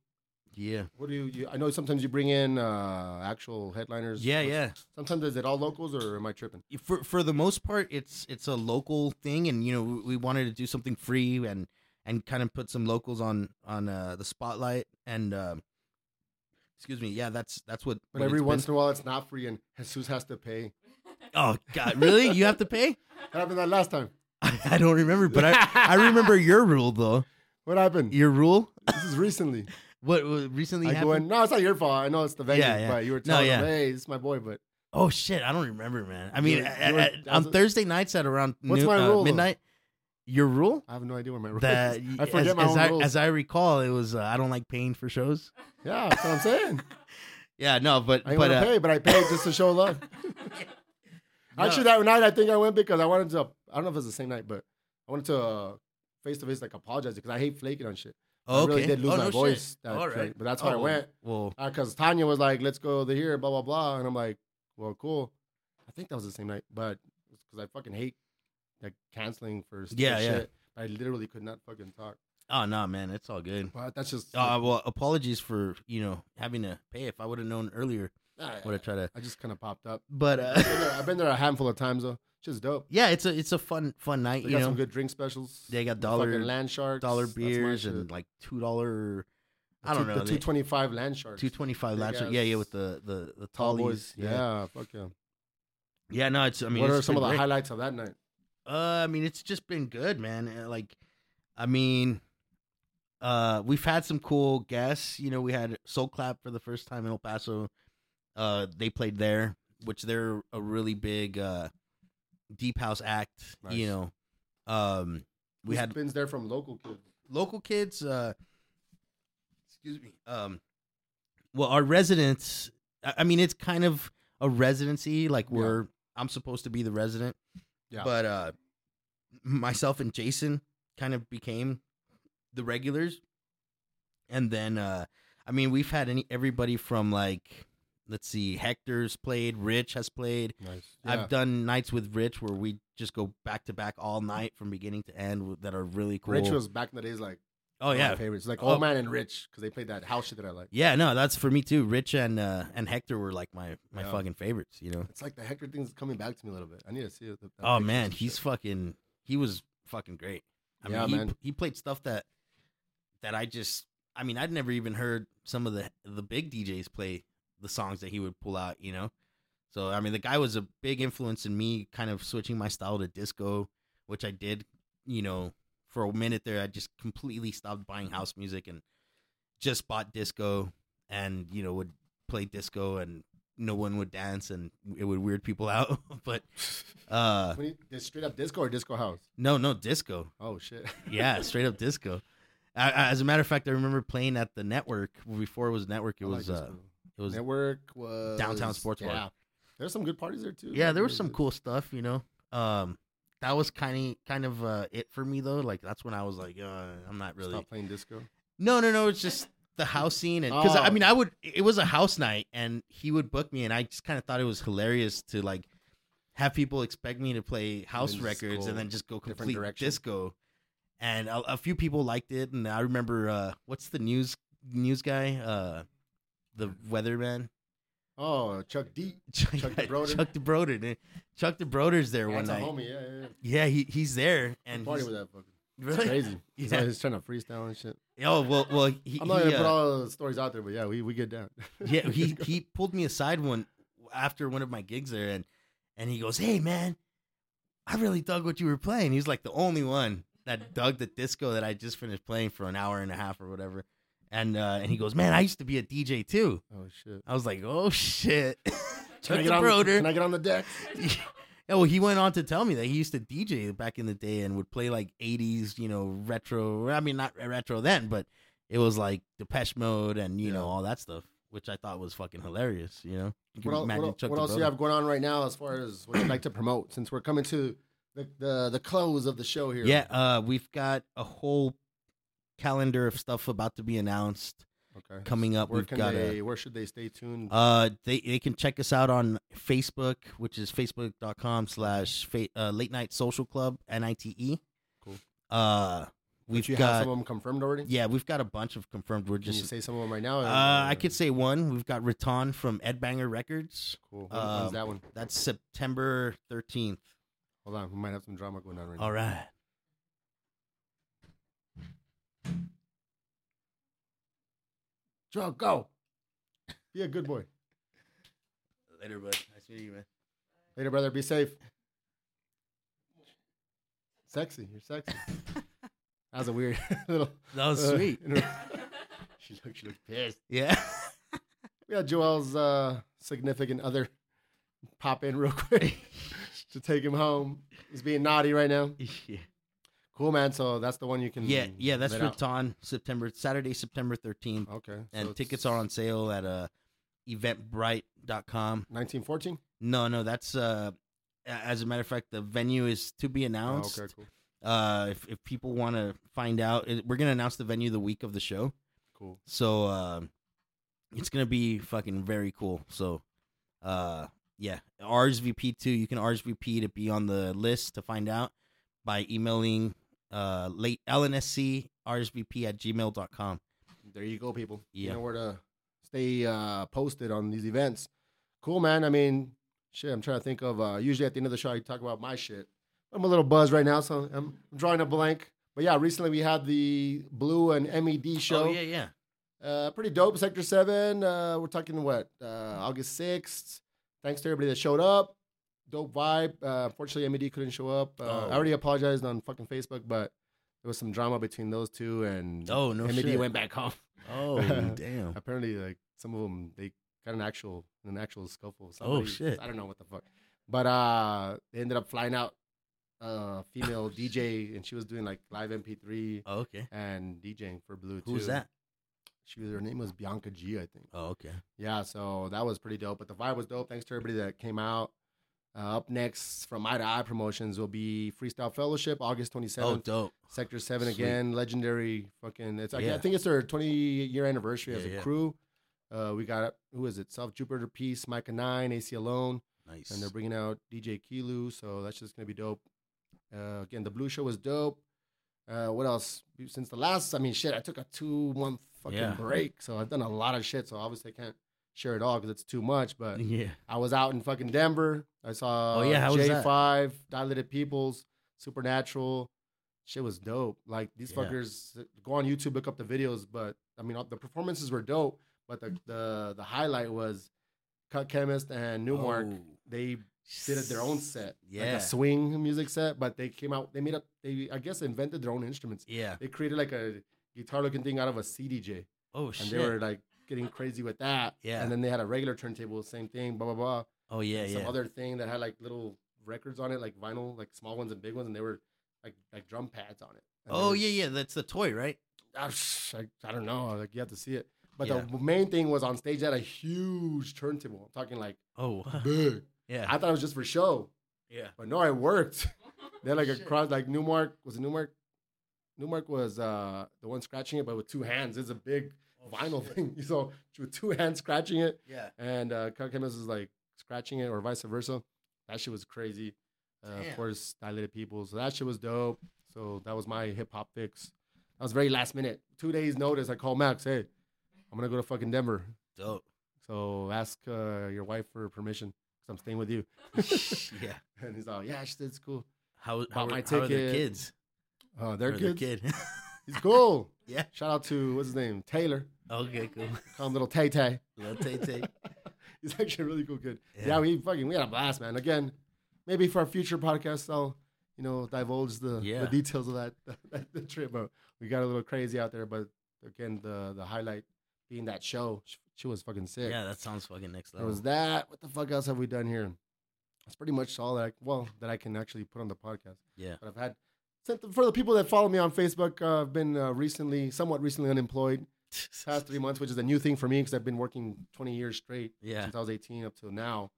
Speaker 2: Yeah.
Speaker 1: What do you, you? I know sometimes you bring in uh, actual headliners.
Speaker 2: Yeah.
Speaker 1: What's-
Speaker 2: Yeah.
Speaker 1: Sometimes is it all locals or am I tripping?
Speaker 2: for for the most part it's it's a local thing and you know we, we wanted to do something free and and kind of put some locals on on uh, the spotlight and um excuse me yeah that's that's what
Speaker 1: But
Speaker 2: what
Speaker 1: every
Speaker 2: it's been.
Speaker 1: once in a while, it's not free, and Jesus has to pay.
Speaker 2: oh god really you have to pay [laughs]
Speaker 1: What happened that last time?
Speaker 2: I, I don't remember but I I remember your rule though
Speaker 1: What happened?
Speaker 2: your rule
Speaker 1: This is
Speaker 2: [laughs]
Speaker 1: recently.
Speaker 2: what, what recently
Speaker 1: I go
Speaker 2: happened
Speaker 1: in. No, it's not your fault. I know it's the venue,
Speaker 2: Yeah, yeah.
Speaker 1: but you were
Speaker 2: No,
Speaker 1: telling
Speaker 2: yeah.
Speaker 1: him, "Hey, this is my boy." But
Speaker 2: oh shit I don't remember man I mean
Speaker 1: You were-
Speaker 2: at-
Speaker 1: you were-
Speaker 2: at-
Speaker 1: that was
Speaker 2: on
Speaker 1: a-
Speaker 2: Thursday nights at around
Speaker 1: What's
Speaker 2: noon-
Speaker 1: my
Speaker 2: uh,
Speaker 1: rule, though?
Speaker 2: midnight your rule
Speaker 1: [laughs] I have no idea what my rules.
Speaker 2: that
Speaker 1: I forget
Speaker 2: as,
Speaker 1: my
Speaker 2: as
Speaker 1: own
Speaker 2: I,
Speaker 1: rules.
Speaker 2: as I recall it was uh, I don't like paying for shows.
Speaker 1: yeah, that's what I'm saying.
Speaker 2: Yeah, no, but
Speaker 1: I ain't
Speaker 2: but
Speaker 1: want to
Speaker 2: uh,
Speaker 1: pay, but I paid just to show
Speaker 2: [laughs]
Speaker 1: love.
Speaker 2: No.
Speaker 1: [laughs] Actually, that night I think I went because I wanted to. I don't know if it's the same night, but I wanted to uh, face to face like apologize because I hate flaking on shit.
Speaker 2: oh,
Speaker 1: I
Speaker 2: okay.
Speaker 1: really did lose
Speaker 2: oh,
Speaker 1: my
Speaker 2: no
Speaker 1: voice.
Speaker 2: Shit.
Speaker 1: that
Speaker 2: All
Speaker 1: night,
Speaker 2: right, Oh.
Speaker 1: but that's why I went.
Speaker 2: Well,
Speaker 1: because Uh, Tanya was like, "Let's go to here," blah blah blah, and I'm like, "Well, cool." I think that was the same night, but because I fucking hate like canceling for stupid
Speaker 2: Yeah, yeah.
Speaker 1: shit. I literally could not fucking talk.
Speaker 2: oh no, man, it's all good.
Speaker 1: But that's just
Speaker 2: Uh, well, apologies for you know having to pay. If I would have known earlier,
Speaker 1: I,
Speaker 2: would have tried to.
Speaker 1: ah, I just kind of popped up.
Speaker 2: But
Speaker 1: I've been,
Speaker 2: uh,
Speaker 1: there, I've been there a handful of times though. Just dope.
Speaker 2: [laughs] yeah, it's a it's a fun fun night.
Speaker 1: They
Speaker 2: you
Speaker 1: got
Speaker 2: know,
Speaker 1: some good drink specials.
Speaker 2: They got
Speaker 1: The
Speaker 2: dollar-
Speaker 1: fucking land sharks,
Speaker 2: dollar
Speaker 1: That's my
Speaker 2: beers
Speaker 1: shit.
Speaker 2: and like two dollar.
Speaker 1: The
Speaker 2: I
Speaker 1: two-
Speaker 2: don't know.
Speaker 1: the two twenty five land sharks.
Speaker 2: Two twenty five
Speaker 1: Big
Speaker 2: laps. Yeah, yeah, with
Speaker 1: ass
Speaker 2: the the the
Speaker 1: Tall
Speaker 2: tallies.
Speaker 1: boys. Yeah. fuck yeah.
Speaker 2: yeah. No, it's. I mean,
Speaker 1: what
Speaker 2: it's
Speaker 1: are some
Speaker 2: been
Speaker 1: of the
Speaker 2: great.
Speaker 1: highlights of that night?
Speaker 2: Uh, I mean, it's just been good, man. Uh, Like, I mean, uh, we've had some cool guests. You know, we had Soul Clap for the first time in El Paso. Uh, they played there, which they're a really big uh, deep house act. You
Speaker 1: Nice.
Speaker 2: know, um, we
Speaker 1: Who's
Speaker 2: had
Speaker 1: been there from local kids.
Speaker 2: local kids. Uh, excuse me. Um, well, our residents. I I mean, it's kind of a residency. Like,
Speaker 1: Yeah.
Speaker 2: we're I'm supposed to be the resident.
Speaker 1: Yeah.
Speaker 2: But uh myself and Jason kind of became the regulars. And then uh I mean we've had any everybody from like let's see, Hector's played, Rich has played.
Speaker 1: Nice.
Speaker 2: I've done nights with Rich where we just go back to back all night from beginning to end w- that are really cool.
Speaker 1: Rich was back in the days like
Speaker 2: oh
Speaker 1: yeah.
Speaker 2: yeah.
Speaker 1: my favorites. Like
Speaker 2: Oh.
Speaker 1: Old Man and Rich because they played that house shit that I like.
Speaker 2: Yeah, no, that's for me too. Rich and uh and Hector were like my my
Speaker 1: Yeah.
Speaker 2: fucking favorites, you know.
Speaker 1: It's like the Hector thing's coming back to me a little bit. I need to see it. the- the
Speaker 2: Oh
Speaker 1: pictures
Speaker 2: man,
Speaker 1: and
Speaker 2: he's
Speaker 1: shit.
Speaker 2: fucking. He was fucking great. I
Speaker 1: Yeah,
Speaker 2: mean, he,
Speaker 1: man.
Speaker 2: he played stuff that that I just. I mean, I'd never even heard some of the the big DJs play the songs that he would pull out. You know, so I mean, the guy was a big influence in me, kind of switching my style to disco, which I did. You know, for a minute there, I just completely stopped buying house music and just bought disco, and you know would play disco and no one would dance and it would weird people [laughs] out but uh
Speaker 1: When he- they're straight up disco or disco house?
Speaker 2: no, no, disco.
Speaker 1: Oh shit. [laughs]
Speaker 2: Yeah, straight up disco. I, I, as a matter of fact, I remember playing at the network before it was network. It
Speaker 1: I
Speaker 2: was,
Speaker 1: like
Speaker 2: uh,
Speaker 1: disco.
Speaker 2: it was.
Speaker 1: network was
Speaker 2: Downtown Sports Bar.
Speaker 1: Yeah. There's some good parties there too.
Speaker 2: Yeah, there was
Speaker 1: There's
Speaker 2: some
Speaker 1: a-
Speaker 2: cool stuff, you know. Um, that was kind of kind of uh, it for me though. Like that's when I was like, uh, I'm not really.
Speaker 1: Stop playing disco.
Speaker 2: No, no, no. It's just the house scene, and because I
Speaker 1: Oh.
Speaker 2: mean, I would. It was a house night, and he would book me, and I just kind of thought it was hilarious to like have people expect me to play house
Speaker 1: then just
Speaker 2: records
Speaker 1: go
Speaker 2: and then just go
Speaker 1: different
Speaker 2: complete
Speaker 1: direction.
Speaker 2: disco. And a, a few people liked it, and I remember uh, what's the news news guy, uh, the weatherman, [laughs]
Speaker 1: Oh, Chuck D.
Speaker 2: Chuck,
Speaker 1: the Broder.
Speaker 2: Chuck the Broder, dude. Chuck the Broder's there one
Speaker 1: That's a
Speaker 2: night.
Speaker 1: homie. Yeah, yeah. yeah.
Speaker 2: Yeah, he he's there,
Speaker 1: And
Speaker 2: and
Speaker 1: party
Speaker 2: he's,
Speaker 1: with that
Speaker 2: [laughs]
Speaker 1: fucker.
Speaker 2: really?
Speaker 1: Crazy. He's,
Speaker 2: Yeah.
Speaker 1: always trying to freestyle and shit.
Speaker 2: Oh well, well he,
Speaker 1: I'm not
Speaker 2: he,
Speaker 1: gonna
Speaker 2: uh,
Speaker 1: put all the stories out there, but yeah, we, we get down. [laughs]
Speaker 2: yeah, he he pulled me aside one after one of my gigs there, and and he goes, "Hey man, I really dug what you were playing." He's like the only one that dug the disco that I just finished playing for an hour and a half or whatever, and uh, and he goes, "Man, I used to be a DJ too."
Speaker 1: oh shit.
Speaker 2: I was like, "Oh shit." [laughs]
Speaker 1: Can I,
Speaker 2: Chuck
Speaker 1: get
Speaker 2: the
Speaker 1: on,
Speaker 2: Broder.
Speaker 1: can I get on the deck?
Speaker 2: [laughs] yeah, well, he went on to tell me that he used to DJ back in the day and would play like 80s, you know, retro. I mean, not retro then, but it was like Depeche Mode and, you know,
Speaker 1: Yeah.
Speaker 2: all that stuff, which I thought was fucking hilarious, you know? You
Speaker 1: What,
Speaker 2: can
Speaker 1: else-
Speaker 2: imagine
Speaker 1: what,
Speaker 2: Chuck
Speaker 1: what
Speaker 2: the
Speaker 1: else do you
Speaker 2: Brother.
Speaker 1: have going on right now as far as what you'd like to promote? Since we're coming to the, the, the close of the show here.
Speaker 2: Yeah, uh, we've got a whole calendar of stuff about to be announced
Speaker 1: Okay.
Speaker 2: coming up.
Speaker 1: Where
Speaker 2: we've
Speaker 1: can
Speaker 2: got a.
Speaker 1: they? where should they stay tuned?
Speaker 2: Uh, they they can check us out on Facebook, which is facebook.com slash fa- uh, late night social club n i t e.
Speaker 1: Cool.
Speaker 2: Uh,
Speaker 1: Did
Speaker 2: we've
Speaker 1: you have
Speaker 2: got
Speaker 1: some of them confirmed already?
Speaker 2: yeah, we've got a bunch of confirmed. We're
Speaker 1: Can you
Speaker 2: just
Speaker 1: say some of them right now?
Speaker 2: uh, I could say one. We've got Raton from Ed Banger Records.
Speaker 1: Cool. When- when's
Speaker 2: um,
Speaker 1: that one?
Speaker 2: That's September thirteenth.
Speaker 1: Hold on, we might have some drama going on right now.
Speaker 2: All right.
Speaker 1: Joe, go. Be a good boy.
Speaker 2: Later, bud. Nice meeting you, man.
Speaker 1: Later, brother. Be safe. Sexy. You're
Speaker 2: [laughs]
Speaker 1: sexy. that was a weird [laughs] little.
Speaker 2: That was
Speaker 1: uh,
Speaker 2: sweet.
Speaker 1: inter- she looked. She looked pissed.
Speaker 2: [laughs] Yeah. [laughs]
Speaker 1: We had Joel's uh, significant other pop in real
Speaker 2: [laughs]
Speaker 1: quick to take him home. He's being naughty right now.
Speaker 2: yeah.
Speaker 1: Cool, man. So that's the one you can.
Speaker 2: Yeah. Yeah. That's
Speaker 1: let out.
Speaker 2: Raton. September Saturday, September thirteenth.
Speaker 1: Okay. so
Speaker 2: and
Speaker 1: it's
Speaker 2: tickets are on sale at uh eventbrite.com
Speaker 1: 1914.
Speaker 2: no no that's uh a- as a matter of fact the venue is to be
Speaker 1: Oh,
Speaker 2: announced
Speaker 1: okay, cool.
Speaker 2: uh if, if people want to find out it, we're gonna announce the venue the week of the show
Speaker 1: Cool.
Speaker 2: so uh, it's gonna be fucking very cool so uh yeah rsvp2 you can rsvp to be on the list to find out by emailing uh late lnsc rsvp at gmail.com
Speaker 1: There you go, people.
Speaker 2: Yeah.
Speaker 1: You know where to stay uh, posted on these events. Cool, man. I mean, shit, I'm trying to think of. Uh, usually at the end of the show, I talk about my shit. I'm a little buzzed right now, so I'm drawing a blank. But yeah, recently we had the Blue and MED show.
Speaker 2: oh yeah yeah
Speaker 1: Uh, pretty dope. Sector 7. Uh, we're talking what? Uh, August 6th. Thanks to everybody that showed up. Dope vibe. Uh, unfortunately, MED couldn't show up. Uh,
Speaker 2: Oh.
Speaker 1: I already apologized on fucking Facebook, but there was some drama between those two, and
Speaker 2: oh no
Speaker 1: MED
Speaker 2: shit.
Speaker 1: went back home. [laughs]
Speaker 2: Oh [laughs] damn!
Speaker 1: apparently like some of them they got an actual an actual scuffle.
Speaker 2: Oh,
Speaker 1: Somebody-
Speaker 2: shit.
Speaker 1: I don't know what the fuck, but uh, they ended up flying out a
Speaker 2: [laughs]
Speaker 1: female DJ and she was doing like live MP3
Speaker 2: Oh, okay.
Speaker 1: and DJing for Blue.
Speaker 2: Who's
Speaker 1: too.
Speaker 2: that?
Speaker 1: She was her name was Bianca G, I think.
Speaker 2: Oh okay.
Speaker 1: Yeah, so that was pretty dope. But the vibe was dope. Thanks to everybody that came out. Uh, up next from Eye to Eye Promotions will be Freestyle Fellowship, August twenty
Speaker 2: Oh
Speaker 1: seventh.
Speaker 2: dope.
Speaker 1: Sector Seven
Speaker 2: Sweet.
Speaker 1: again, legendary fucking. It's I- I
Speaker 2: Yeah.
Speaker 1: think it's their 20 year anniversary as
Speaker 2: Yeah,
Speaker 1: a
Speaker 2: yeah.
Speaker 1: crew. Uh, we got who is it? South Jupiter Peace, Micah Nine, AC Alone,
Speaker 2: Nice.
Speaker 1: and they're bringing out DJ Kilu. So that's just gonna be dope. Uh, again, the Blue Show was dope. Uh, what else? Since the last, I mean, shit, I took a two month fucking
Speaker 2: Yeah.
Speaker 1: break, so I've done a lot of shit. So obviously, I can't share it all because it's too much. But
Speaker 2: [laughs] yeah.
Speaker 1: I was out in fucking Denver. I saw
Speaker 2: Mm. Oh, yeah, how was that?
Speaker 1: J5, Dilated Peoples, Supernatural. Shit was dope. Like these
Speaker 2: Yeah.
Speaker 1: fuckers go on YouTube, look up the videos, but I mean the performances were dope, but the the, the highlight was Cut Chemist and Newmark.
Speaker 2: Oh.
Speaker 1: They did it their own set. Like
Speaker 2: Yeah.
Speaker 1: a swing music set, but they came out, they made up they I guess invented their own instruments.
Speaker 2: yeah.
Speaker 1: They created like a guitar looking thing out of a CDJ
Speaker 2: Oh
Speaker 1: and
Speaker 2: shit.
Speaker 1: they were like getting crazy with that.
Speaker 2: Yeah.
Speaker 1: And then they had a regular turntable, same thing, blah blah blah.
Speaker 2: oh yeah
Speaker 1: And
Speaker 2: yeah.
Speaker 1: Some other thing that had like little records on it, like vinyl, like small ones and big ones, and they were like like drum pads on it. And
Speaker 2: oh
Speaker 1: they
Speaker 2: yeah
Speaker 1: were-
Speaker 2: yeah. That's the toy, right?
Speaker 1: Ah, psh, I, I don't know. Like you have to see it. But
Speaker 2: Yeah.
Speaker 1: the main thing was on stage they had a huge turntable. I'm talking
Speaker 2: [laughs]
Speaker 1: like
Speaker 2: Oh wow.
Speaker 1: big.
Speaker 2: yeah
Speaker 1: I thought it was just for show,
Speaker 2: yeah.
Speaker 1: but no, it worked. they had like a cross, like Newmark was it Newmark. Newmark was uh, the one scratching it, but with two hands. It's a big
Speaker 2: Oh,
Speaker 1: vinyl [laughs] thing. So with two hands scratching it,
Speaker 2: Yeah.
Speaker 1: and uh, Kirk Hammett was like scratching it, or vice versa. That shit was crazy. Uh,
Speaker 2: Damn.
Speaker 1: of course, dilated people. So that shit was dope. So that was my hip hop fix. That was very last minute. Two days notice. I called Max. Hey, I'm gonna go to fucking Denver.
Speaker 2: Dope.
Speaker 1: So ask uh, your wife for permission because I'm staying with you. [laughs]
Speaker 2: yeah.
Speaker 1: And he's all, yeah, shit, it's cool.
Speaker 2: How how,
Speaker 1: Bought my
Speaker 2: are- how are the
Speaker 1: ticket.
Speaker 2: kids?
Speaker 1: Uh, their
Speaker 2: Or
Speaker 1: kids. [laughs]
Speaker 2: The kid. [laughs]
Speaker 1: He's cool.
Speaker 2: Yeah.
Speaker 1: Shout out to what's his name, Taylor.
Speaker 2: okay,
Speaker 1: [laughs]
Speaker 2: cool.
Speaker 1: Call him little Tay Tay.
Speaker 2: Little Tay Tay.
Speaker 1: He's actually a really cool kid.
Speaker 2: Yeah.
Speaker 1: Yeah. we fucking we had a blast, man. Again, maybe for our future podcast, I'll you know divulge the,
Speaker 2: Yeah.
Speaker 1: the details of that, [laughs] that the trip. But we got a little crazy out there. But again, the the highlight being that show, she, she was fucking sick.
Speaker 2: [laughs] Yeah, that sounds fucking next
Speaker 1: There
Speaker 2: level.
Speaker 1: was that. What the fuck else have we done here? That's pretty much all that. I, well, that I can actually put on the podcast. [laughs]
Speaker 2: Yeah.
Speaker 1: But I've had sent for the people that follow me on Facebook. Uh, I've been uh, recently, somewhat recently unemployed past three months, which is a new thing for me because I've been working 20 years straight
Speaker 2: Yeah.
Speaker 1: since I was 18 up till now.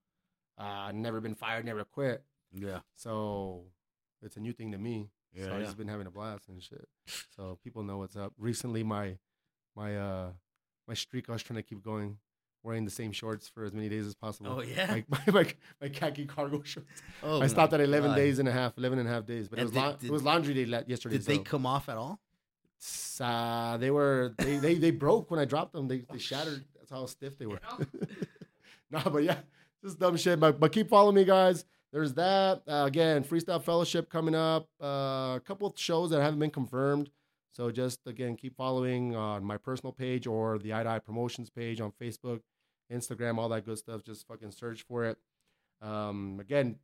Speaker 1: Uh, never been fired, never quit.
Speaker 2: Yeah.
Speaker 1: So it's a new thing to me.
Speaker 2: Yeah.
Speaker 1: so I've just been having a blast and shit. So people know what's up. Recently, my my uh my streak, I was trying to keep going, wearing the same shorts for as many days as possible.
Speaker 2: Oh yeah.
Speaker 1: Like [laughs] my, my, my khaki cargo shorts.
Speaker 2: oh,
Speaker 1: I stopped at 11
Speaker 2: God.
Speaker 1: days and a half, 11 and a half days. But it
Speaker 2: And
Speaker 1: was,
Speaker 2: did-
Speaker 1: lau-
Speaker 2: did-
Speaker 1: it was laundry day la- yesterday.
Speaker 2: Did they
Speaker 1: so-
Speaker 2: come off at all?
Speaker 1: S- Uh, they were they, they they broke when I dropped them. They they shattered. That's how stiff they were. [laughs] no, but yeah, just dumb shit. But but keep following me, guys. There's that uh, again. Freestyle Fellowship coming up. Uh, a couple of shows that haven't been confirmed. So just again, keep following on my personal page or the Eye to Eye Promotions page on Facebook, Instagram, all that good stuff. Just fucking search for it. Um, again,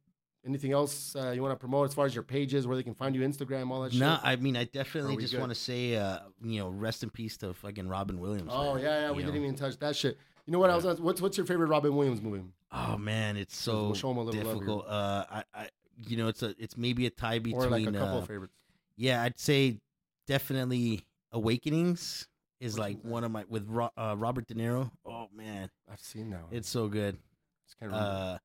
Speaker 1: anything else uh, you want to promote as far as your pages, where they can find you, Instagram, all that shit.
Speaker 2: No, I mean I definitely
Speaker 1: we
Speaker 2: just
Speaker 1: good?
Speaker 2: want to say, uh, you know, rest in peace to fucking Robin Williams.
Speaker 1: Oh
Speaker 2: man,
Speaker 1: yeah, yeah,
Speaker 2: you
Speaker 1: we
Speaker 2: know?
Speaker 1: didn't even touch that shit. You know what? I was. asked- What's what's your favorite Robin Williams movie?
Speaker 2: Oh man, it's so
Speaker 1: We'll show 'em a little love here.
Speaker 2: difficult. Uh, I, I, you know, it's a, it's maybe a tie between.
Speaker 1: or like a couple
Speaker 2: uh,
Speaker 1: favorites.
Speaker 2: yeah, I'd say definitely Awakenings is
Speaker 1: Which
Speaker 2: like
Speaker 1: one's that?
Speaker 2: one of my with Ro- uh, Robert De Niro. Oh man,
Speaker 1: I've seen that one.
Speaker 2: it's so good.
Speaker 1: Just can't remember.
Speaker 2: Uh,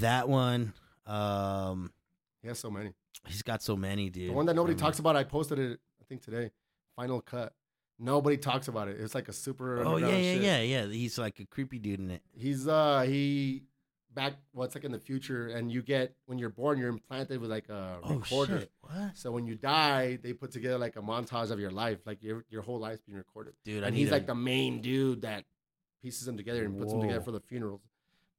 Speaker 2: that one, um,
Speaker 1: he has so many.
Speaker 2: he's got so many, dude.
Speaker 1: The one that nobody
Speaker 2: I mean,
Speaker 1: talks about. I posted it. I think today. Final cut. Nobody talks about it. It's like a super.
Speaker 2: Oh yeah,
Speaker 1: underground
Speaker 2: yeah,
Speaker 1: shit.
Speaker 2: yeah, yeah. He's like a creepy dude in it.
Speaker 1: He's uh he back. Well, it's like in the future, and you get when you're born, you're implanted with like a
Speaker 2: Oh
Speaker 1: recorder.
Speaker 2: shit, what,
Speaker 1: So when you die, they put together like a montage of your life, like your your whole life's being recorded.
Speaker 2: dude? I
Speaker 1: and
Speaker 2: need
Speaker 1: he's
Speaker 2: to-
Speaker 1: like the main dude that pieces them together and puts them together
Speaker 2: Whoa.
Speaker 1: for the funerals.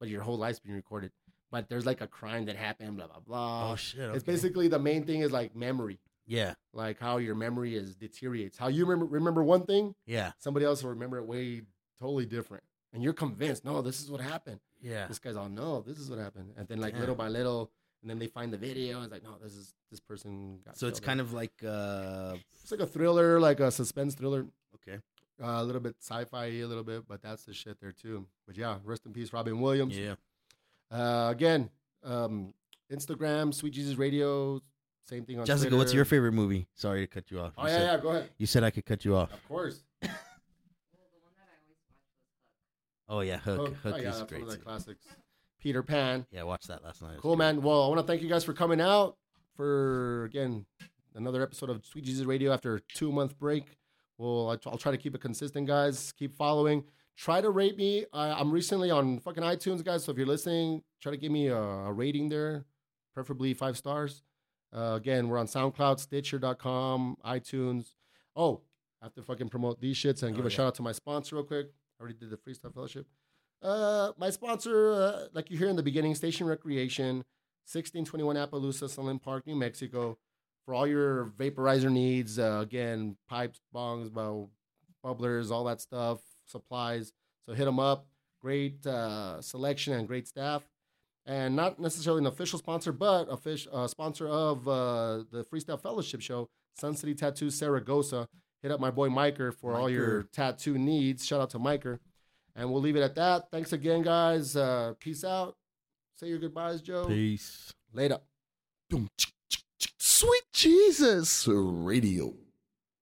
Speaker 1: But your whole life's been recorded. But there's like a crime that happened, blah blah blah.
Speaker 2: oh shit.
Speaker 1: It's
Speaker 2: okay.
Speaker 1: basically the main thing is like memory,
Speaker 2: yeah,
Speaker 1: like how your memory is deteriorates. How you remember remember one thing,
Speaker 2: yeah,
Speaker 1: somebody else will remember it way totally different, and you're convinced, no, this is what happened.
Speaker 2: yeah.
Speaker 1: This guy's all, no, this is what happened, and then like
Speaker 2: Damn.
Speaker 1: little by little, and then they find the video. And it's like, no, this is this person. Got
Speaker 2: So it's
Speaker 1: killed."
Speaker 2: kind of like uh,
Speaker 1: it's like a thriller, like a suspense thriller.
Speaker 2: okay,
Speaker 1: Uh, a little bit sci-fi a little bit, but that's the shit there too. But yeah, rest in peace, Robin Williams.
Speaker 2: yeah.
Speaker 1: Uh, again, um, Instagram, Sweet Jesus Radio, same thing on
Speaker 2: Jessica,
Speaker 1: Twitter.
Speaker 2: what's your favorite movie? Sorry to cut you off.
Speaker 1: Oh
Speaker 2: you,
Speaker 1: yeah,
Speaker 2: said,
Speaker 1: yeah, go ahead.
Speaker 2: you said I could cut you off.
Speaker 1: Of course.
Speaker 2: Oh yeah, Hook.
Speaker 1: Oh,
Speaker 2: Hook,
Speaker 1: oh, yeah, that's
Speaker 2: is
Speaker 1: one
Speaker 2: great.
Speaker 1: of the
Speaker 2: too.
Speaker 1: classics. Peter Pan.
Speaker 2: Yeah, watch that last night. It's
Speaker 1: Cool
Speaker 2: great.
Speaker 1: man. Well, I want to thank you guys for coming out for again another episode of Sweet Jesus Radio after a two month break. Well, I- I'll try to keep it consistent, guys. Keep following. Try to rate me. I, I'm recently on fucking iTunes, guys. So if you're listening, try to give me a, a rating there, preferably five stars. Uh, again, we're on SoundCloud, Stitcher.com, iTunes. Oh, I have to fucking promote these shits and
Speaker 2: Oh,
Speaker 1: give a
Speaker 2: yeah.
Speaker 1: shout out to my sponsor real quick. I already did the Freestyle Fellowship. Uh, my sponsor, uh, like you hear in the beginning, Station Recreation, 1621 Appaloosa, Sunland Park, New Mexico. For all your vaporizer needs, uh, again, pipes, bongs, bu- bubblers, all that stuff, supplies. So hit them up. Great uh, selection and great staff. And not necessarily an official sponsor, but a fish, uh, sponsor of uh, the Freestyle Fellowship Show, Sun City Tattoo Saragossa. Hit up my boy Miker for all your
Speaker 2: Miker.
Speaker 1: tattoo needs. Shout out to Miker. And we'll leave it at that. Thanks again, guys. Uh, peace out. Say your goodbyes, Joe.
Speaker 2: Peace.
Speaker 1: Later.
Speaker 5: Sweet Jesus Radio.